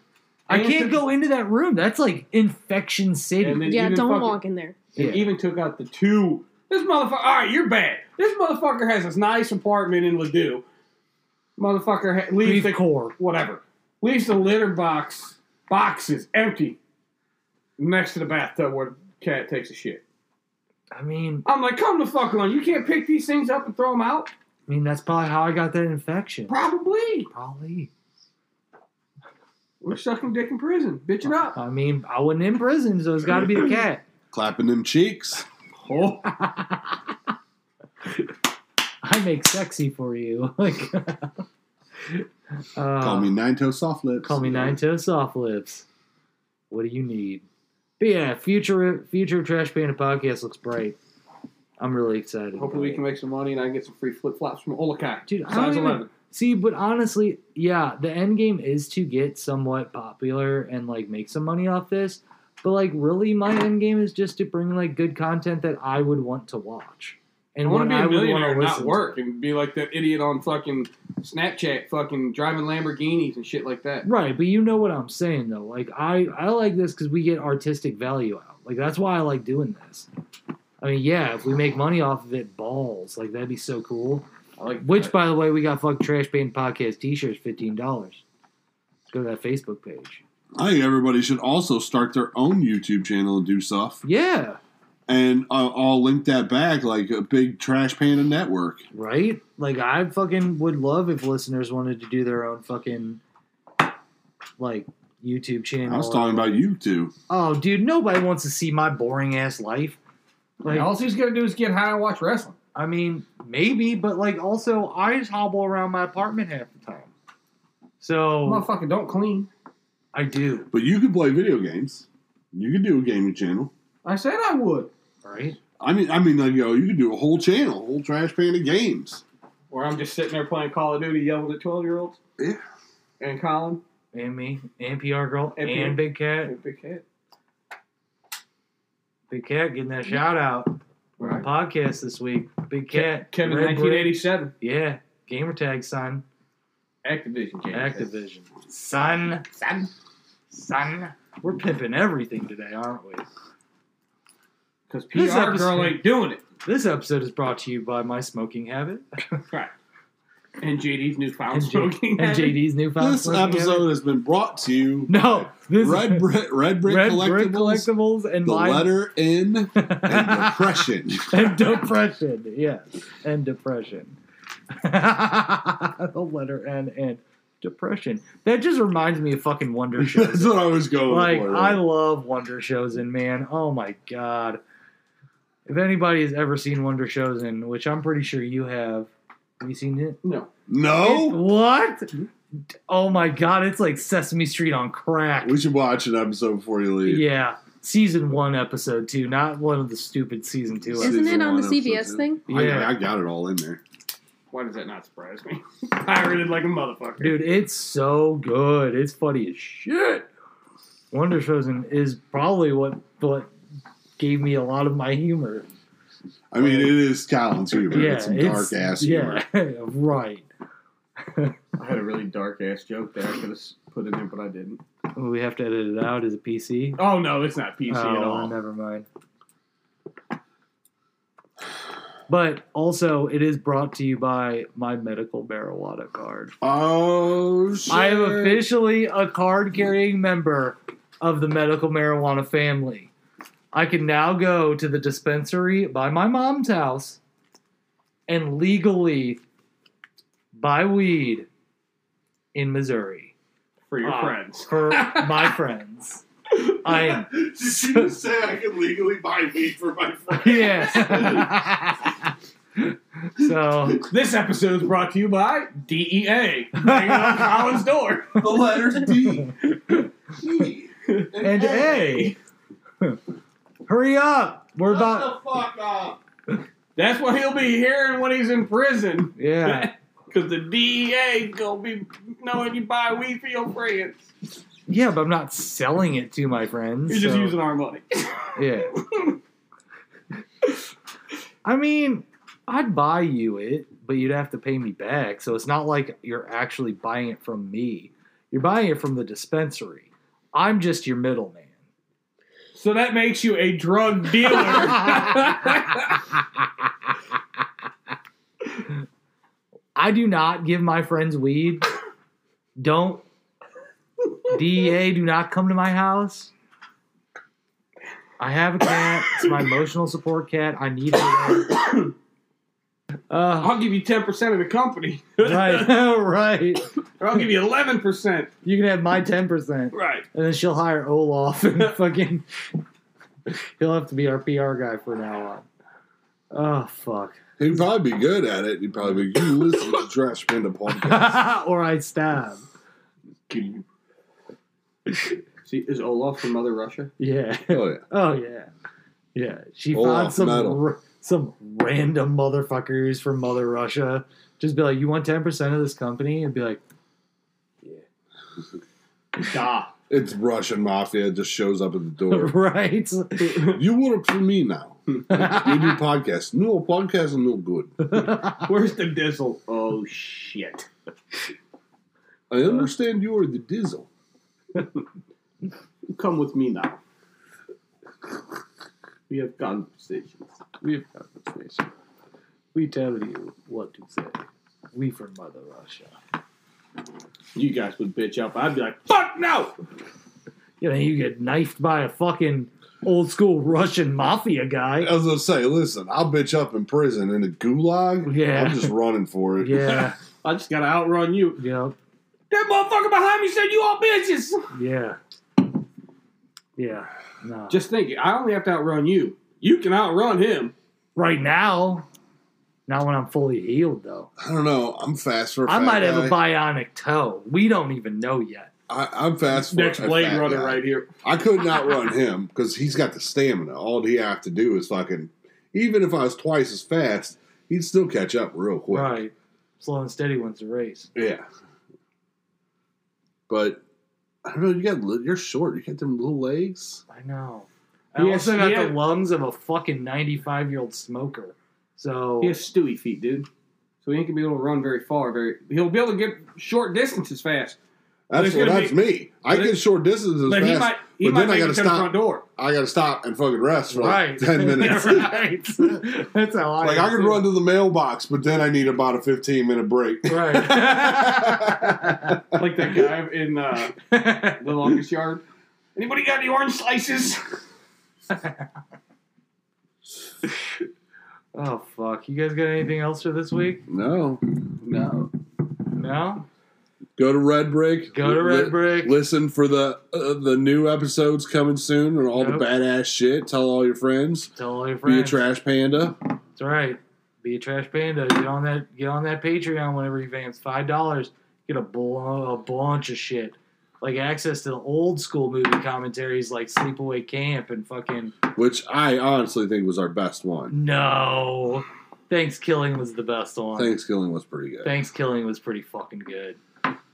[SPEAKER 1] I
[SPEAKER 3] And
[SPEAKER 1] can't
[SPEAKER 3] to-
[SPEAKER 1] go into that room. That's like infection
[SPEAKER 3] And
[SPEAKER 1] city.
[SPEAKER 3] then
[SPEAKER 4] Yeah,
[SPEAKER 3] even
[SPEAKER 4] don't
[SPEAKER 3] fucking-
[SPEAKER 4] walk in there.
[SPEAKER 3] It
[SPEAKER 1] Yeah.
[SPEAKER 3] even took out the two. This motherfucker. All right, you're bad. This motherfucker has this nice apartment in Ladue. Motherfucker ha- leaves
[SPEAKER 1] Leave
[SPEAKER 3] the
[SPEAKER 1] core.
[SPEAKER 3] whatever leaves the litter box boxes empty next to the bathtub where the cat takes a shit.
[SPEAKER 1] I mean,
[SPEAKER 3] I'm like, come the fuck on. You can't pick these things up and throw them out.
[SPEAKER 1] I mean that's probably how I got that infection.
[SPEAKER 3] Probably.
[SPEAKER 1] Probably.
[SPEAKER 3] We're sucking dick in prison, bitching up.
[SPEAKER 1] I mean, I wasn't in prison, so it's got to be the
[SPEAKER 3] [laughs]
[SPEAKER 1] cat. [laughs]
[SPEAKER 2] Clapping them cheeks.
[SPEAKER 3] Oh,
[SPEAKER 1] I make sexy for you. [laughs] Like, uh,
[SPEAKER 2] Call me Nine Toe Soft Lips.
[SPEAKER 1] call me nine toe soft lips. What do you need? But yeah, future future of Trash Panda podcast looks bright. I'm really excited.
[SPEAKER 3] hopefully we
[SPEAKER 1] about it.
[SPEAKER 3] can make some money and I can get some free flip flops from Olakai.
[SPEAKER 1] Dude, I don't
[SPEAKER 3] size
[SPEAKER 1] even-
[SPEAKER 3] 11.
[SPEAKER 1] See, but honestly, yeah, the end game is to get somewhat popular and like make some money off this. But like, really, my end game is just to bring like good content that I would want to watch
[SPEAKER 3] I
[SPEAKER 1] and
[SPEAKER 3] want
[SPEAKER 1] what
[SPEAKER 3] to be
[SPEAKER 1] I
[SPEAKER 3] a
[SPEAKER 1] would
[SPEAKER 3] millionaire,
[SPEAKER 1] want
[SPEAKER 3] and
[SPEAKER 1] to
[SPEAKER 3] not
[SPEAKER 1] listen.
[SPEAKER 3] work, and be like that idiot on fucking Snapchat, fucking driving Lamborghinis and shit like that.
[SPEAKER 1] to. Right, but you know what I'm saying though. Like, I I like this because we get artistic value out. Like that's why I like doing this. I mean, yeah, if we make money off of it, balls. Like that'd be so cool.
[SPEAKER 3] I like
[SPEAKER 1] Which, by the way, we got fuck trash band podcast T-shirts, fifteen dollars. Go to that Facebook page.
[SPEAKER 2] I think everybody should also start their own YouTube channel and do stuff.
[SPEAKER 1] Yeah.
[SPEAKER 2] And I'll, I'll link that back like a big Trash Panda Network.
[SPEAKER 1] Right? Like I fucking would love if listeners wanted to do their own fucking like YouTube channel.
[SPEAKER 2] I was talking about you two.
[SPEAKER 1] Oh, dude, nobody wants to see my boring ass life. Like,
[SPEAKER 3] all she's gonna do is get high and watch wrestling.
[SPEAKER 1] I mean, maybe, but like also I just hobble around my apartment half the time. So
[SPEAKER 3] Motherfucker, don't clean.
[SPEAKER 1] I do,
[SPEAKER 2] But you could play video games. You could do a gaming channel.
[SPEAKER 3] I said I would.
[SPEAKER 1] right?
[SPEAKER 2] I mean, I mean, like, yo, you could do a whole channel, whole Trash Panda games.
[SPEAKER 3] Or I'm just sitting there playing Call of Duty, yelling at twelve year olds.
[SPEAKER 2] Yeah.
[SPEAKER 3] And Colin
[SPEAKER 1] And me, and PR girl,
[SPEAKER 3] And
[SPEAKER 1] and,
[SPEAKER 3] PR.
[SPEAKER 1] Big Cat.
[SPEAKER 3] and Big Cat.
[SPEAKER 1] Big Cat getting that shout out on the
[SPEAKER 3] Right.
[SPEAKER 1] podcast this week. Big Cat,
[SPEAKER 3] Kevin,
[SPEAKER 1] Red
[SPEAKER 3] nineteen
[SPEAKER 1] Brick.
[SPEAKER 3] eighty seven,
[SPEAKER 1] Yeah, gamertag son,
[SPEAKER 3] Activision. James.
[SPEAKER 1] Activision son.
[SPEAKER 3] Son.
[SPEAKER 1] Son, we're pimping everything today, aren't we?
[SPEAKER 3] Because PR
[SPEAKER 1] This
[SPEAKER 3] girl
[SPEAKER 1] episode-
[SPEAKER 3] ain't doing it.
[SPEAKER 1] This episode is brought to you by my smoking habit
[SPEAKER 3] [laughs] Right. And JD's newfound
[SPEAKER 1] And J-
[SPEAKER 3] smoking.
[SPEAKER 1] and JD's newfound
[SPEAKER 2] This
[SPEAKER 1] smoking
[SPEAKER 2] episode
[SPEAKER 1] habit.
[SPEAKER 2] has been brought to you
[SPEAKER 1] No, [laughs] this
[SPEAKER 2] Red,
[SPEAKER 1] is
[SPEAKER 2] Bri- Red Brick
[SPEAKER 1] [laughs] Red
[SPEAKER 2] Collectibles,
[SPEAKER 1] Brick Collectibles and
[SPEAKER 2] The
[SPEAKER 1] my- [laughs]
[SPEAKER 2] Letter N, and Depression. [laughs]
[SPEAKER 1] and depression. Yes, and depression. [laughs] the letter N and depression. That just reminds me of fucking
[SPEAKER 2] [laughs]
[SPEAKER 1] Wonder
[SPEAKER 2] That's
[SPEAKER 1] Shows.
[SPEAKER 2] what I was going
[SPEAKER 1] like
[SPEAKER 2] for.
[SPEAKER 1] I love Wonder Shows and man, oh my god. If anybody has ever seen Wonder Shows and which I'm pretty sure you have, have you seen it?
[SPEAKER 3] [laughs] no.
[SPEAKER 2] no?
[SPEAKER 1] What? Oh my god, it's like Sesame Street on crack.
[SPEAKER 2] We should watch an episode before you leave.
[SPEAKER 1] Yeah. Season one, episode two, not one of the stupid season two
[SPEAKER 2] Is-
[SPEAKER 1] episodes.
[SPEAKER 4] Isn't
[SPEAKER 2] Season
[SPEAKER 4] it on the
[SPEAKER 2] one, episode
[SPEAKER 4] CBS
[SPEAKER 2] two.
[SPEAKER 4] thing?
[SPEAKER 2] I,
[SPEAKER 1] Yeah.
[SPEAKER 2] I got it all in there.
[SPEAKER 3] Why does that not surprise me? [laughs] Pirated like a motherfucker.
[SPEAKER 1] Dude, it's so good. It's funny as shit. Wonder Chosen is probably what what gave me a lot of my humor.
[SPEAKER 2] I mean, it is Colin's humor.
[SPEAKER 1] Yeah,
[SPEAKER 2] it's some
[SPEAKER 1] it's-
[SPEAKER 2] dark ass humor.
[SPEAKER 1] Yeah, [laughs] right.
[SPEAKER 3] I had a really dark ass joke that I could have put in there, but I didn't.
[SPEAKER 1] We have to edit it out as a PC.
[SPEAKER 3] Oh no, it's not PC at
[SPEAKER 1] Oh,
[SPEAKER 3] all.
[SPEAKER 1] never mind. But also, it is brought to you by my medical marijuana card.
[SPEAKER 2] Oh, shit.
[SPEAKER 1] I am officially a card carrying member of the medical marijuana family. I can now go to the dispensary by my mom's house and legally buy weed in Missouri
[SPEAKER 3] for your
[SPEAKER 1] Ah.
[SPEAKER 3] friends.
[SPEAKER 1] for my [laughs] friends. I am
[SPEAKER 2] Did
[SPEAKER 1] so-
[SPEAKER 2] you just say I can legally buy weed for my friends?
[SPEAKER 1] [laughs] yeah. so
[SPEAKER 3] This episode is brought to you by
[SPEAKER 1] [laughs]
[SPEAKER 3] DEA. Banging on Colin's door.
[SPEAKER 2] the letters D. E.
[SPEAKER 1] and A, hurry up! We're
[SPEAKER 2] Shut
[SPEAKER 1] about
[SPEAKER 2] the fuck up.
[SPEAKER 3] That's what he'll be hearing when he's in prison.
[SPEAKER 1] yeah. [laughs]
[SPEAKER 3] Because the DEA gonna be knowing you buy weed for your friends.
[SPEAKER 1] Yeah, but I'm not selling it to my friends.
[SPEAKER 3] You're just
[SPEAKER 1] so-
[SPEAKER 3] using our money.
[SPEAKER 1] Yeah. I mean, I'd buy you it, but you'd have to pay me back. So it's not like you're actually buying it from me. You're buying it from the dispensary. I'm just your middleman.
[SPEAKER 3] So that makes you a drug [laughs] dealer.
[SPEAKER 1] I do not give my friends weed. Don't DEA do not come to my house. I have a cat. It's my emotional support cat. I need it. Uh,
[SPEAKER 3] I'll give you 10% of the company.
[SPEAKER 1] right, [laughs] right.
[SPEAKER 3] [laughs] Or I'll give you 11%.
[SPEAKER 1] You can have my ten percent,
[SPEAKER 3] Right.
[SPEAKER 1] and then she'll hire Olaf and [laughs] fucking. He'll have to be our PR guy from now on. Oh fuck.
[SPEAKER 2] [laughs] He'd probably be good at it. He'd probably be, you listen
[SPEAKER 1] [laughs]
[SPEAKER 2] to Trash Panda podcast.
[SPEAKER 1] or I stab.
[SPEAKER 3] See, is Olaf from Mother Russia?
[SPEAKER 1] Yeah.
[SPEAKER 2] Oh, yeah.
[SPEAKER 1] Oh yeah, yeah. She
[SPEAKER 2] Olaf
[SPEAKER 1] found some
[SPEAKER 2] Metal.
[SPEAKER 1] r- some random motherfuckers from Mother Russia. Just be like, you want ten percent of this company, and be like, [laughs]
[SPEAKER 3] Da.
[SPEAKER 2] It's Russian mafia. It just shows up at the
[SPEAKER 1] [laughs]
[SPEAKER 2] door.
[SPEAKER 1] right?
[SPEAKER 2] you work for me now. You do podcast. No podcast is no good.
[SPEAKER 3] Where's the Dizzle? Oh, shit.
[SPEAKER 2] I understand you are the Dizzle.
[SPEAKER 3] Come with me now. We have conversations.
[SPEAKER 1] we have conversation. We tell you what to say. We from Mother Russia.
[SPEAKER 3] You guys would bitch up. I'd be like, fuck no!
[SPEAKER 1] You know, you get knifed by a fucking old school Russian mafia guy.
[SPEAKER 3] [laughs]
[SPEAKER 2] I was gonna say, listen, I'll bitch up in prison in a gulag.
[SPEAKER 1] Yeah.
[SPEAKER 2] I'm just running for it.
[SPEAKER 1] Yeah,
[SPEAKER 3] I just gotta outrun you.
[SPEAKER 1] yeah,
[SPEAKER 3] That motherfucker behind me said you all bitches!
[SPEAKER 1] yeah, yeah. No.
[SPEAKER 3] Just think, I only have to outrun you. You can outrun him.
[SPEAKER 1] right now, not when I'm fully healed though.
[SPEAKER 2] I don't know. I'm fast for. a
[SPEAKER 1] I
[SPEAKER 2] fat
[SPEAKER 1] might have
[SPEAKER 2] guy.
[SPEAKER 1] a bionic toe. We don't even know yet.
[SPEAKER 2] I, I'm fast for.
[SPEAKER 3] Next
[SPEAKER 2] a
[SPEAKER 3] Blade
[SPEAKER 2] fat
[SPEAKER 3] Runner
[SPEAKER 2] guy.
[SPEAKER 3] right here.
[SPEAKER 2] I could not run him because he's got the stamina. All he have to do is fucking. Even if I was twice as fast, he'd still catch up real quick.
[SPEAKER 1] Right. Slow and steady wins the race.
[SPEAKER 2] Yeah. But I don't know. You got li- you're short. You got them little legs.
[SPEAKER 1] I know.
[SPEAKER 3] He
[SPEAKER 1] I
[SPEAKER 3] has-
[SPEAKER 1] also got
[SPEAKER 3] he
[SPEAKER 1] the
[SPEAKER 3] has-
[SPEAKER 1] lungs of a fucking 95 year old smoker. So
[SPEAKER 3] He has stewy feet, dude. So he ain't gonna be able to run very far. Very, he'll be able to get short distances fast.
[SPEAKER 2] That's
[SPEAKER 3] There's
[SPEAKER 2] well,
[SPEAKER 3] gonna
[SPEAKER 2] that's
[SPEAKER 3] be-
[SPEAKER 2] me. I
[SPEAKER 3] there-
[SPEAKER 2] get short distances
[SPEAKER 3] But he
[SPEAKER 2] fast.
[SPEAKER 3] might, he
[SPEAKER 2] but
[SPEAKER 3] might
[SPEAKER 2] then I
[SPEAKER 3] make it
[SPEAKER 2] gotta
[SPEAKER 3] to the
[SPEAKER 2] stop.
[SPEAKER 3] front door.
[SPEAKER 2] I gotta stop and fucking rest for like
[SPEAKER 1] right.
[SPEAKER 2] [laughs] ten minutes.
[SPEAKER 1] [laughs] right. That's how I
[SPEAKER 2] Like I
[SPEAKER 1] am,
[SPEAKER 2] could
[SPEAKER 1] too.
[SPEAKER 2] run to the mailbox, but then I need about a fifteen minute break.
[SPEAKER 1] Right.
[SPEAKER 3] Like that guy in uh,
[SPEAKER 2] [laughs]
[SPEAKER 3] the longest yard. Anybody got any orange slices?
[SPEAKER 1] [laughs] oh, fuck. You guys got anything else for this week?
[SPEAKER 2] No,
[SPEAKER 3] No.
[SPEAKER 1] No?
[SPEAKER 2] go to Red Brick.
[SPEAKER 1] Go to Red
[SPEAKER 2] Li-
[SPEAKER 1] Brick.
[SPEAKER 2] Listen for the uh, the new episodes coming soon and all
[SPEAKER 1] Yep.
[SPEAKER 2] the badass shit. Tell all your friends.
[SPEAKER 1] Tell all your
[SPEAKER 2] Be a
[SPEAKER 1] friends.
[SPEAKER 2] trash panda.
[SPEAKER 1] That's right. Be a trash panda. Get on that. Get on that Patreon whenever you advance five dollars. Get a, bl- a bunch of shit, like access to the old school movie commentaries, like Sleepaway Camp and fucking
[SPEAKER 2] which I honestly think was our best one.
[SPEAKER 1] no. Thanks Killing was the best one.
[SPEAKER 2] Thanksgiving was pretty good.
[SPEAKER 1] Thanks Killing was pretty fucking good.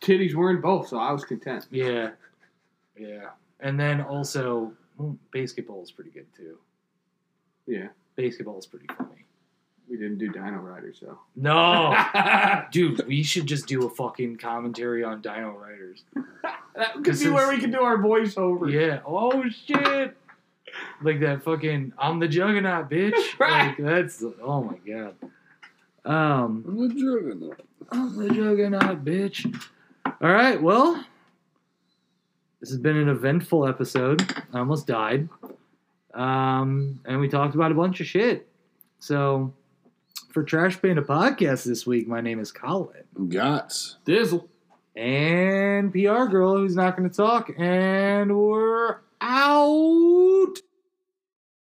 [SPEAKER 3] Titties were in both, so I was content.
[SPEAKER 1] Yeah, yeah. And then also mm, basketball is pretty good too.
[SPEAKER 3] Yeah,
[SPEAKER 1] Basketball is pretty funny.
[SPEAKER 3] we didn't do Dino Rider, so. Oh.
[SPEAKER 1] No,
[SPEAKER 3] [laughs] that
[SPEAKER 1] dude, we should just do a fucking commentary on Dino Riders.
[SPEAKER 3] could
[SPEAKER 1] This
[SPEAKER 3] be where
[SPEAKER 1] is-
[SPEAKER 3] we could do our voiceover.
[SPEAKER 1] Yeah. Oh shit. Like that fucking I'm the juggernaut, bitch.
[SPEAKER 3] Right.
[SPEAKER 1] Like that's oh my god. Um
[SPEAKER 2] I'm a juggernaut.
[SPEAKER 1] I'm the juggernaut, bitch. Alright, well this has been an eventful episode. I almost died. Um and we talked about a bunch of shit. So for Trash Panda Podcast this week. My name is Colin.
[SPEAKER 2] Guts.
[SPEAKER 3] Dizzle.
[SPEAKER 1] And PR Girl, who's not going to talk. And we're out.